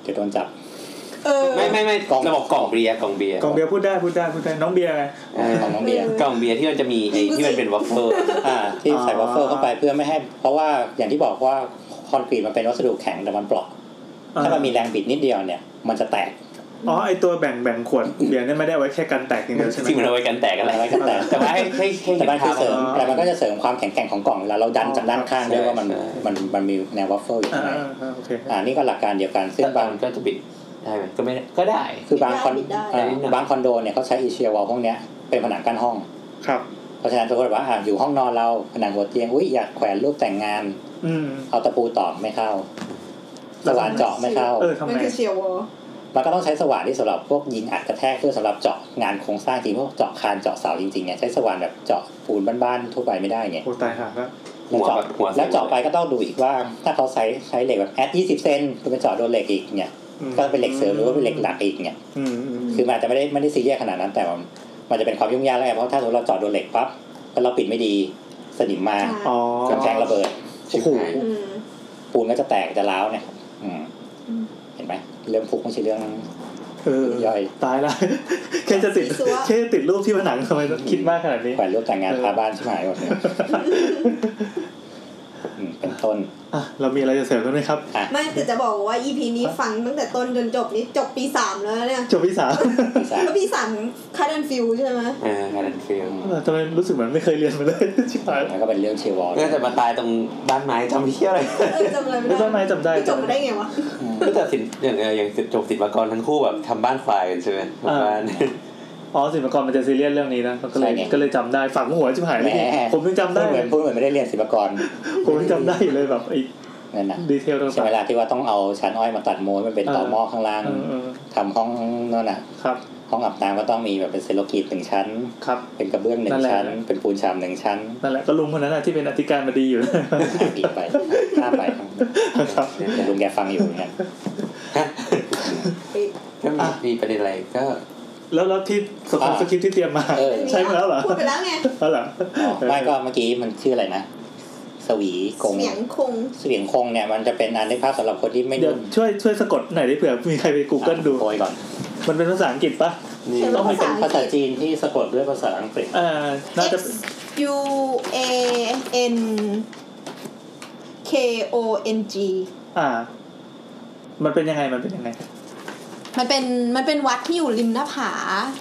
จะโดนจับ เออ ไม่ไม่ไม่ กล่อง ระบบกล่องเบียร์กล่องเบียร์ กองเบียร์พูดได้พูดได้พูดได้น้องเบียร์ไง เออ ของน้องเบียร์ เ กล่องเบียร์ที่มันจะมีไอ้ที่มันเป็นวอฟเฟิล อ่าที่ใส่ อ๋อ วัฟเฟิลเข้าไปเพื่อไม่ให้ เพราะว่าอย่างที่บอกว่าคอนกรีตมันเป็นวัสดุแข็งแต่มันเปราะ อ่ ถ้ามันมีแรงบิดนิดเดียวเนี่ย มันจะแตก อ๋อไอตัวแบ่งแบ่งขวดเบียร์เนี่ยไม่ได้ไว้แค่กันแตกอย่างเดียวใช่ไหม ที่มันเอาไว้กันแตกกันแหละ อะไรก็แตก แต่ว่าให้ให้ให้ แต่มันคือเสริม อ๋อ แต่มันก็จะเสริมความแข็งแกร่งของกล่องเวลาเราดันจากด้านข้างด้วยว่ามันมันมันมีแนววัฟเฟิลอยู่ า ข้างใน อ่าอ่าโอเค อ่านี่ก็หลักการเดียวกันซึ่ง บา บาง ง ก็จะบิดได้ไหมก็ไม่ได้ก็ได้ คือบางคอน บิดได้ อ่าบางคอนโดเนี่ยเขาใช้อีเชียวอลพวกเนี้ยเป็นผนังกั้นห้อง ครับ เพราะฉะนั้นสมมติว่าอ่าอยู่ห้องนอนเราผนังหัวเตียงอุ้ยอยากแขวนรูปแต่งงาน อืม เอาตะปูตอกไม่เข้าสว่านเจาะไม่เข้า เออทำไม มันคือเชียววอล มันก็ต้องใช้สว่านที่สำหรับพวกยิงอัดกระแทกเพื่อสำหรับเจาะงานโครงสร้างจริงพวกเจาะคานเจาะเสาจริงๆเนี่ยใช้สว่านแบบเจาะปูนบ้านๆทั่วไปไม่ได้ไง โอ้ตายหาแล้ว แล้วเจาะ หัวแบบหัว แล้วเจาะไปก็ต้องดูอีกว่า ถ้าเขาใช้ใช้เหล็กแบบแอดยี่สิบเซนคุณไปเจาะโดนเหล็กอีกเนี่ย อืม ก็เป็นเหล็กเสริมหรือว่าเป็นเหล็กหลักอีกเนี่ย อืมอืม คือมันอาจจะไม่ได้ไม่ได้ซีเรียสขนาดนั้นแต่มันมันจะเป็นความยุ่งยากแล้วไงเพราะถ้าสมมติเราเจาะโดนเหล็กปั๊บแล้วเราปิดไม่ดีสนิมมา อ๋อ กระแทกระเบิด ชิบหาย อืม ปูนก็จะแตกจะร้าวเนี่ยครับอืม อืม เห็นไหมเรื่องพุกไม่ใช่เรื่อง เออย่ อย ตายละ แค่จะติด มีซัว แค่จะติดรูปที่ผนังทำไมต้องคิดมากขนาดนี้ แขวนรูปแต่งงาน เออ พาบ้านชิบหายหมดเลยอืมเป็นต้น อ่ะเรามีอะไรจะเสริมกันไหมครับ ไม่แต่จะบอกว่า EP นี้ฟังตั้งแต่ต้นจนจบนี่จบปีสามแล้วเนี่ย จบพี่สาม ปีศาจ แล้วปีสามคัดแอนฟิวใช่ไหม เออการันฟิล เออทำไมรู้สึกเหมือนไม่เคยเรียนมาเลย ชิบหาย แล้วก็เป็นเรื่องเชวอล ก็จะมาตายตรงบ้านไม้ทำเพี้ยอะไร เออจำอะไรไม่ ไม่ ได้ ต้นไม้จำได้ ไม่จบมาได้ไงวะ ก็แต่สินอย่างเอ่ออย่างจบศิลปากรทั้งคู่แบบทำบ้านควายกันใช่ไหมทำบ้าน อ๋อศิลปากรมันจะซีเรียสเรื่องนี้นะก็เลยก็เลยจำได้ฝังหัวชิบหายเลยผมยังจำได้ พูเห เล มือย นพูดเหมือนไม่ได้เรียนศิลปากร ผมยังจำได้อยู่เลยแบบไอ้ นั่นนะ ดีเทลต่าง ใช่เวลาที่ว่าต้องเอาชั้นอ้อยมาตัดโม้นมันเป็นต่อหม้อข้างล่าง ๆเออเออ ทำห้องนั่นน่ะ ครับ ห้องอาบน้ำก็ต้องมีแบบเป็นเซลโลกีดหนึ่งชั้น ครับ เป็นกระเบื้องหนึ่ นั่ ง นแหละ ชั้น เป็นปูนฉาบหนึ่งชั้น นั่นแหละก็ลุงคนนั้นน่ะที่เป็นอธิการบดีอยู่ อ่ะอีกไปข้ามไป ครับ เดี๋ยวลุงแกฟังอยู่เหมือนกัน ก็มีมีประเด็นอะไรก็ แล้วแล้วที่สคริปต์สคริปต์ที่เตรียมมา เออ ใช่ไปแล้วเหรอ พูดไปแล้วไง อ๋อเหรอ อ๋อไม่ก็เมื่อกี้มันชื่ออะไรนะสวีกง เสียงคง เสียงคงเนี่ยมันจะเป็นอันได้ภาพสำหรับคนที่ไม่ เดี๋ยว รู้ ช่วยช่วยสะกดหน่อยได้เผื่อมีใครไป Google ดู โอยก่อน มันเป็นภาษาอังกฤษปะ นี่ ต้องเป็นภาษาจีนที่สะกดด้วยภาษาอังกฤษ เอ่อ น่าจะ ยูเอเอ็น K O N G อ่า มันเป็นยังไง มันเป็นยังไง มันเป็นมันเป็นวัดที่อยู่ริมหน้าผา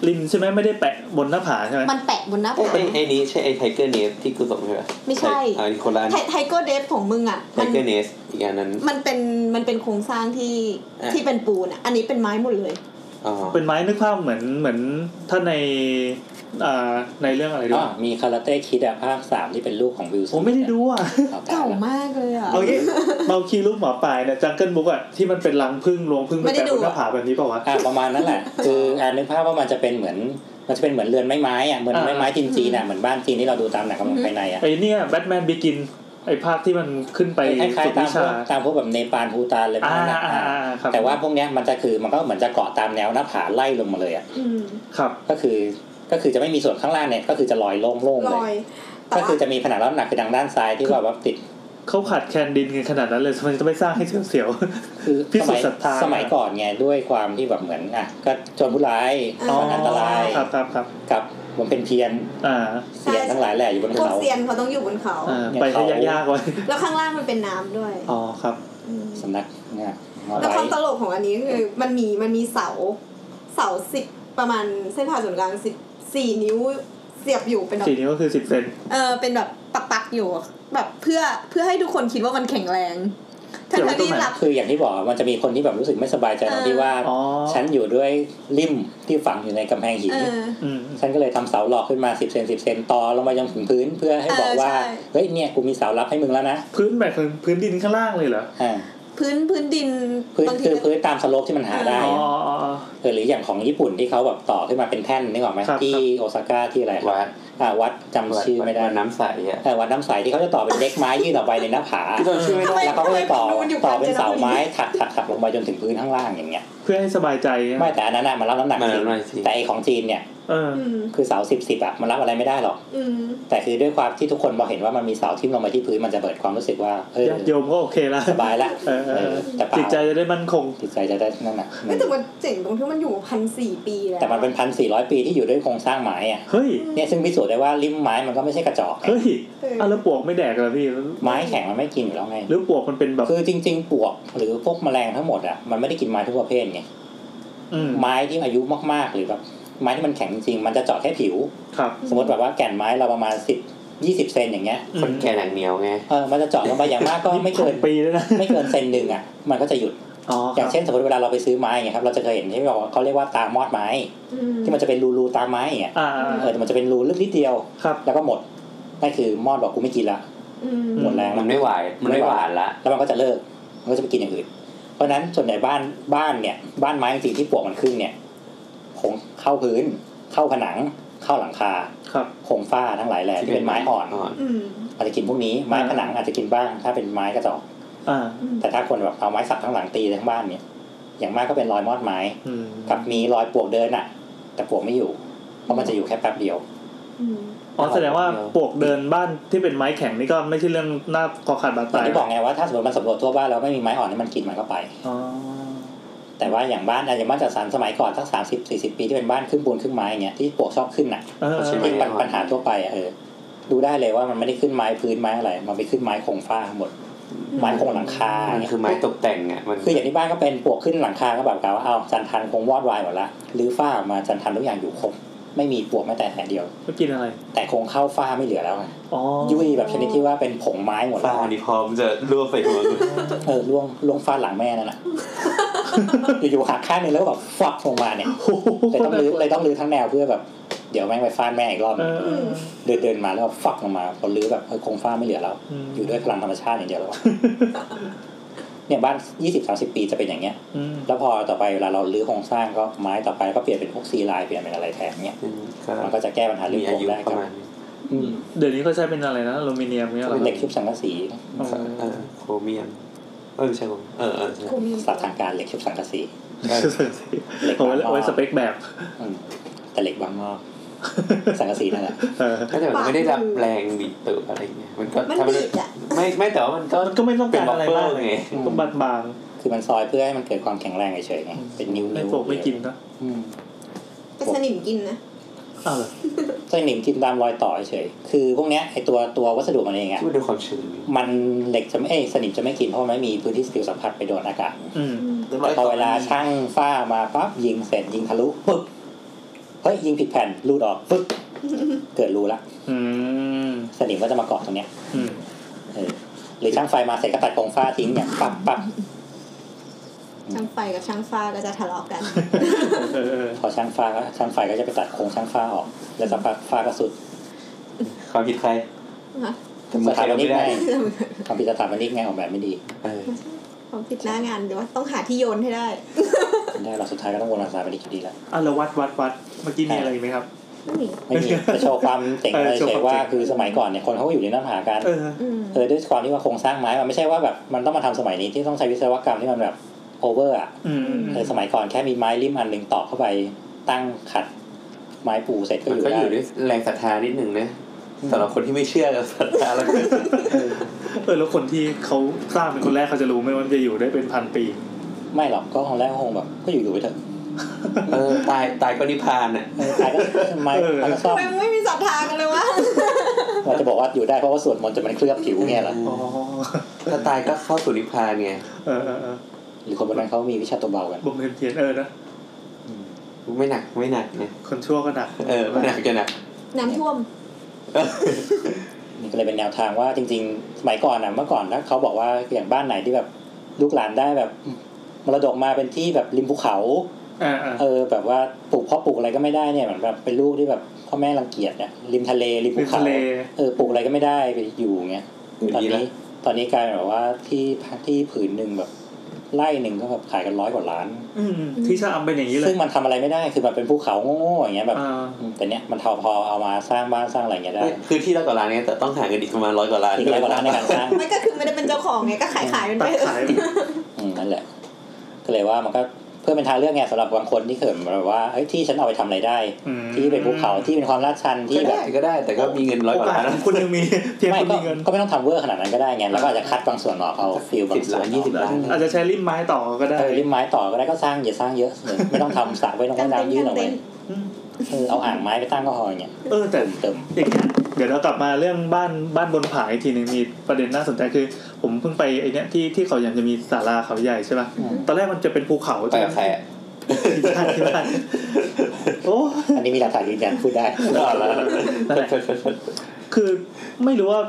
ริมใช่ไหมไม่ได้แปะบนหน้าผาใช่ไหม มันแปะบนหน้าผา ไอ้ไอ้นี้ใช่ไอ้ไทเกอร์เนสที่กูส่งใช่ไหม ไม่ใช่ อ่าคนละอัน ไทเกอร์เดฟของมึงอ่ะ ไท มัน เกอร์เนสอีกอันนั้น มันเป็นมันเป็นโครงสร้างที่ อ่ะ ที่เป็นปูนอะอันนี้เป็นไม้หมดเลย อ๋อ เป็นไม้นึกภาพเหมือนเหมือนถ้าใน อ่า ในเรื่องอะไรดู อ๋อ มีคาราเต้คิดอะภาคสามที่เป็นลูกของวิล ผ สัน มไม่ได้ดูอ่ะ เอาตา เก่าย แล้ว มากเลยอ่ะ เอางี้เมาคีรูปหมอปลายเนี่ยจังเกิลบุ๊กอ่ะที่มันเป็นรังพึ่งรวงพึ่งไป ไม่ได้ แปะ ดู บนหน้า อะ ผาแบบนี้เปล่าวะ อ่ะประมาณนั้นแหละ คืออ่านึกภาพว่ามันจะเป็นเหมือน มันจะเป็นเหมือนเรือนไม้ไม้อะเหมือน อ่า ไม้ไม้จีนจีนอะเหมือนบ้านจีนที่เราดูตามหนังกำลังภายในอะ ไอเนี่ยแบทแมนบิกินไอภาคที่มันขึ้นไป คล้าย สุดวิๆตามพว ชาก ตามพวกแบบเนปาลภูตานอะไรพว อ่าก นั้นอะ อ่า อ่ะ อ่าครับ แต่ว่าพวกเนี้ยมันจะคือมันก็เหมือนจะเกาะตามแนวหน้าผาไล่ลงมาเลยอะ อืม ครับ ก็คือ ก็คือจะไม่มีส่วนข้างล่างเนี่ยก็คือจะลอยโล่งลๆเล อย ย แต่ ก็ ว่า คือจะมีผนังรับน้ำหนักคือทางด้านซ้ายที่ว่าแบบติด เขาขาดแคลนดินกันขนาดนั้นเลยทำไมจะไม่สร้างให้เสียว คือ พิสูจน์ศรัทธา สมัยก่อนไงด้วยความที่แบบเหมือนอ่ะก็โจรผู้ร้าย ๆอ๋อ มันอันตราย ครับครับครับ กับมันเป็นเพียน อ่า เสียนทั้งหลายแหละอยู่บน พวก เขา เซียนเขาต้องอยู่บนเขา อ่า เนี่ย ไปให้ เขาย ยากๆไว้ แล้วข้างล่างมันเป็นน้ำด้วย อ๋อครับ อืม สำนักเนี่ย มา แล้ว ไว้ ความตลกของอันนี้คือมันมีมันมีเสาเสาสิบประมาณเส้นผ่าศูนย์กลางสิบสี่นิ้วเสียบอยู่เป็นแบบ สีนี้วก็คือสิบเซน เออเป็นแบบปักๆอยู่อะแบบเพื่อเพื่อให้ทุกคนคิดว่ามันแข็งแรงทั้งๆที่หลับ คืออย่างที่บอกมันจะมีคนที่แบบรู้สึกไม่สบายใจตรงที่ว่า อ๋อ ฉันอยู่ด้วยริมที่ฝังอยู่ในกำแพงหิน เออ อืม ฉันก็เลยทำเสาหลอกขึ้นมา 10เซน10เซนต่อลงมายังถึงพื้นเพื่อให้บอกว่า เออใช่ เฮ้ยเนี่ยกูมีเสารับให้มึงแล้วนะ พื้นแบบคือพื้นดินข้างล่างเลยเหรอ อ่า พื้นพื้นดิน พื้น บางที คือ ก็ พื้นตามสโลปที่มันหาได้ อ๋ออ๋ออ๋อ เออหรืออย่างของญี่ปุ่นที่เขาแบบต่อขึ้นมาเป็นแท่นนึกออกไหม ครับ ที่โอซาก้าที่อะไร วัด อ่าวัดจำ วัด ชื่อไม่ได้ วัดน้ำใสอ่ะ เออวัดน้ำใสที่เขาจะต่อเป็นเด็กไม้ยื่นออกไปในหน้าผา คือจำชื่อไม่ได้ ทำไม แล้วเขาก็จะต่อ มันอยู่ ต่อเป็นเสาไม้ กาญจนบุรี ถักถักถักลงไปจนถึงพื้นข้างล่างอย่างเงี้ย เพื่อให้สบายใจนะ ไม่แต่อันนั้นน่ะมันรับน้ำหนัก มา จริง หน่อยสิ แต่ไอของจีนเนี่ย เออ อืม คือเสาสิบสิบอ่ะมันรับอะไรไม่ได้หรอก อืม แต่คือด้วยความที่ทุกคนพอเห็นว่ามันมีเสาทิ่มลงมาที่พื้นมันจะเกิดความรู้สึกว่าเออ ญาติโยมก็โอเคละ สบายละ เออเออเออ แต่เปล่า จิตใจจะได้มั่นคง จิตใจจะได้นั่นน่ะ ไม่แต่มันเจ๋งตรงที่มันอยู่พันสี่ปีแล้ว แต่มันเป็นพันสี่ร้อยปีที่อยู่ด้วยโครงสร้างไม้อะ เฮ้ย เนี่ยซึ่งพิสูจน์ได้ว่าริมไม้มันก็ไม่ใช่กระจอกไง เฮ้ยอ่ะแล้วปวกไม่แดกเหรอพี่ ไม้แข็งมันไม่กินอยู่แล้วไง หรือปวกมันเป็นแบบ คือจริง ๆ ปวกหรือพวกแมลงทั้งหมดอ่ะมันไม่ได้กินไม้ทุกประเภทไง อืม ไม้ที่อายุมากๆหรือแบบไม้ที่มันแข็งจริงๆมันจะเจาะแค่ผิว ครับ สมมติแบบว่าแก่นไม้เราประมาณสิบยี่สิบเซนอย่างเงี้ย คนแก่หนังเหนียวไง เออมันจะเจาะลงไปอย่างมากก็ไม่ เกิน ปีแล้วนะ ไม่เกินเซนหนึ่งอ่ะมันก็จะหยุด อ๋อ อ ครั ย่า บ งเช่นสมมติเวลาเราไปซื้อไม้ไงครับเราจะเคยเห็นที่บอกว่าเขาเรียกว่าตามอดไม้ อืม ที่มันจะเป็นรูรูๆตามไม้อย่างเงี้ย อ่า เออแต่มันจะเป็นรูลึกนิดเดียว ครับ แล้วก็หมดนั่นคือมอดบอกกูไม่กินละ อืม หมดแรง มั ละ นไม่หวานมันไม่หวานละ แล้วมันก็จะเลิกมันก็จะไปกินอย่างอื่นเพราะฉะนั้นส่วนใหญ่บ้านบ้านเนี่ยบ้านไม้จริงๆที่ปลวกมันขึ้นเนี่ยคงเข้าพื้น เข้าผนัง เข้าหลังคา ครับ โครงฝ้าทั้งหลายแหล่ที่เป็นไม้อ่อน อืม อาจจะกินพวกนี้ไม้ผนังอาจจะกินบ้าง ถ้าเป็นไม้กระจอก อ่า อืม แต่ถ้าคนแบบเอาไม้สับทั้งหลังตีทั้งบ้านเนี่ย อย่างมากก็เป็นรอยมอดไม้ อืม กับมีรอยปลวกเดินอะแต่ปลวกไม่อยู่ เพราะมันจะอยู่แค่แป๊บเดียว อืม อ๋อแสดงว่าปวกเดินบ้านที่เป็นไม้แข็งนี่ก็ไม่ใช่เรื่องน่าคอขาดบาด แต่ ตาย ที่บอกไงว่าถ้าสมมติมันสำรวจทั่วบ้านแล้วไม่มีไม้อ่อนให้มันกินมันก็ไป อ๋อ แต่ว่าอย่างบ้านอาจจะบ้านจัดสรรสมัยก่อนสักสามสิบสี่สิบปีที่เป็นบ้านครึ่งปูนครึ่งไม้เงี้ยที่ปลวกชอบขึ้นน่ะ เออ ใช่ไหม ที่เป็นปัญหาทั่วไปอะเออดูได้เลยว่ามันไม่ได้ขึ้นไม้พื้นไม้อะไร มันไปขึ้นไม้โครงฟ้าหมด ไม้โครงหลังคา มัน เงี้ย คือไม้ตกแต่งอ่ะมัน คืออย่างที่บ้านก็เป็นปลวกขึ้นหลังคาก็แบบกล่าวว่าเอาจันทันคงวอดวายหมดละหรือฝ้าออกมาจันทันทุกอย่างอยู่ครบไม่มีปลวกแม้แต่แห่เดียว ไม่กินอะไร แต่คงเข้าฝ้าไม่เหลือแล้วไง อ๋อ ยุ่ยแบบชนิดที่ว่าเป็นผงไม้หมด ฟ้า แล้ว อันนี้พร้อมจะรั่วใส่หัวกู เออล่วงล่วงฟาดหลังแม่นั่น แหละ อยู่ๆหักข้างหนึงแล้วก็แบบฟับลงมาเนี่ย โอ้โห เลยต้องรื้อเลยต้องรื้อทั้งแนวเพื่อแบบ เดี๋ยวแม่งไปฟาดแม่อีกรอบ เออเออ เดินเดินๆมาแล้วก็ฟับลงมาพอรื้อแบบเออคงฟ้าไม่เหลือแล้ว อืม อยู่ด้วยพลังธรรมชาติอย่างเดียวแล้ วอะ เนี่ยบ้านยี่สิบสาสิบปีจะเป็นอย่างเงี้ย อืม แล้วพอต่อไปเวลาเรารื้อโครงสร้างก็ไม้ต่อไปก็เปลี่ยนเป็นพวกซีไลน์เปลี่ยนเป็นอะไรแทนเนี่ย ก็ มันก็จะแก้ปัญหาเรื่อ มี งโค อา รง ยุ ได้ ป ครั ระ บ มาณนี้ อืม เดี๋ยวนี้เขาใช้เป็นอะไรนะอลูมิเนียมเนี่ยเหรอ เป็นเหล็กชุบสังกะสี เออโครเมียมเออไม่ใช่โครเออเออใช่ กูมี สับทางการเหล็กชุบสังกะสี เหล็ก เอาไว้ บางหม้อ เอาไว้สเปคแบบ อืมแต่เหล็กบางงอกสังกะสีนั่นแหละ เออ ก็แต่มันไม่ได้รับแรงบีบตัวอะไรเงี้ยมันก็ มัน ถ้ามัน ดีดอ่ะ ไม่ไม่แต่ว่ามันก็ มันก็ไม่ต้องการอะไรมาก เป็นวัฟเฟิลไง ก็บางบาง คือมันซอยเพื่อให้มันเกิดความแข็งแรงเฉยๆไง เป็นนิ้ว ๆไม่ นิ้ว โฟกไม่กินนะ อืม แต่สนิมกินนะ อ้าวเหรอ ไส้หนิมกินตามรอยต่อเฉยๆคือพวกเนี้ยไอตัวตัววัสดุมันเองอะ ช่วยด้วยความชื้น มันเหล็กจะไม่เอ้ยสนิมจะไม่กินเพราะมันไม่มีพื้นที่สกิลสัมผัสไปโดนอากาศ อืม แต่พอเวลาช่างฝ้ามาปั๊บยิงเสร็จยิงทะลุปึ๊บ เฮ้ยยิงผิดแผ่นรูดออกปึ๊บ เกิดรูละ อืม สนิมก็จะมาเกาะตรงเนี้ย อืม เออหรือช่างไฟมาเสร็จก็ตัดกองฝ้าทิ้งเนี่ยปั๊บปั๊บ ช่างไฟกับช่างฟ้าก็จะทะเลาะกัน เออเออ พอช่างฝ้าก็ช่างไฟก็จะไปตัดโครงช่างฝ้าออก แล้วสักพักฝ้าก็สุด ความผิดใคร ฮะ ทำไมใครเราไม่ได้ สถ ปนิกง ความผิดสถาปนิกไงออกแบบไม่ดี เออ ผมผิดหน้างานเดี๋ยวว่าต้องหาที่โยนให้ได้ ไม่ได้เราสุดท้ายก็ต้องวนสถาปนิกอยู่ดีแหละ อ่ะแล้ววัดวัดวัดเมื่อกี้มีอะไรอีกไหมครับ ไม่มี ไม่มี จะโชว์ความเจ๋ง เออ เลย โชว์ เฉ คายวม ว่า เจ๋ง คือสมัยก่อนเนี่ยคนเขาก็อยู่ในน้ำหากัน เออ อืม เออด้วยความที่ว่าโครงสร้างไม้มันไม่ใช่ว่าแบบมันต้องมาทำสมัยนี้ที่ต้องใช้วิศวกรรมที่มันแบบโอเวอร์อ่ะ อืม เออสมัยก่อนแค่มีไม้ริมอันหนึ่งตอกเข้าไปตั้งขัดไม้ปูเสร็จก็ มัน อยู่ ก็ ได้ อยู่ด้วยแรงศรัทธานิดหนึ่งนะสำหรับคนที่ไม่เชื่อกับศรัทธาแล้วก็ เออแล้วคนที่เขาสร้างเป็นคนแรกเขาจะรู้ไหมว่ามันจะอยู่ได้เป็นพันปี ไม่หรอกก็คงแรกก็คงแบบก็อยู่ๆไปเถอะ เออตายตายก็นิพพานอ่ะ เออตายก็ไม้ เออ มันก็ซ่อม ทำไมไม่มีศรัทธากันเลยวะ เราจะบอกว่าอยู่ได้เพราะว่าส่วนมนต์จะมันเคลือบผิวเงี้ยเหรอ อ๋อ ถ้าตายก็เข้าสู่นิพพานไง เออเออเออ หรือคนโบราณเขามีวิชาตัวเบากัน บ่มเพนเทียนเออนะ ไม่หนักไม่หนักเนี่ย คนชั่วก็หนัก เออไม่หนักจะหนัก น้ำท่วม เออ นี่ก็เลยเป็นแนวทางว่าจริงๆ สมัยก่อนอ่ะเมื่อก่อนถ้าเขาบอกว่าอย่างบ้านไหนที่แบบลูกหลานได้แบบมรดกมาเป็นที่แบบริมภูเขา อ่าอ่า เออแบบว่าปลูกเพาะปลูกอะไรก็ไม่ได้เนี่ยเหมือนแบบเป็นลูกที่แบบพ่อแม่รังเกียจเนี่ยริมทะเลริม ริ ภู ม เขา ทะเล เออปลูกอะไรก็ไม่ได้ไปอยู่เงี้ยตอน ดีละ นี้ตอนนี้กลายเป็นแบบว่าที่ที่ผืนหนึ่งแบบไร่หนึ่งก็แบบขายกันร้อยกว่าล้าน อืมที่ชะอำเป็นอย่างนี้เล ซึ่ ย งมันทำอะไรไม่ได้คือแบบเป็นภูเขาโง่ๆอย่างเงี้ยแบบ อ่า อืมแต่เนี้ยมันทอพอเอามาสร้างบ้านสร้างอะไรเงี้ยได้ ไม่คือที่ร้อยกว่าล้านเนี่ยแต่ต้องหาเงินอีกประมาณร้อยกว่าล้าน อีกร้อยกว่าล้านในการสร้าง ไม่ก็คือไม่ได้เป็นเจ้าของไงก็ขาย ขายๆมัน ตั ไป ด เอ ขาย อ อืมนั่นแหละ ก็เลยว่ามันก็เพื่อเป็นทางเลือกไงสำหรับบางคนที่เขิมแบบว่าเอ้ยที่ฉันเอาไปทำอะไรได้ อืม ที่เป็นภูเขาที่เป็นความลาดชันที่ ก็ แบ ได้ บ ก็ได้ แต่ก็มีเงินร้อย โอว่ากกาส ล้าน ของคุณยังมี เพียง ไม่ คุณ ก็ มีเงิน ก็ไม่ต้องทำเวอร์ขนาดนั้นก็ได้ไงเราก็อาจจะคัดบางส่วนออกเอาฟิลบา สิ ง บ ส่ว ล้านนยี่สิบล้าน อาจจะใช้ริมไม้ต่อก็ได้ เออริมไม้ต่อก็ได้ก็สร้างอย่าสร้างเยอะเลยไม่ต้องทำสระไว้ตรง กัน น้ำ เต็ ยื่น น ออก เต็ ไว้ น อืม เออเอาอ่างไม้ไปตั้งก็พออย่างเงี้ย เออแต่ เติม อย่างเงี้ยเดี๋ยวเรากลับมาเรื่องบ้านบ้านบนผาอีกทีหนึ่งมีประเด็นน่าสนใจคือ ผมเพิ่งไปไอเนี้ยที่ที่เขาใหญ่จะมีศาลาเขาใหญ่ใช่ป่ะตอนแรกมันจะเป็นภูเขา ไป ใช่ กับ ไห ใค ม รอะ ที่บ้านที่บ้านโอ้ อันนี้มีหลักฐานยืนยันพูดได้ นั่นแหละคือไม่รู้ว่า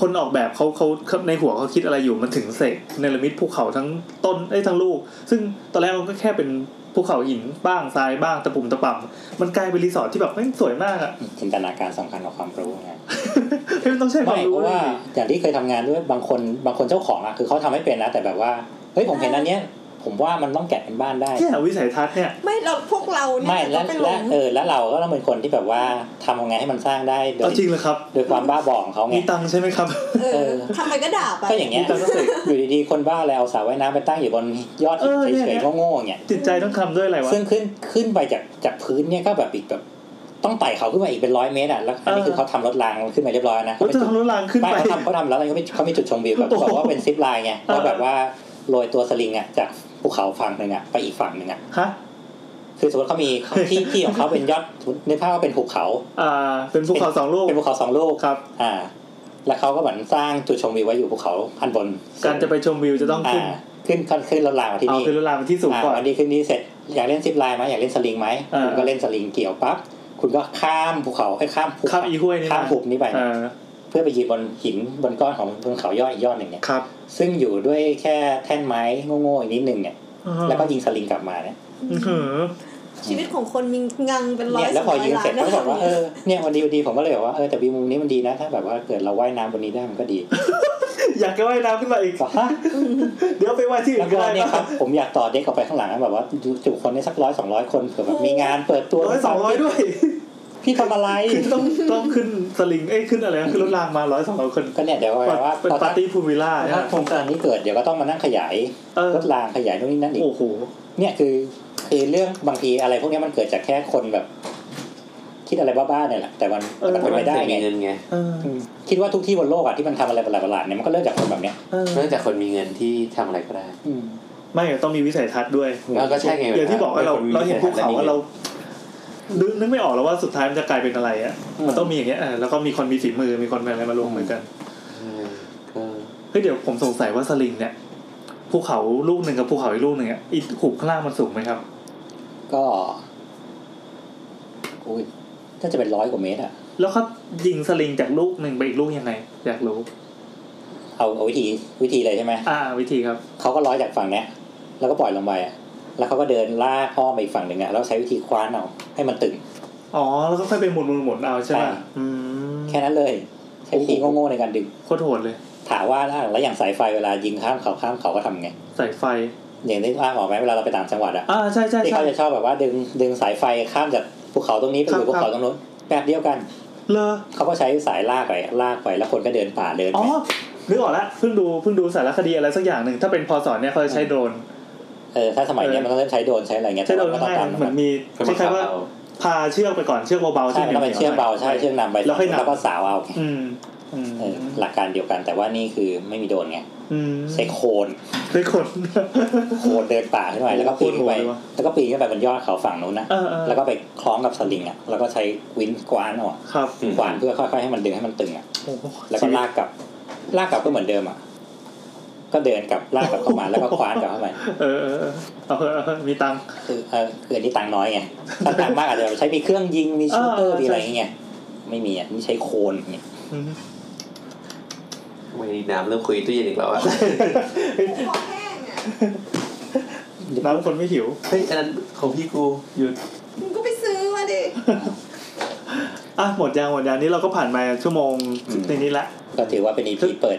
คนออกแบบเขาเขาในหัวเขาคิดอะไรอยู่มันถึงเสกเนรมิตภูเขาทั้งต้นไอ้ยทั้งลูก ซึ่งตอนแรกมันก็แค่เป็นภูเขาหินบ้างทรายบ้างตะปุ่มตะป่ำมันกลายเป็นรีสอร์ทที่แบบแม่งสวยมากอ่ะ จินตนาการสำคัญกว่าความรู้ไง เฮ้ยมันต้องใช้ควา ไม่ ม เพ รู้ ราะว่า ดิ อย่างที่เคยทำงานด้วยบางคนบางคนเจ้าของอะคือเขาทำให้เป็นนะแต่แบบว่าเฮ้ยผมเห็นอันเนี้ย ผมว่ามันต้องแกะเป็นบ้านได้ เนี่ยวิสัยทัศน์เนี่ย ไม่เราพวกเราเนี่ ไม่ ย และ ก็ไปหล และ ง เออแล้วเราก็ต้องเป็นคนที่แบบว่าทำยังไงให้มันสร้างได้โด เอา ย จริงเลยครับ โดยความบ้าบอของเขาไง มีตังค์ใช่ไหมครับ เอ เอ อ อ ทำไมก็ด่าไป ก็อย่างเงี้ย มีตังค์เสก อยู่ดีๆคนบ้าแล้วเอาสระว่ายน้ำไปตั้งอยู่บนยอดหิน เออเนี่ย เฉยๆโง่ๆอย่างเงี้ย จิตใจต้องทำด้วยอะไรวะ ซึ่งขึ้นขึ้นไปจากจากพื้นเนี่ยก็แบบอีกแบบต้องไต่เขาขึ้นมาอีกเป็นร้อยเมตรอะแล้วอันนี้คือเขาทำรถรางขึ้นมาเรียบร้อยนะ โอ้ เขา ยจะเป็นจุด ทำรถรางขึ้น ไม่ ไป เขาทำเขาทำแล้วเขามีเขามีจุดชมวิวแบบ โอ้โห บอกว่าเป็นซิปไลน์ไง เออ ว่าแบบว่าโรยตัวสลิงอ่ะจากภูเขาฝั่งหนึ่งอ่ะไปอีกฝั่งหนึ่งอ่ะ ฮะ คือสมมติเขามีที่ที่ของเขาเป็นยอดนึกภาพว่าเป็นภูเขา อ่า เป็นภูเขาสองลูก เป็นภูเขาสองลูก ครับ อ่า แล้วเขาก็เหมือนสร้างจุดชมวิวไว้อยู่ภูเขาอันบน การจะไปชมวิวจะต้อง อ่า ขึ้น ขึ้นขึ้นขึ้นรถรางมาที่ เอา นี่ ขึ้นรถรางไปที่สูง อ่า ก่อน วันนี้ขึ้นนี่เสร็จอยากเล่นซิปไลน์ไหมอยากเล่นสลิงไหม เออ คุณก็เล่นสลิงเกี่ยวปั๊บคุณก็ข้ามภูเขาให้ยข้ามภู ข้ามอีห้วยนี่ ข้าม นะ ภูนี้ไป เออ เพื่อไปยืนบนหินบนก้อนของบนเขายอดอีกยอดหนึ่งเนี่ย ครับ ซึ่งอยู่ด้วยแค่แท่นไม้โง่ๆอีกนิดนึงเนี่ยแล้วก็ยิงสลิงกลับมาเนี่ย อื้อหือ ชีวิตของคนมีงังเป็นร้อ เนี่ยยแล้วพอยิงเสร็จ ร้ ก็ ย บอกว่าเออเนี่ยวันดีวันดีผมก็เลยบอกว่าเออแต่วิวมุมนี้มันดีนะ ถ้าแบบว่าเกิดเราว่ายน้ำบนนี้ได้มันก็ดี อยากจะว่ายน้ำขึ้นมาอีก บอกฮะ เดี๋ยวไปว่ายที่อื่นแล้ว ก็ ก็ ได้ เนี่ย นะครับ ผมอยากต่อเด็กออกไปข้างหลังนะแบบว่าจุคนได้สักร้อยสองร้อยคนเผื่อแบบมีงานเปิดตัว ร้อยสองร้อยด้วย พี่ทำอะไร คือต้องต้องขึ้นสลิงเอ้ยขึ้นอะไรนะขึ้นรถรางมาร้อยสองร้อยคน ก็เนี่ยเดี๋ยวแบบว่า เป็น พอ ปาร์ตี้พูลวิลล่า ถ้า นะ โครงการนี้เกิดเดี๋ยวก็ต้องมานั่งขยาย เออ รถรางขยายนู่นนี่นั่นอีก โอ้โห เนี่ยคือคือเรื่องบางทีอะไรพวกเนี้ยมันเกิดจากแค่คนแบบ คิดอะไรบ้าๆเนี่ยแหละแต่มัน เออ มันเป็นไปได้ไง เงินไง เออ อืมคิดว่าทุกที่บนโลกอะที่มันทำอะไรประหลาดๆเนี่ยมันก็เริ่มจากคนแบบเนี้ย เออ เนื่องจากคนมีเงินที่ทำอะไรก็ได้ ไม่ต้องมีวิสัยทัศน์ด้วย แล้วก็ใช่ไง อย่างที่บอกว่าเรา ป็ค เราเห็นภูเขา มี ว่าเรานึกนึกไม่ออกแล้วว่าสุดท้ายมันจะกลายเป็นอะไรอ่ะมันต้องมีอย่างเงี้ยเออแล้วก็มีคนมีฝีมือมีคนมีอะไรมาลงมือกัน เออก็ เฮ้ยเดี๋ยวผมสงสัยว่าสลิงเนี่ยภูเขาลูกหนึ่งกับภูเขาอีกลูกหนึ่งอ่ะอีกหุบข้างล่างมันสูงไหมครับ ก็อุ้ยน่าจะเป็นร้อยกว่าเมตรอะ แล้วเขายิงสลิงจากลูกหนึ่งไปอีกลูกยังไง อยากรู้ เอาเอาวิธีวิธีเลยใช่ไหม อ่า วิธีครับ เขาก็ร้อยจากฝั่งเนี้ยแล้วก็ปล่อยลงไปอะแล้วเขาก็เดินลากอ้อมไปอีกฝั่งหนึ่งอะแล้วใช้วิธีคว้านเอาให้มันตึง อ๋อ แล้วก็ค่อยไปหมุนหมุนหมุนเอาใช่ไหม ใช่ อืม แค่นั้นเลย ใช้วิธีโง่ๆในการดึง โคตรโหดเลย ถามว่าแล้วอย่างสายไฟเวลายิงข้ามเขาข้ามเขาก็ทำไง สายไฟ อย่างที่ว่าบอกไหมเวลาเราไปต่างจังหวัดอะ อ่าใช่ใช่ ที่ ใช่ เขาจะชอบแบบว่าดึงดึงสายไฟข้ามจากภูเขาตรงนี้ไป ครับ สู่ภูเขาตรงนู้นแบบเดียวกัน เลอ เขาก็ใช้สายลากไปลากไปแล้วคนก็เดินป่าเดิน อ๋อ ไป นึกออกละเพิ่งดูเพิ่งดูสารคดีอะไรสักอย่างหนึ่งถ้าเป็นพอสอนเนี่ยเขาจะใช้โดรน เออถ้าสมัยเนี้ยมันต้องเริ่มใช้โดรนใช้อะไรเงี้ย ใช่โดน แต่ว่า ง่าย ก็ตาม ๆ นะ เหมือนมี ก็ ค มาขั ล้าย บ ๆว่า เรา พาเชือกไปก่อนเชือกเบาๆ ใช่ ที่ มันต้องเป็นเชือกเบาใช่เชือกนำไป แล้วค่อยหนัก ก็สาวเอา อืมอืม เออหลักการเดียวกัน แต่ว่านี่คือไม่มีโดรนไง อืม ใช้โคน เป็นคน โคนเดินป่าขึ้นไปแล้วก็ปีนขึ้นไป โคตรโหดเลยวะ แล้วก็ปีนขึ้นไปบนยอดเขาฝั่งนู้นนะ เออเออ แล้วก็ไปคล้องกับสลิงอ่ะแล้วก็ใช้วินกวานเออก ครับ กวานเพื่อค่อยๆให้มันดึงให้มันตึงอ่ะ โอ้โห แล้วก็ ชีวิต ลากกลับ ลากกลับก็เหมือนเดิมอ่ะ ก็เดินกลับลากกลับเข้ามาแล้วก็คว้านกลับเข้าไป เออเออเออเอาเถอะเอาเถอะมีตังค์ คือเออคืออันนี้ตังค์น้อยไงถ้าตังค์มากอาจจะใช้มีเครื่องยิงมีชูเตอร์มีอะไรอย่างเงี้ยไม่มีอ่ะนี่ใช้โคนอย่างเงี้ย อืม ทำไม่ดีน้ำเริ่มคุยตู้เย็นอีกแล้วอะ คอแห้งอ่ะ น้ำคนไม่หิว เฮ้ยอันนั้นของพี่กู หยุด มึงก็ไปซื้อมาดิ อ่ะหมดยางหมดยางนี้เราก็ผ่านมาชั่วโมงในนี้ละ ก็ถือว่าเป็นอีพีเปิด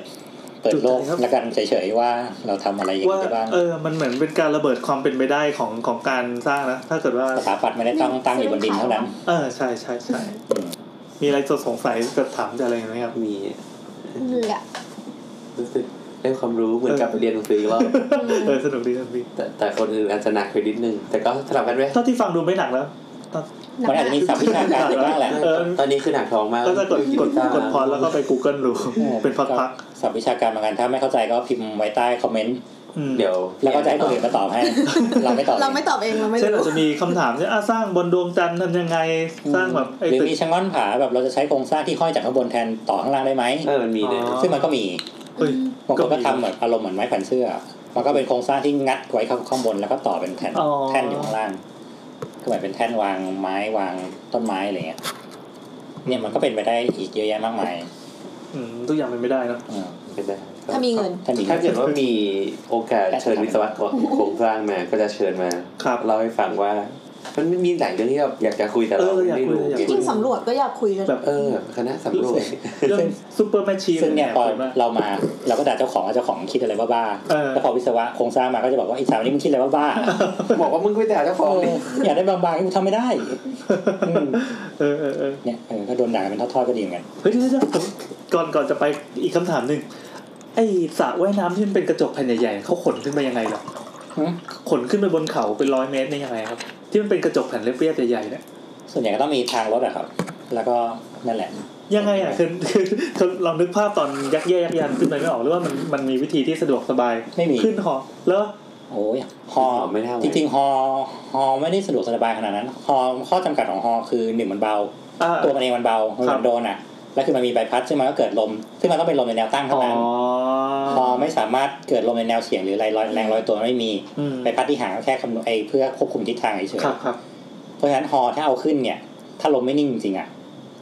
เปิดโลก จุดไหนครับ ละกันเฉยๆว่าเราทำอะไรอย่าง ว่า ไรบ้าง เออมันเหมือนเป็นการระเบิดความเป็นไปได้ของของการสร้างนะ ถ้าเกิดว่า สถาปัตย์ไม่ได้ต้องตั้งอยู่บนดินเท่านั้น เออใช่ใช่ใช่มีอะไรจะสงสัยจะถามจะอะไรไหมครับ มี เหนื่อยอะ รู้สึกได้ความรู้เหมือนกลับไปเรียนหนังสืออีก รอบ เออสนุกดีสนุกดี แต่แต่คนอื่นอาจจะหนักไปนิดนึง แต่ก็สลับกันไว้ เท่าที่ฟังดูไม่หนักแล้ว ห มันอาจจะมีศัพท์วิชาการอยู่บ้างแหละ เออ ตอนนี้คือหนักท้องมาก ก็จะกด น กด ตาร์ กดพอแล้วก็ไป Google ดูเป็นพัก ศัพท์วิชาการบางอันถ้าไม่เข้าใจก็พิมพ์ไว้ใต้คอมเมนต์ ๆอืม เดี๋ยว แล้วก็จะให้คนอื่นมาตอบให้ เราไม่ตอบ เราไม่ตอบเองเราไม่ เช่นอา รู้ จจะมีคำถามเช่นอ่ะสร้างบนดวงจันทร์ทำยังไงสร้างแบบไอ้ หรือ ตึก มีชะง่อนผาแบบเราจะใช้โครงสร้างที่ห้อยจากข้างบนแทนต่อข้างล่างได้ไหม เออมันมีเนี่ย อ๋อ ซึ่งมันก็มี เอ้ย บางคน ก็ ก็ มี ทำแบบอารมณ์เหมือนไม้แผ่นเสื้อ มันก็เป็นโครงสร้างที่งัดไว้ข้างข้างบนแล้วก็ต่อเป็นแท่น อ๋อ แท่นอยู่ข้างล่างก็เหมือนเป็นแท่นวางไม้วางต้นไม้อะไรเงี้ยเนี่ยมันก็เป็นไปได้อีกเยอะแยะมากมาย อืมทุกอย่างเป็นไม่ได้เนอะ อืม เป็นไปได้ ถ้ามีเงิน ถ้ามี ถ้าเกิดว่ามีโอกาสเชิญวิศวกรโครงสร้างมาก็จะเชิญมา ครับ เล่าให้ฟังว่า มันมีหลายเรื่องที่เราอยากจะคุยแต่เรา เอออยาก ไม่ คุย รู้ อยากคุ จริ ย งสำรวจก็อยากคุยกัน แบบ เออคณะสำรวจ เรื่องซูเปอร์แมชชีน ซึ่งเนี่ยพอ ปิดมา เรามาเราก็ด่าเจ้าของว่าเจ้าของคิดอะไรบ้า เออ ๆแล้วพอวิศวะโครงสร้างมาก็จะบอกว่าไอ้สาวนี้มึงคิดอะไรบ้าๆ บอกว่ามึงไปแต่เจ้าของดิ อยากได้บางๆกูทำไม่ ได้ อืม เออเออเออ เนี่ยเออก็โดนด่ากันเป็นทอดๆก็ดีเหมือนกัน เฮ้ยเดี๋ยวเดี๋ยวผมก่อนก่อนจะไปอีกคำถามหนึ่งไอ้สระว่ายน้ำที่มันเป็นกระจกแผ่นใหญ่ๆเขาขนขึ้นไปยังไงเหรอ หือ ขนขึ้นไปบนเขาเป็นร้อยเมตรนี่ยังไงครับ ที่มันเป็นกระจกแผ่นเรียบๆใหญ่ๆเนี่ย ส่วนใหญ่ก็ต้องมีทางรถอะครับ แล้วก็นั่นแหละ ยังไงอ่ะคือคือคือ ลองนึกภาพตอนยักแย่ยักยันขึ้นไปไม่ออกหรือว่ามันมันมีวิธีที่สะดวกสบาย ไม่มี ขึ้นหอแล้ว โอ้ยฮอ ไม่ได้ จริงๆฮอฮอไม่ได้สะดวกสบายขนาดนั้นฮอข้อจำกัดของฮอคือหนึ่งมันเบา อ่า ตัวมันเองมันเบา ครับ มันโดนอะแล้วคือมันมีใบพัดซึ่งมันก็เกิดลม ซึ่งมันต้องเป็นลมในแนวตั้งเท่า อ๋อ นั้นฮอไม่สามารถเกิดลมในแนวเฉียงหรืออะไรลอยแรงลอยตัวไม่มี อืม ใบพัดที่หางก็แค่คำนวณไอ้เพื่อควบคุมทิศทางเฉย ครับครับ ๆเพราะฉะนั้นฮอถ้าเอาขึ้นเนี่ย ถ้าลมไม่นิ่งจริงๆอะ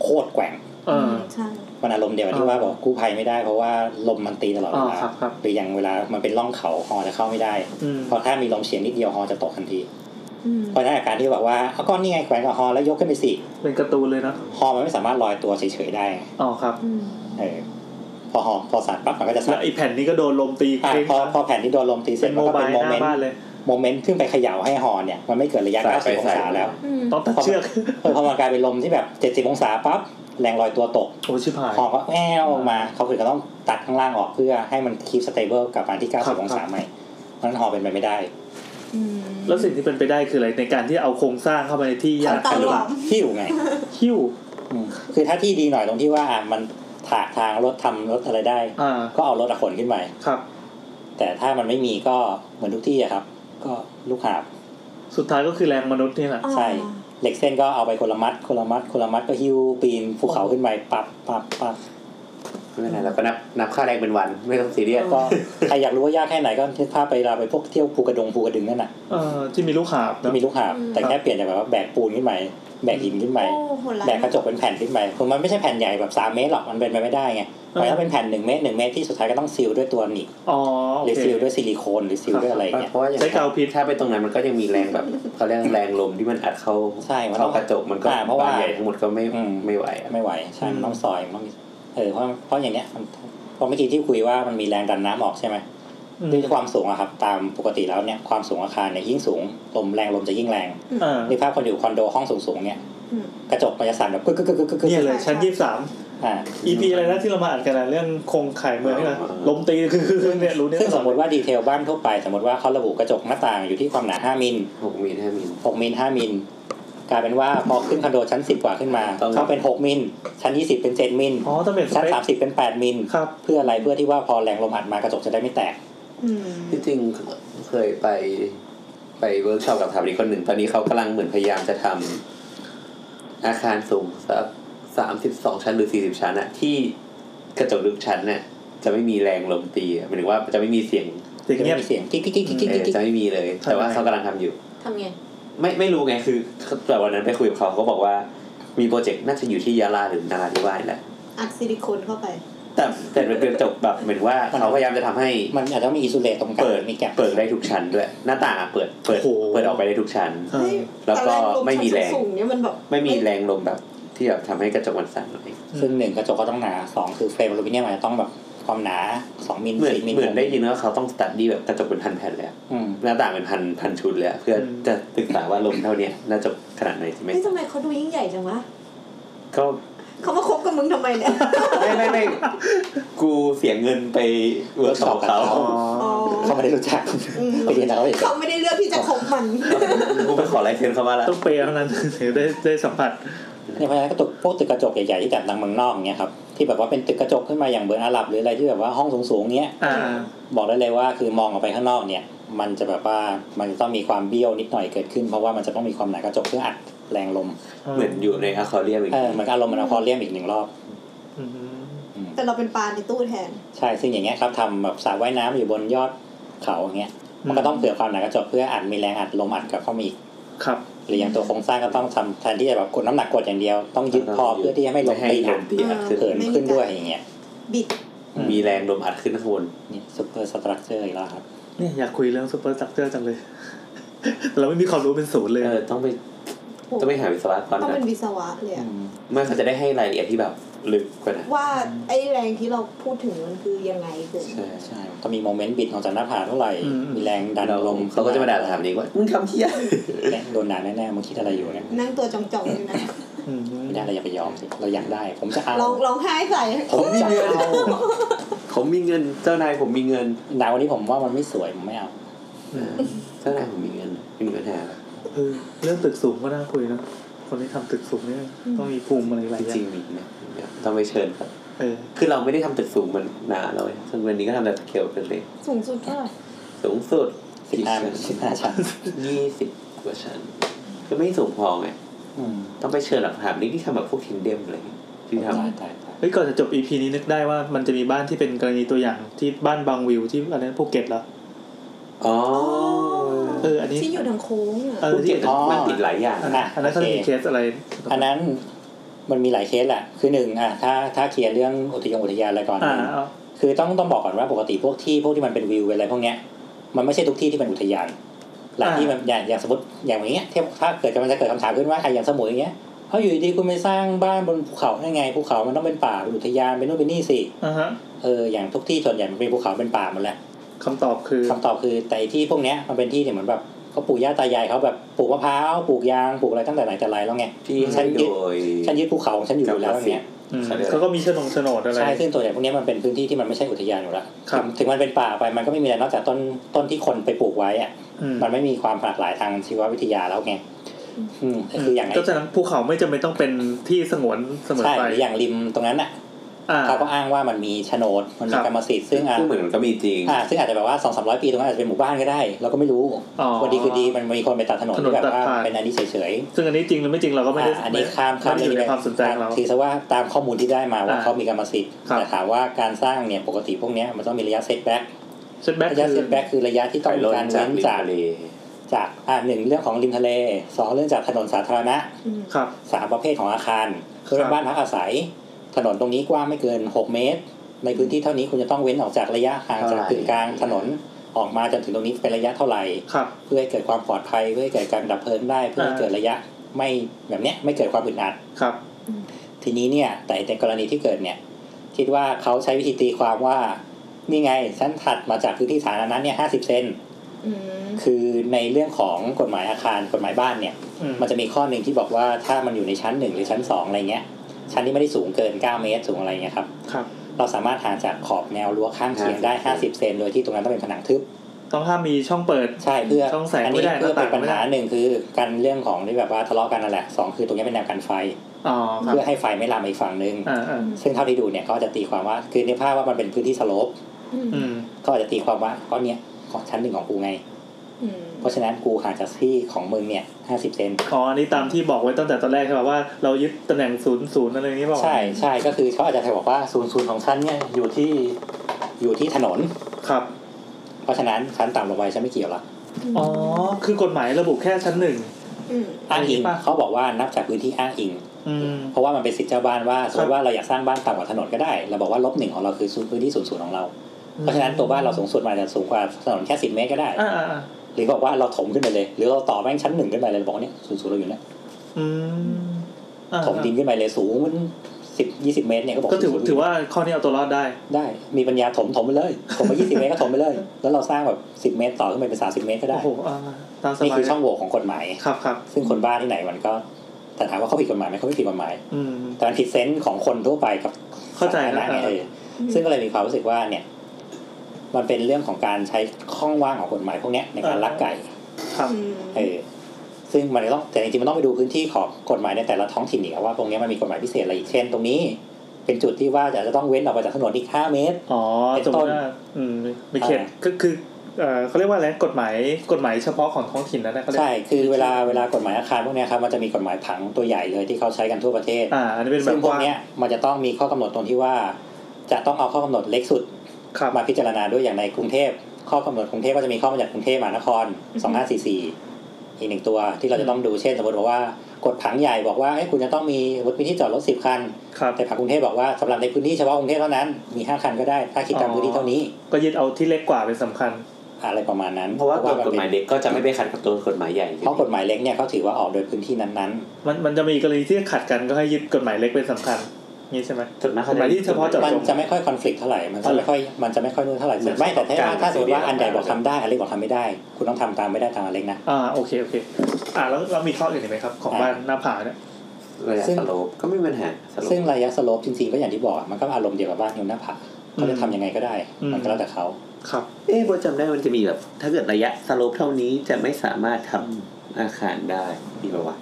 โคตรแกว่ง เออ ใช่ มันอารมณ์เดียวกับที่ว่าบอกกู้ภัยไม่ได้เพราะว่าลมมันตีตลอดเว อ๋ ลา อครับครับ หรืออย่างเวลามันเป็นร่องเขาฮอจะเข้าไม่ได้ อืม เพราะถ้ามีลมเฉียงนิดเดียวฮอจะตกทันที อืม เพราะฉะนั้นอาการที่บอกว่าเอาก้อนนี่ไงแขวนกับฮอแล้วยกขึ้นไปสิ เป็นการ์ตูนเลยเนอะ ฮอมันไม่สามารถลอยตัวเฉยๆได้ อ๋อครับ อืม เออพอฮอพอสานปั๊บมันก็จะ แล้ สั่ วน ไอ้แผ่นนี้ก็โดนลมตี อ่ะ เคร่ง พอพอแผ่นที่โดนลมตีเส เป็ ร็ น จ โม มันก็ บา เป็ ยหนน้าโมเมนต์ บ้านเลย โมเมนต์ขึ้นไปเขย่าให้ฮอเนี่ยมันไม่เกิดระยะ สายไป 90 อง สาย ศา มา แล้ว อืม ต้องตัดเชือก เออพอมันกลายเป็นลมที่แบบ 70 องศาปั๊บแรงลอยตัวตก โอ้ชิบหาย พอก็แอวออกมาเขาคือก็ต้องตัดข้างล่างออกเพื่อให้มันคี p สเตเบิลกลับมาที่ ครับ 90 องศาใหม่เพราะฉะนั้นหอเป็นไปไม่ได้ อืม แล้วสิ่งที่เป็นไปได้คืออะไรในการที่เอาโครงสร้างเข้าไปในที่ยาก เตา อัน หล ล อม ที่อยู่ไง คิ้ว อืมคือถ้าที่ดีหน่อยตรงที่ว่าอ่ะมันถากทางรถทำรถอะไรได้ อ่า ก็เอารถอะขนขึ้นไป ครับ แต่ถ้ามันไม่มีก็เหมือนทุกที่อะครับ ก็ลูกหาบ สุดท้ายก็คือแรงมนุษย์นี่แหละ ใช่เหล็กเส้นก็เอาไปคนละมัดคนละมัดคนละมัดก็หิ้วปีนภูเขาขึ้นไปปับปับปับ ไม่เป็นไรเราก็นับนับค่าแรงเป็นวันไม่ต้องซีเรียส ก็ใครอยากรู้ว่ายากแค่ไหนก็นึกภาพไปเราไปพวกเที่ยวภูกระดงภูกระดึงนั่นน่ะ เอ่อที่มีลูกหาบ ก็ นะ มีลูกหาบแต่แค่เปลี่ยนจากแบบว่าแบกปูนขึ้นไปแบกหินขึ้นไป โอ้โหร้าย แบกกระจกเป็นแผ่นขึ้นไปคือมันไม่ใช่แผ่นใหญ่แบบสามเมตรหรอก มันเป็นไปไม่ได้ไงแต่ถ้าเป็นแผ่นหนึ่งเมตรหนึ่งเมตรที่สุดท้ายก็ต้องซีลด้วยตัวหนีบ อ๋อ ห โอ รือ เค ซีลด้วยซิลิโคนหรือซีลด้วยอะไรเงี้ย เพราะว่าอย่าง ใช้กาวพิษ ถ้าไปตรงนั้นมันก็ยังมีแรงแบบเขาเรียกแรงลมที่มันอัดเข้า ใช่มันต้ เข้ากองระจกมันก็ อ่าเพราะว่า บนใหญ่ทั้งหมดก็ไม่ อืม ไม่ไหวอะ ไม่ไหว ใช่ อืม มันต้องซอยมันต้องเออเพราะเพราะอย่างเนี้ยมันเพราะเมื่อกี้ที่คุยว่ามันมีแรงดันน้ำออกใช่ไหม อืม ด้วยความสูงอะครับ ตามปกติแล้วเนี่ยความสูงอาคารเนี่ยยิ่งสูงลมแรงลมจะยิ่งแรง อ่า นี่ภาพคนอยู่คอนโดห้องสูงๆเนี่ย อืม กระจกมันจะสั่นแบบกึกกึกกึกกึกกึก เนี่ยเลยชั้นยี่สาม อ่า อีพีอะไรนะที่เรามาอ่านกันนะเรื่องโครงข่ายเมืองนี่นะลมตีคือคือเนี่ยรู้เนี่ย ซึ่งสมมติว่าดีเทลบ้านทั่วไป สมมติว่าเขาระบุกระจกหน้าต่างอยู่ที่ความหนา5มิล หกมิลห้ามิล หกมิลห้ามิลกลายเป็นว่าพอขึ้นคอนโดชั้นสิบกว่าขึ้นมา ต้อง ต้องเป็นหกมิลชั้นยี่สิบเป็นเจ็ดมิล อ๋อต้องเป็นส ชั้น เปค สามสิบเป็นแปดมิล ครับ เพื่ออะไรเพื่อที่ว่าพอแรงลมอัดมากระจกจะได้ไม่แตก อืม ที่จริงเคยไปไปเวิร์กช็อปกับสถาปนิกคนหนึ่ง ตอนนี้เขากำลังเหมือนพยายามจะทำอาคารสูงสักสามสิบสองชั้นหรือสี่สิบชั้นอะที่กระจกทุกชั้นเนี่ย จะไม่มีแรงลมตีอะหมายถึงว่าจะไม่มีเสียง เสียงเงียบ มีเสียงกิ๊กกิ๊กกิ๊กกิ๊ก เอ กิ๊อกกิ๊ก จะไม่มีเลย แต่ว่า ทำไม เขากำลังทำอยู่ ทำไง ไม่ไม่รู้ไงคือแต่วันนั้นไปคุยกับเขาเขาบอกว่ามีโปรเจกต์น่าจะอยู่ที่ยะลาหรือนาราธิวาสนี่แหละ อัดซิลิโคนเข้าไป แต่แต่มันเป็นจบแบบเหมือนว่าเขาพยายามจะทำให้ มันอาจจะต้องมีอิสูเลตตรงกลาง เปิด มีแก็บ เปิดได้ทุกชั้นด้วย หน้าต่างอะเปิดเปิด โอ้โห เปิดออกไปได้ทุกชั้น เอ เฮ้ อย แล้วก็ไม่มีแรง ต่สูงเนี่ยมันแบบ ไม่มีแรงลมแบบที่แบบทำให้กระจกมันสั่นอะไรอย่างเงี้ย ซึ่งหนึ่งกระจกก็ต้องหนาสองคือเฟรมอลูมิเนียมอาจจะต้องแบบความหนาสองมิล เหมือน สี่มิล เหมือนได้ยินว่าเขาต้องสตัดดี้แบบกระจกเป็นพันแผ่นเลยอะ อืม หน้าต่างเป็นพันพันชุดเลยอะเพื่อจะศึกษาว่าลมเท่าเนี้ยน่าจะขนาดไหนใช่ไหม เฮ้ยทำไมเขาดูยิ่งใหญ่จังวะ ก็ เขามาคบกับมึงทำไมเนี่ย ไม่ไม่ไม่กูเสียเงินไปเวิร์กช็อปกับเขา อ๋อ อ๋อ เขาไม่ได้รู้จัก อืม ไปเรียนแล้วเฉย เขาไม่ได้เลือกที่จะคบมัน กูไปขอลายเซ็นเขามาแล้ว ต้องเปย์เท่านั้น ถึงได้ได้สัมผัส ๆเนี่ยเพราะฉะนั้นก็ตึกพวกตึกกระจกใหญ่ๆที่จัดดังเมืองนอกอย่างเงี้ยครับที่แบบว่าเป็นตึกกระจกขึ้นมาอย่างเบอร์อาหรับหรืออะไรที่แบบว่าห้องสูงๆเนี้ย อ่า บอกได้เลยว่าคือมองออกไปข้างนอกเนี่ย มันจะแบบว่ามันจะต้องมีความเบี้ยวนิดหน่อยเกิดขึ้น เพราะว่ามันจะต้องมีความหนากระจกเพื่ออัดแรงลม เหมือนอยู่ในอะคาเรียมอีก เออเหมือนกับอารมณ์เหมันเอาคอเลียมอีกหนึ่งรอบ อืม แต่เราเป็นปลาในตู้แทน ใช่ซึ่งอย่างเงี้ยครับทำแบบสระว่ายน้ำอยู่บนยอดเขาอย่างเงี้ยมันก็ต้องเผื่อความหนากระจกเพื่ออัดมีแรงอัดลมอัดกลับเข้ามาอีก ครับ หรืออย่างตัวโครงสร้างก็ต้องทำแทนที่จะแบบกดน้ำหนักกดอย่างเดียว ต้องยึดพอเพื่อที่จะไม่ลม ให้ ตี ล อัด มตีอัดขึ้น เกิดขึ้นด้วยอย่างเงี้ย บิด มีแรงลมอัดขึ้นข้างบน นี่ซุปเปอร์สตรัคเจอร์อีกแล้วครับ เนี่ยอยากคุยเรื่องซูเปอร์สักเจอร์จังเลย เราไม่มีความรู้เป็นศูนย์เลย เออต้องไปต้องไปหาวิศวกร ต้อง นะ เป็นวิศวะเลย อื อะ ม ไมันเขาจะได้ให้รายละเอียดที่แบบลึกกว่านั้น ว่าไอ้แรงที่เราพูดถึงมันคือยังไงคือ ใช่ ใช่ต้องมีโมเมนต์บิดออกจากหน้าผากเท่าไหร่ อืม มีแรงดัน เรา ลม เขาก็จะมาด่าถามนี้ว่ามึงทำเที่ย แน่โดนด่าแน่ๆมึงคิดอะไรอยู่เนี่ย นั่งตัวจ่องๆอยู่นะ อืม ไม่ได้เราอย่าไปยอมสิ เราอยากได้ ผมจะเอา ร้องร้องไห้ใส่ ผมจะเอา ผมมีเงินเจ้านายผมมีเงิน ด่าวันนี้ผมว่ามันไม่สวยผมไม่เอา เจ้านายผมมีเงินไม่มีปัญหา เออเรื่องตึกสูงก็น่าคุยนะ คนที่ทำตึกสูงเนี่ยต้องมีภูมิอะไรหลา จ ยอย่า ริงงๆมีนะเดี๋ยวต้องไปเชิญครับ เออ คือเราไม่ได้ทำตึกสูงมันนานแล้วเว้ยซึ่งวันนี้ก็ทำแต่สเกลเป็นเล็ก สูงสุดเท่าไหร่ สูงสุด สิบห้าสิบห้าชั้น ยี่สิบกว่าชั้นก็ไม่สูงพอไง อืม ต้องไปเชิญหลักฐานนี่ที่ทำแบบพวกทินเดมอะไรอย่างเงี้ยที่ท ตายตายตาย เฮ้ยก่อนจะจบ EP นี้นึกได้ว่ามันจะมีบ้านที่เป็นกรณีตัวอย่างที่บ้านบางวิวที่อะไรนะภูเก็ตเหรอ ำอ๋อ เอออันนี้ ที่อยู่ทางโค้งอะ เออ ภู ที่ เก็ตมันติดหลายอย่าง ะ นะ อันนั้นเขาจะมีเคสอะไร อันนั้นมันมีหลายเคสแหละ คือหนึ่งอ่ะถ้าถ้าเคลียร์เรื่องอุทยงอุทยานอะไรก่อน อ่า นะ เอา คือต้องต้องบอกก่อนว่าปกติพวกที่พวกที่มันเป็นวิวเป็นอะไรพวกเนี้ย มันไม่ใช่ทุกที่ที่เป็นอุทยาน หลายที่มันอย่างอย่างสมมติอย่างอย่างเงี้ยถ้าถ้าเกิดมันจะเกิดคำถามขึ้นว่าอ่ะอย่างสมุยอย่างเงี้ยเขาอยู่ดีๆคุณไปสร้างบ้านบนภูเขาได้ไงภูเขามันต้องเป็นป่าเป็นอุทยานเป็นนู่นเป็นนี่สิ อ่าฮะ เอออย่างทุกที่ส่วนใหญ่มันเป็นภูเขาเป็นป่าหมดแหละ คำตอบคือ คำตอบคือแต่ที่พวกเนี้ยมันเป็นที่เนี่ยเหมือนแบบเขาปู่ย่าตายายเขาแบบปลูกมะพร้าวปลูกยางปลูกอะไรตั้งแต่ไหนแต่ไรแล้วไง ที่ ฉั ให้ น โด ยึด ย ฉันยึดภูเขาของฉันอยู่อยู่แล้วอย่างเงี้ย อืมเขาก็มีชนงโฉนดอะไร ใช่ซึ่งส่วนใหญ่พวกเนี้ยมันเป็นพื้นที่ที่มันไม่ใช่อุทยานอยู่แล้ว ครับ ถึงถึงมันเป็นป่าไปมันก็ไม่มีอะไรนอกจากต้นต้นที่คนไปปลูกไว้อะ อืม มันไม่มีความหลากหลายทางชีววิทยาแล้วไงอืมคืออย่างไง ก็ฉะนั้นภูเขาไม่จำเป็นต้องเป็นที่สงวนเสมอ ใช่ ไป หรืออย่างริมตรงนั้นอ่ะ อ่า เขาก็อ้างว่ามันมีโฉนดมัน ค มี รับ กรรมสิทธิ์ซึ่งอ่ะ ซึ่งเหมือนมันก็มีจริง อ่าซึ่งอาจจะแบบว่าสองสามร้อยปีตรงนั้นอาจจะเป็นหมู่บ้านก็ได้เราก็ไม่รู้ อ๋อ วันดีคือดีมันมีคนไปตัดถนน ถนน ที่แบบว่า ตัดผ่าน เป็นอันนี้เฉย ซึ่งอันนี้จริงหรือไม่จริงเราก็ ๆ ไม่ได้ อ่าอันนี้ข้ามข้าม ไได้อยู่ในความสนใจ ต ของเรา ถือซะว่าตามข้อมูลที่ได้มาว่า อ่า เขามีกรรมสิทธิ์ ครับ แต่ถามว่าการสร้างเนี่ยปกติพวกเนี้ยมันต้องมีระยะเซตแบ็ก เซตแบ็ก ระยะ คื เซ อ ตแบ็กคือระยะที่ต้องมีการเว้นจากจากอ่าหนึ่งเรื่องของริมทะเลสองเรื่องจากถนนสาธารณะ อืม ครับ สามประเภทของอาคารคือ ครับ เป็นบ้านพักอาศัย ถนนตรงนี้กว้างไม่เกิน 6 เมตร ในพื้นที่เท่านี้คุณจะต้องเว้นออกจากระยะห่างจาก เท่าไหร่ กึ่งกลางถนนออกมาจนถึงตรงนี้เป็นระยะเท่าไหร่ ครับ เพื่อให้เกิดความปลอดภัยเพื่อให้เกิดการดับเพลิงได้เพื่อให้ อ่า เกิดระยะไม่แบบเนี้ยไม่เกิดความอึดอัด ครับ ทีนี้เนี่ยแต่ในกรณีที่เกิดเนี่ยคิดว่าเขาใช้วิธีตีความว่านี่ไงฉันถัดมาจากพื้นที่สาธารณะเนี่ยห้าสิบเซน อืม คือในเรื่องของกฎหมายอาคารกฎหมายบ้านเนี่ย อืม มันจะมีข้อหนึ่งที่บอกว่าถ้ามันอยู่ในชั้นหนึ่งหรือชั้นสองอะไรเงี้ยชั้นที่ไม่ได้สูงเกิน 9 เมตรสูงอะไรเงี้ยครับ ครับ เราสามารถห่างจากขอบแนวรั้วข้างเคียงได้ 50 เซนโดยที่ตรงนั้นต้องเป็นผนังทึบ ต้องห้ามมีช่องเปิด ใช่เพื่อ ช่องแสง อัน ไม่ นี้ ได้ เพื่อหเป็นน้าต่าง ปัญหา ไม่ได้ หนึ่งคือการเรื่องของที่แบบว่าทะเลาะกันนั่นแหละสองคือตรงนี้เป็นแนวกันไฟ อ๋อครับ เพื่อให้ไฟไม่ลามไปอีกฝั่งหนึ่ง อ่าอ่า ซึ่งเท่าที่ดูเนี่ยเขาจะตีความว่าคือในภาพว่ามันเป็นพื้นที่สโลป อืม อืม เขาอาจจะตีความว่าก้อนเนี้ยของชั้นหนึ่งของกูไง อืม เพราะฉะนั้นกูห่างจากที่ของมึงเนี่ยห้าสิบเซน อ๋ออันนี้ตามที่บอกไว้ตั้งแต่ตอนแรกใช่ป่ะว่าเรายึดตำแหน่งศูนย์ศูนย์อะไรอย่างนี้เปล่า ใช่ใช่ก็คือเขาอาจจะบอกว่าศูนย์ศูนย์ของชั้นเนี่ยอยู่ที่ อยู่ที่ถนน ครับ เพราะฉะนั้นชั้นต่ำลงไปฉันไม่เกี่ยวหรอก อ๋อ คือกฎหมายระบุแค่ชั้นหนึ่ง อืม อ้างอิง อันนี้ปะ เขาบอกว่านับจากพื้นที่อ้างอิง อืม เพราะว่ามันเป็นสิทธิ์เจ้าบ้านว่าสมม ครับ ติว่าเราอยากสร้างบ้านต่ำกว่าถนนก็ได้เราบอกว่าลบหนึ่งของเราคือพื้นที่ศูนย์ศูนย์ของเรา เพราะฉะนั้นตัวบ้านเราสูงสุดมันอาจจะสูงกว่าถนนแค่สิบเมตรก็ได้ อ่าอ่าอ่า หรือบอกว่าเราถมขึ้นไปเลย หรือเราต่อแม่งชั้นหนึ่งขึ้นไปเลยบอกว่าเนี่ยศูนย์ศูนย์เราอยู่เนี่ย อืมอ่า ถมดินขึ้นไปเลยสูงมันสิบยี่สิบเมตรเนี่ยก็บอก ก็ถือ ศูนย์ศูนย์ ถือว่าข้อนี้เอาตัวรอดได้ ได้มีปัญญาถมถมไปเลยถมไปยี่สิบเมตรก็ถมไปเลย แล้วเราสร้างแบบสิบเมตรต่อขึ้นไปเป็นสามสิบเมตรก็ได้ โอ้โหอ่าตามส นี่ บาย คือช่องโหว่ของกฎหมาย ครับครับ ซึ่งคนบ้าที่ไหนมันก็แต่ถามว่าเขาผิดกฎหมายไหมเขาไม่ผิดกฎหมาย อืม แต่มันผิดเซนส์ของคนทั่วไปกับ เข้าใจ สธรณะ นะ ไง เออ เออซึ่งก็เลยมีความรู้สึกว่าเนี่ย มันเป็นเรื่องของการใช้ข้องว่างของกฎหมายพวกเนี้ยในการลักไก่ ครับ อืม เออซึ่งมันจะต้องแต่จริงๆมันต้องไปดูพื้นที่ของกฎหมายในแต่ละท้องถิ่นอีกว่าตรงเนี้ยมันมีกฎหมายพิเศษอะไรอีกเช่น ตรงนี้ เป็นจุดที่ว่าจะต้องเว้นออกไปจากถนนอีก5เมตร อ๋อ เป็น สม ต้ ม น ติว่าอืมมีเขต อ่า ก็คือเอ่อเขาเรียกว่าอะไรกฎหมายกฎหมายเฉพาะของท้องถิ่นนั่นนะเขาเรียก ใช่คือเวลาเวลากฎหมายอาคารพวกเนี้ยครับมันจะมีกฎหมายผังตัวใหญ่เลยที่เขาใช้กันทั่วประเทศ อ่า อันนี้เป็นแบ ซึ่ง บ พวก ว่า เนี้ยมันจะต้องมีข้อกำหนดตรงที่ว่า จะต้องเอาข้อกำหนดเล็กสุด ครับ มาพิจารณาด้วยอย่างในกรุงเทพข้อกำหนดกรุงเทพก็จะมีข้อบัญญัติกรุงเทพมหานคร 2544 อีกหนึ่งตัวที่เราจะต้องดูเช่นสมมติบอกว่ากฎผังใหญ่บอกว่าเอ้ยคุณจะต้องมีรถมีที่จอดรถ 10 คัน ครับ แต่ผังกรุงเทพบอกว่าสำหรับในพื้นที่เฉพาะกรุงเทพเท่านั้นมี 5 คันก็ได้ถ้าคิดตามพื้นที่เท่านี้ ก็ยึดเอาที่เล็กกว่าเป็นสำคัญ อะไรประมาณนั้น เพราะว่าตัว มัน กฎหมาย เป็น เด็กก็จะไม่ไปขัดกับตัวกฎหมายใหญ่ เพราะกฎหมายเล็กเนี่ยเขาถือว่าออกโดยพื้นที่นั้น มันมันจะมีกรณีที่ขัดกันก็ให้ยึดกฎหมายเล็กเป็นสำคัญงี้ใช่ไหม ส่วนมากข กฎหมายที่เฉพาะเจา ๆ มันจะไม่ค่อยคอน FLICT เท่าไหร่มันจะไม่ค่อยมันจะไม่ค่อยนู่นเท่าไหร่ไม่แต่ถ้าถ้าสมมติว่าอันใหญ่บอกทำได้อันเล็กบอกทำไม่ได้ คุณต้องทำตามไม่ได้ตามอันเล็กนะ อ่าโอเคโอเค อ่าแล้วเรามีข้ออื่นอีกไหมครับ ของบ้านหน้าผาเนี่ย ระยะ ซึ่ง สโลปก็ไม่มีปัญหาสโลป ซึ่งระยะสโลปจริงๆก็อย่างที่บอกอะมันก็อารมณ์เดียวกับบ้านอยู่หน้าผาเขาจะทำยังไงก็ได้ มันก็แล้วแต่เขา ครับ เอ๊ะโบทจำได้มันจะมีแบบ ถ้าเกิดระยะสโลปเท่านี้จะไม่สามารถทำอาคารได้มีป่าวะ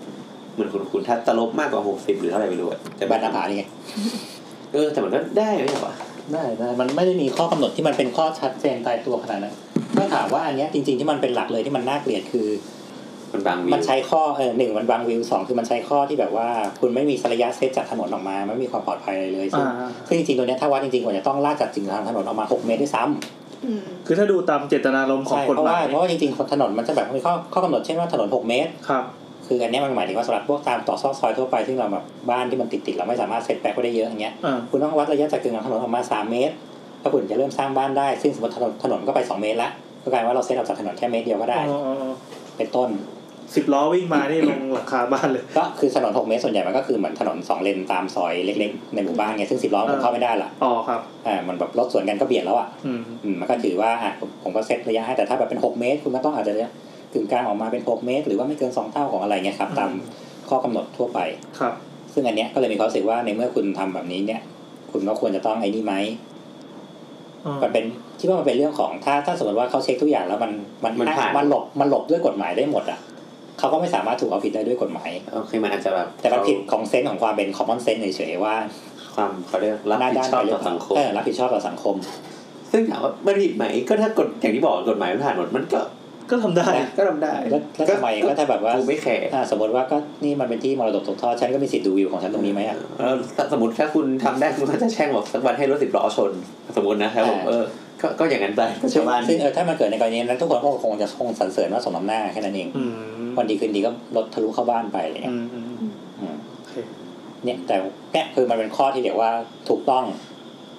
เหมือนคุณคุณถ้าสโลปมากกว่าหกสิบหรือเท่าไหร่ไม่รู้อะแต่ แต่ บ้า บ้าน น ห ห น้า น้า ผา ผานี่ไง เออแต่มันก็ได้ไม่ใช่ป่ะ ได้ได้มันไม่ได้มีข้อกำหนดที่มันเป็นข้อชัดเจนตายตัวขนาดนั้นถ้าถามว่าอันเนี้ยจริง ๆที่มันเป็นหลักเลยที่มันน่าเกลียดคือ มันบางวิว มันใช้ข้อเออหนึ่งมันบางวิวสองคือมันใช้ข้อที่แบบว่า คุณไม่มีระยะเซตจากถนนออกมาไม่มีความปลอดภัยอะไรเลยซึ่ง อ่า ซึ่งจริงๆตัวเนี้ยถ้าวัดจริงๆควรจะต้องลากจากจริงทางถนนออกมาหกเมตรด้วยซ้ำ อืม คือถ้าดูตามเจตนารมณ์ของ ใช่ กฎ เพราะ หมา ว่าย เพราะว่าจริงๆถนนมันจะแบบมีข้อข้อกำหนดเช่นว่าถนน 6 เมตร ครับ คืออันเนี้ยมันหมายถึงว่าสำหรับพวกตามต่อซอกซอยทั่วไปซึ่งเราแบบบ้านที่มันติดติดๆเราไม่สามารถเซตแบ็กไว้ได้เยอะอย่างเงี้ย อ่า คุณต้องวัดระยะจากกึ่งกลางถนนออกมา 3 เมตรถ้าคุณจะเริ่มสร้างบ้านได้ซึ่งสมมติถนนถนนก็ไป 2 เมตรละก็กลายว่าเราเซตออกจากถนนแค่เมตรเดียวก็ได้ อ๋ออ๋ออ๋อ เป็นต้น สิบล้อวิ่งมานี่ลงหลังคาบ้านเลย ก็คือถนน 6 เมตรส่วนใหญ่มันก็คือเหมือนถนน 2 เลนตามซอยเล็กๆในหมู่บ้านไงซึ่งสิบล้อมันเข้าไม่ได้ละ อ๋อครับ อ่ามันแบบรถสวนกันก็เบียดแล้วอ่ะ อืม อืมมันก็ถือว่าอ่ะผมผมก็เซตระยะให้แต่ถ้าแบบเป็น 6 เมตร คุณก็ต้องอาจจะกึ่งกลางออกมาเป็น 6 เมตร หรือว่าไม่เกิน 2 เท่าของอะไรเงี้ยครับ ตาม อืม ข้อกำหนดทั่วไป ครับ ซึ่งอันเนี้ยก็เลยมีความรู้สึกว่าในเมื่อคุณทำแบบนี้เนี่ย คุณก็ควรจะต้องไอ้นี่ไหม อ่า มันเป็นคิดว่ามันเป็นเรื่องของถ้าถ้าสมมติว่าเขาเช็คทุกอย่างแล้วมันมัน มันผ่าน มันหลบมันหลบด้วยกฎหมายได้หมดอ่ะเขาก็ไม่สามารถถูกเอาผิดได้ด้วยกฎหมาย โอเคมันอาจจะแบบ แต่มันผิดของเซนส์ของความเป็นคอมมอนเซนส์เฉยๆว่า ความเขาเรียกรับ หน้า ผิด ด้าน ชอบ ไปหรื ต่อ เปล่า สังคม เออรับผิดชอบต่อสังคม ซึ่งถามว่ามันผิดไหมก็ถ้ากฎอย่างที่บอกกฎหมายมันผ่านหมดมันก็ ก็ทำได้ ก็ทำได้ แล้วแล้วทำไมก็ถ้าแบบว่า กูไม่แคร์ อ่าสมมติว่าก็นี่มันเป็นที่มรดกตกทอดฉันก็มีสิทธิ์ดูวิวของฉันตรงนี้ไหมอ่ะ เออสมมติถ้าคุณทำได้คุณก็จะแช่งบอกสักวันให้รถสิบล้อชน สมมตินะครับผมเออก็ก็อย่างนั้นไปก็ ซึ่ ชาง วบ้าน ซึ่งเออถ้ามันเกิดในกรณีนั้นทุกคนก็คงจะคงสรรเสริญว่าสมน้ำหน้าแค่นั้นเอง อืม วันดีคืนดีก็รถทะลุเข้าบ้านไปอะไร อื เงี้ย มอืม อืม โอเค เนี่ยแต่เนี่ยคือมันเป็นข้อที่เรียกว่าถูกต้อง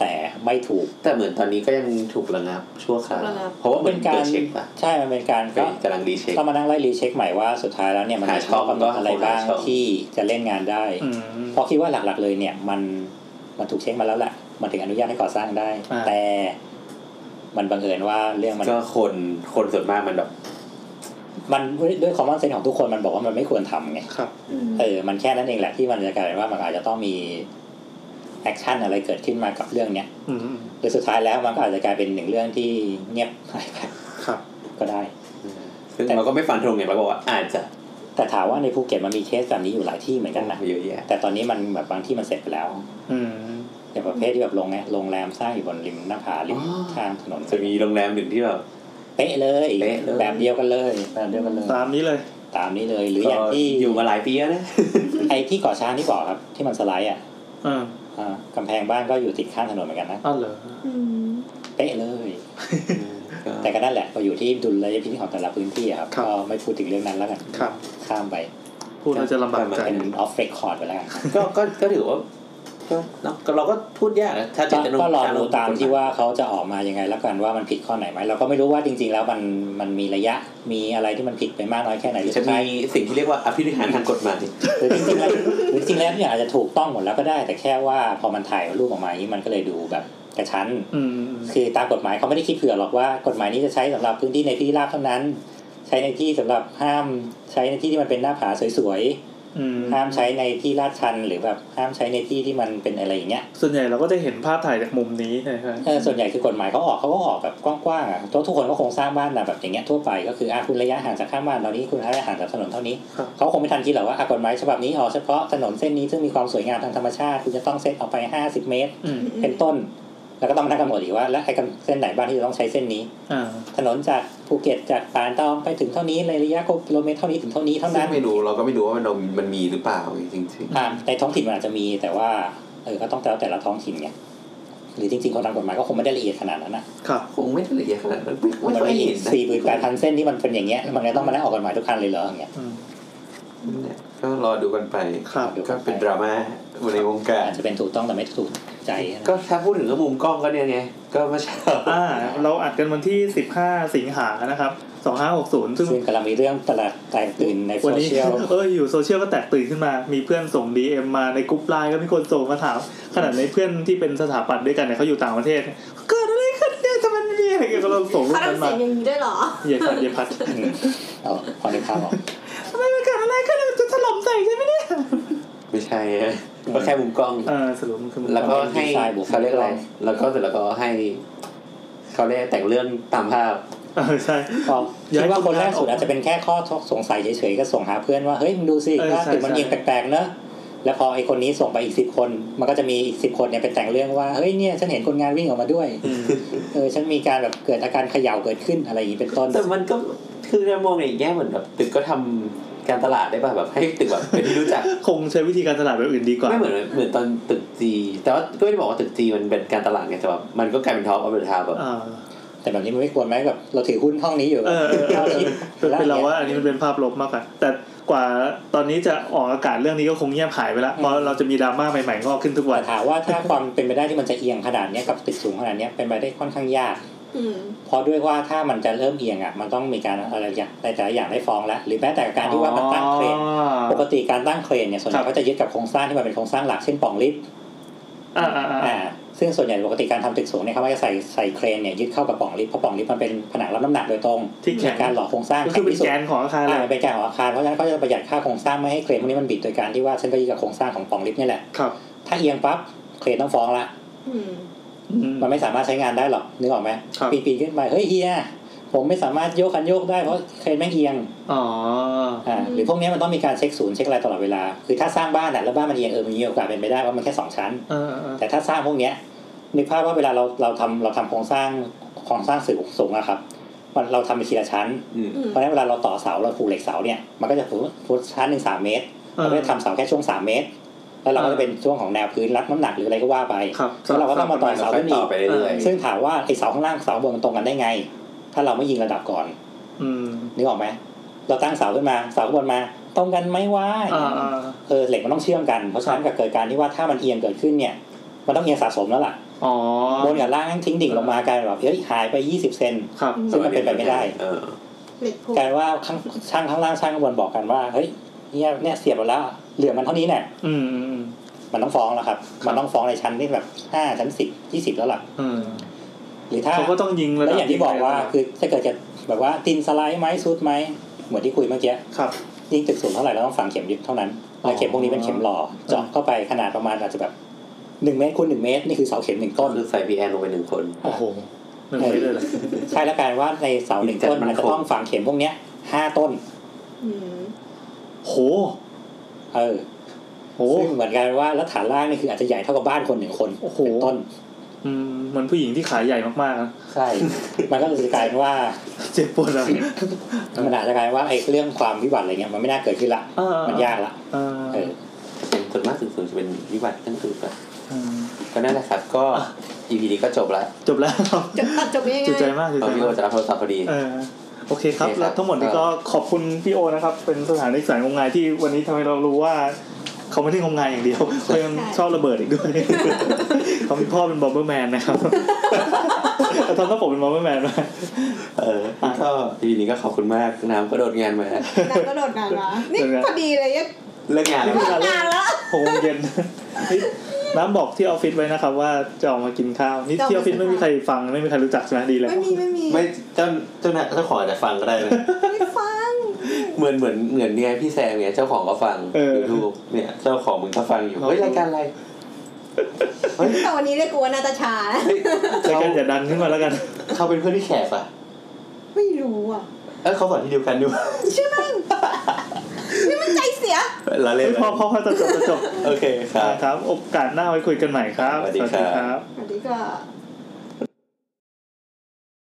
แต่ไม่ถูก แต่เหมือนตอนนี้ก็ยังถูกระงับชั่วคราวเพราะว่าเหมือนเกิดเช็คป่ะ ใช่มันเป็นการ ก็ ก็ กำลังดีเช็ค ต้องมานั่งไล่รีเช็คใหม่ว่าสุดท้ายแล้วเนี่ยมัน หา มี ช่ ข้ อ อง กำหนดอะไรบ้าง ก็คงหาช่อง ที่จะเล่นงานได้ อืม เพราะคิดว่าหลักๆเลยเนี่ยมันมันถูกเช็คมาแล้วแหละมันถึงอนุญาตให้ก่อสร้างได้ อ่า แต่มันบังเอิญว่าเรื่องมัน ก็คนคนส่วนมากมันแบบ มันด้วยคอมมอนเซนของทุกคนมันบอกว่ามันไม่ควรทำไง ครับ อืม เออมันแค่นั้นเองแหละที่มันจะกลายเป็นว่ามันอาจจะต้องมีแอคชั่นอะไรเกิดขึ้นมากับเรื่องเนี้ย อืมอืม โดยสุดท้ายแล้วมันก็อาจจะกลายเป็นหนึ่งเรื่องที่เงียบ หายไป ครับ ก็ได้ ซึ่งเราก็ไม่ฟันธงไงเราบอกว่าอาจจะ แต่ถามว่าในภูเก็ตมันมีเคสแบบนี้อยู่หลายที่เหมือนกันนะ เยอะแยะ แต่ตอนนี้มันแบบบางที่มันเสร็จไปแล้ว อืม อย่างประเภทที่แบบโรงแรมโรงแรมสร้างอยู่บนริมหน้าผาริมทางถนน จะมีโรงแรมหนึ่งที่แบบ เป๊ะเลย เป๊ะเลย แบบเดียวกันเลยแบบเดียวกันเลย ตามนี้เลย ตามนี้เลยหรืออย่างที่ อยู่มาหลายปีแล้วนะ ไอ้ที่ก่อช้างที่บอกครับที่มันสไลด์อ่ะ อ่า อ่ากำแพงบ้านก็อยู่ติดข้างถนนเหมือนกันนะ อ้าวเหรอ อืม เป๊ะเลย แต่ก็นั่นแหละก็อยู่ที่ดุลยพินิจของแต่ละพื้นที่อะครับ ครับ ก็ไม่พูดถึงเรื่องนั้นแล้วกัน ครับ ข้ามไป พูดเราจะลำบากใจ เป็นออฟเรคคอร์ดไปแล้วกันครับ ก็ก็ก็ถือว่าก็เนอะก็เราก็พูดยากนะถ้าเจ ก็ ตนารมณ์ ก็รอ ขง ดู คน ตามที่ว่าเขาจะออกมายังไงแล้วกันว่ามันผิดข้อไหนไหมเราก็ไม่รู้ว่าจริง ๆ แล้วมันมันมีระยะมีอะไรที่มันผิดไปมากน้อยแค่ไหนหรือ จะ สุด มี ท้าย สิ่งที่เรียกว่าอภินิหารทางกฎหมาย หรือจริงๆแล้วหรือจริงๆแล้วเนี่ยอาจจะถูกต้องหมดแล้วก็ได้ แต่แค่ว่าพอมันถ่ายรูปออกมาอย่างนี้มันก็เลยดูแบบกระชั้น อืมอืม คือตามกฎหมายเขาไม่ได้คิดเผื่อหรอกว่ากฎหมายนี้จะใช้สำหรับพื้นที่ในที่ราบเท่านั้น ใช้ในที่สำหรับห้ามใช้ในที่ที่มันเป็นหน้าผาสวย อืม ๆห้ามใช้ในที่ลาดชัน หรือแบบห้ามใช้ในที่ที่มันเป็นอะไรอย่างเงี้ย ส่วนใหญ่เราก็จะเห็นภาพถ่ายจากมุมนี้ใช่ไหม เออส่วนใหญ่คือกฎหมายเขาออกเขาก็ออกแบบกว้างๆอ่ะทุกคนก็คงสร้างบ้านมาแบบอย่างเงี้ยทั่วไปก็คืออ่ะคุณระยะห่างจากข้างบ้านเรานี้คุณระยะห่างจากถนนเท่านี้ ครับ เขาคงไม่ทันคิดหรอกว่าอ่ะกฎหมายฉบับนี้ออกเฉพาะถนนเส้นนี้ซึ่งมีความสวยงามทางธรรมชาติ คุณจะต้องเซตออกไป 50 เมตร อืม เป็นต้น แล้วก็ต้องมานั่งกำหนดอีกว่า แล้วไอ้กำเส้นไหนบ้างที่จะต้องใช้เส้นนี้ อ่า ถนนจากภูเก็ตจากปานตองไปถึงเท่านี้ในระยะกิโลเมตรเท่านี้ถึงเท่านี้เท่า ซึ่ นั้ ง น ไม่รู้เราก็ไม่รู้ว่ามันมันมีหรือเปล่าจริง อ่ะในท้องถิ่นมันอาจจะมีแต่ว่าเออก็ต้องแต่แต่ละท้องถิ่นไงหรือจริงๆคนทำกฎหมายก็คงไม่ได้ละเอียดขนาดนั้นนะครับ ๆคงไม่ได้ละเอียดขนาดนั้นไม่ มัน ค่อย ไม่ เห็นนะ สี่หมื่นแปดพันเส้นที่มันเป็นอย่างเงี้ยแล้วมันก็ต้องมานั่งออกกฎหมายทุกคันเลยเหรออย่างเงี้ย อืม เนี่ยก็รอดูกันไป ครับ ก็เป็นดราม่าในวงการ อาจจะเป็นถูกต้องแต่ไม่ถูกใจนะ ก็ถ้าพูดถึงเรื่องมุมกล้องก็เนี่ยไงก็เมื่อเช้า อ่าเราอัดกันวันที่สิบห้าสิงหานะครับสองห้าหกศูนย์ซึ่ง ซึ่งกำลังมีเรื่องตลาดแตกตื่นในโซ วันนี้ เชี ยล เอออยู่โซเชียลก็แตกตื่นขึ้นมา มีเพื่อนส่ง DM มาในกลุ่มไลน์ก็มีคนส่งมาถาม ขนาดในเพื่อนที่เป็นสถาปัตย์ด้วยกันเนี่ยเขาอยู่ต่างประเทศเนี่ยเกิดอะไรขึ้นเนี่ยทำไมมันมีอะไรกันก็เราส่งรูป เขา กัน ทำมาเสีย งอย่างนี้ด้วยเหรอ เย่พัดเย่พัด อืมเอาพอนึกภาพออก ทำไมมันเกิดอะไรขึ้นมันจะถล่มใส่ใช่ไหมเนี่ย ไม่ใช่อะก็แค่มุมกล้อง เออสรุปมันคือมัน แล้วก็ให้เขาเรียกอะไรแล้วก็เสร็จแล้วก็ให้เขาเรียกแต่งเรื่องตามภาพ เออใช่ ก็ ย้า คิ ย ดว่าคนแรกสุคดนแรกออก อาจจะเป็นแค่ข้อสงสัยเฉยๆก็ส่งหาเพื่อนว่า เฮ้ยมึงดูสิ เออ ว่า ใช่ ตึกมัน ใช่ เอียงแปลกๆเนอะแล้วพอไอคนนี้ส่งไปอีกสิบคน มันก็จะมีอีกสิบคนเนี่ยไปแต่งเรื่องว่า เฮ้ยเนี่ยฉันเห็นคนงานวิ่งออกมาด้วยเออฉันมีการแบบเกิดอาการเขย่าเกิดขึ้นอะไรอย่างนี้เป็นต้น แต่มันก็คือถ้ามองในอีกแง่เหมือนแบบตึกก็ทำการตลาดได้ป่ะแบบให้ตึกแบบเป็นที่รู้จัก คงใช้วิธีการตลาดแบบอื่นดีกว่า ไม่เหมือนเหมือนตอนตึกจีแต่ว่าก็ไม่ได้บอกว่าตึกจีมันเป็นการตลาดไงแต่แบบมันก็กลายเป็นท็อปออฟเดอะทาวแบบ เออ แต่แบบนี้มันไม่ควรไหมแบบเราถือหุ้นห้องนี้อยู่ เออเออเออเราคิด เป็นเราว่าอันนี้มันเป็นภาพลบมากกว่าแต่กว่าตอนนี้จะออกอากาศเรื่องนี้ก็คงเงียบหายไปละเพราะเราจะมีดราม่าใหม่ๆงอกขึ้นทุกวัน แต่ถามว่าถ้าความเป็นไปได้ที่มันจะเอียงขนาดเนี้ยกับตึกสูงขนาดเนี้ยเป็นไปได้ค่อนข้างยาก อืม เพราะด้วยว่าถ้ามันจะเริ่มเอียงอ่ะมันต้องมีการอะไรอย่างในแต่ละอย่างได้ฟ้องแล้วหรือแม้แต่การที่ว่ามันตั้งเครน อ๋อ ปกติการตั้งเครนเนี่ยส่วนให ครั ญ่ บ ก็จะยึดกับโครงสร้างที่มันเป็นโครงสร้างหลักเช่นปล่องลิฟต์ อ่าอ่าอ่า อ่าซึ่งส่วนใหญ่ปกติการทำตึกสูงเนี่ยเขาก็จะใส่ใส่เครนเนี่ยยึดเข้ากับปล่องลิฟต์เพราะปล่องลิฟต์มันเป็นผนังรับน้ำหนักโดยตรง ที่แข็ง การหล่อโครงสร้าง ก็คือเป็น ที่สุด แกนของอาคารเล อ่าย มันเป็นการของอาคารเพราะฉะนั้นก็จะประหยัดค่าโครงสร้างไม่ให้เครนพวกนี้มันบิดโดยการที่ว่าฉันก็ยึดกับโครงสร้างของปล่องลิฟต์เนี่ยแหละ ครับ ถ้าเอียงปั๊บเครนต้องฟ้องละ อืม อืม มันไม่สามารถใช้งานได้หรอกนึกออกไหม ครับ ปีนปีนขึ้นไปเฮ้ยเฮียผมไม่สามารถโยกคันโยกได้เพราะเครนแม่งเอียง อ๋อ อ่า อืม หรือพวกเนี้ยมันต้องมีการเช็คศูนย์เช็คอะไรตลอดเวลาคือถ้าสร้างบ้านอ่ะแล้วบ้านมันเอียงเออมันมีโอกาสเป็นไปได้ว่ามันแค่สองชั้น เออเออ แต่ถ้าสร้างพวกเนี้ยนึกภาพว่าเวลาเราเราทำเราทำโครงสร้างโครงสร้างสูงสูงอะครับมันเราทำเป็นทีละชั้น อืม เพราะฉะนั้นเวลาเราต่อเสาเราผูกเหล็กเสาเนี่ยมันก็จะฟูฟูชั้นหนึ่งสามเมตรเราก็จะทำเสาแค่ช่วงสามเมตร แล้วเราก็จะเป็นช่วงของแนวพื้นรับน้ำหนักหรืออะไรก็ว่าไป ครับ แล้วเราก็ต้องมาต่อเสา ค่ ขึ้ ย นอี ต่อก ไปเรื่อย ซึ่งถามว่าไอเสาข้างล่างเสาข้างบนมันตรงกันได้ไง ถ้าเราไม่ยิงระดับก่อน อืม นึกออกไหมเราตั้งเสาขึ้นมาเสาข้างบนมาตรงกันไหมวะ อ่าอ่า เออเหล็กมันต้องเชื่อมกันเพราะฉะนั้น ครับก็เกิดการที่ว่าถ้ามันเอียงเกิดขึ้นเนี่ย มันต้องเอียงสะสมแล้วล่ะ อ๋อบ นกับล่างทิ้งดิ่งลงมากลายเป็นแบบเอ้ยหายไป 20 เซน ครับ อืม ซึ่งมันเป็นไปไม่ได้ เออ เหล็กพวก กลายว่าข้างช่างข้างล่างช่างข้างบนบอกกันว่าเฮ้ยเนี่ยเนี่ยเสียบแล้วเหลือมันเท่านี้เนี่ย อืมอืม มันต้องฟ้องแล้วครับ มันต้องฟ้องในชั้นที่แบบ5ชั้น10 20 แล้วล่ะ อืม หรือถ้า เขาก็ต้องยิงระดัแล้ว บ อย่างที่บอกว่าคือถ้าเกิดจะแบบว่าตินสไลด์ไหมซุดไหมเหมือนที่คุยเมื่อกี้ ครับ ยิ่งตึกสูงเท่าไหร่เราต้องฝังเข็มยึดเท่านั้น อ๋อ และเข็มพวกนี้เป็นเข็มหล่อเจาะเข้าไปขนาดประมาณอาจจะแบบหนึ่งเมตรคูณหนึ่งเมตรนี่คือเสาเข็มหนึ่ง ก็ ต้น คือใส่พีแอนลงไปหนึ่งคน โอ้โหหนึ่งเมตรเลยเหรอ ใช่แล้วกลารว่าในเสาหนึ่งต้น มัน อา จะ จจะต้องฝังเข็มพวกเนี้ยห้าต้น อืม โห เออ โห ซึ่งเหมือนกันว่าแล้วฐานล่างนี่คืออาจจะใหญ่เท่ากับบ้านคนหนึ่งคน โอ้โห เป็นต้น อืมเหมือนผู้หญิงที่ขายใหญ่มากๆนะ ใช่ มันก็จะกลายเป็นว่า เจ็บปวดอ่ะ มันอาจจะกลายว่าไอ้เรื่องความวิบัติอะไรเงี้ยมันไม่น่าเกิดขึ้นละ อ่ มันยากละ อ่า เออ ส่วนมากส่วนสูงจะเป็นวิบัติทั้งตึกอะ อืม ก็นั่นแหละครับ ก็ EP นี้ก็จบแล้ว จบแล้วครับ จบจบยัง จุ ไงาย ใจมากจุ ตอน ใจ พี่โอ มาก จะรับโทรศัพท์พอดี เออโอเคครับ โอเคครับ แล้วทั้งหมดนี้ก็ขอบคุณพี่โอนะครับ เป็นสถานศึกษางมงายที่วันนี้ทำให้เรารู้ว่า เขาไม่ได้งมงายอย่าง เดียวเขายังชอบระเบิดอีก ด้วย เขามีพ่อเป็นบอมเบอร์แมน นะครับเอาทำหน้าปกเป็นบอมเบอร์แมนมา เออก็ EP นี้ก็ขอบคุณมากน้ำก็โดดงานมา ๆนางก็โดดงานละนี่ โดดงาน พอดีเลยยัง เลิกงานแล้ว โดดงานละ หกโมงเย็นนี่น้ำบอกที่ออฟฟิศไว้นะครับ ว่าจะออกมากินข้าวนี่ที่ออฟฟิศไม่มีใครฟังไม่มีใครรู้จักใช่ไหมดีแล้ว ไม่มีไม่มี ไม่เจ้าเจ้านายเจ้าของอาจจะฟังก็ได้นะ ไม่ฟัง เหมือนเหมือนเหมือนเนี่ยพี่แซมเนี่ยเจ้าของก็ฟังยูทูบเนี่ยเจ้าของมึงก็ฟังอยู่เฮ้ยรายการอะไร แต่วันนี้เรียกกูว่านาตาชานะ เฮ้ย ราย เขา การอย่าดันขึ้นมาแล้วกัน เขาเป็นเพื่อนที่แขกอ่ะ ไม่รู้อ่ะ เออเขาสอนที่เดียวกันด้วย ใช่ไหมงนี่มันใจเสีย ละเล่น พอพอพอจะจบจะจบ โอเคครับ ครับ โอกาสหน้าไว้คุยกันใหม่ครับ สวัสดีครับ อันนี้ก็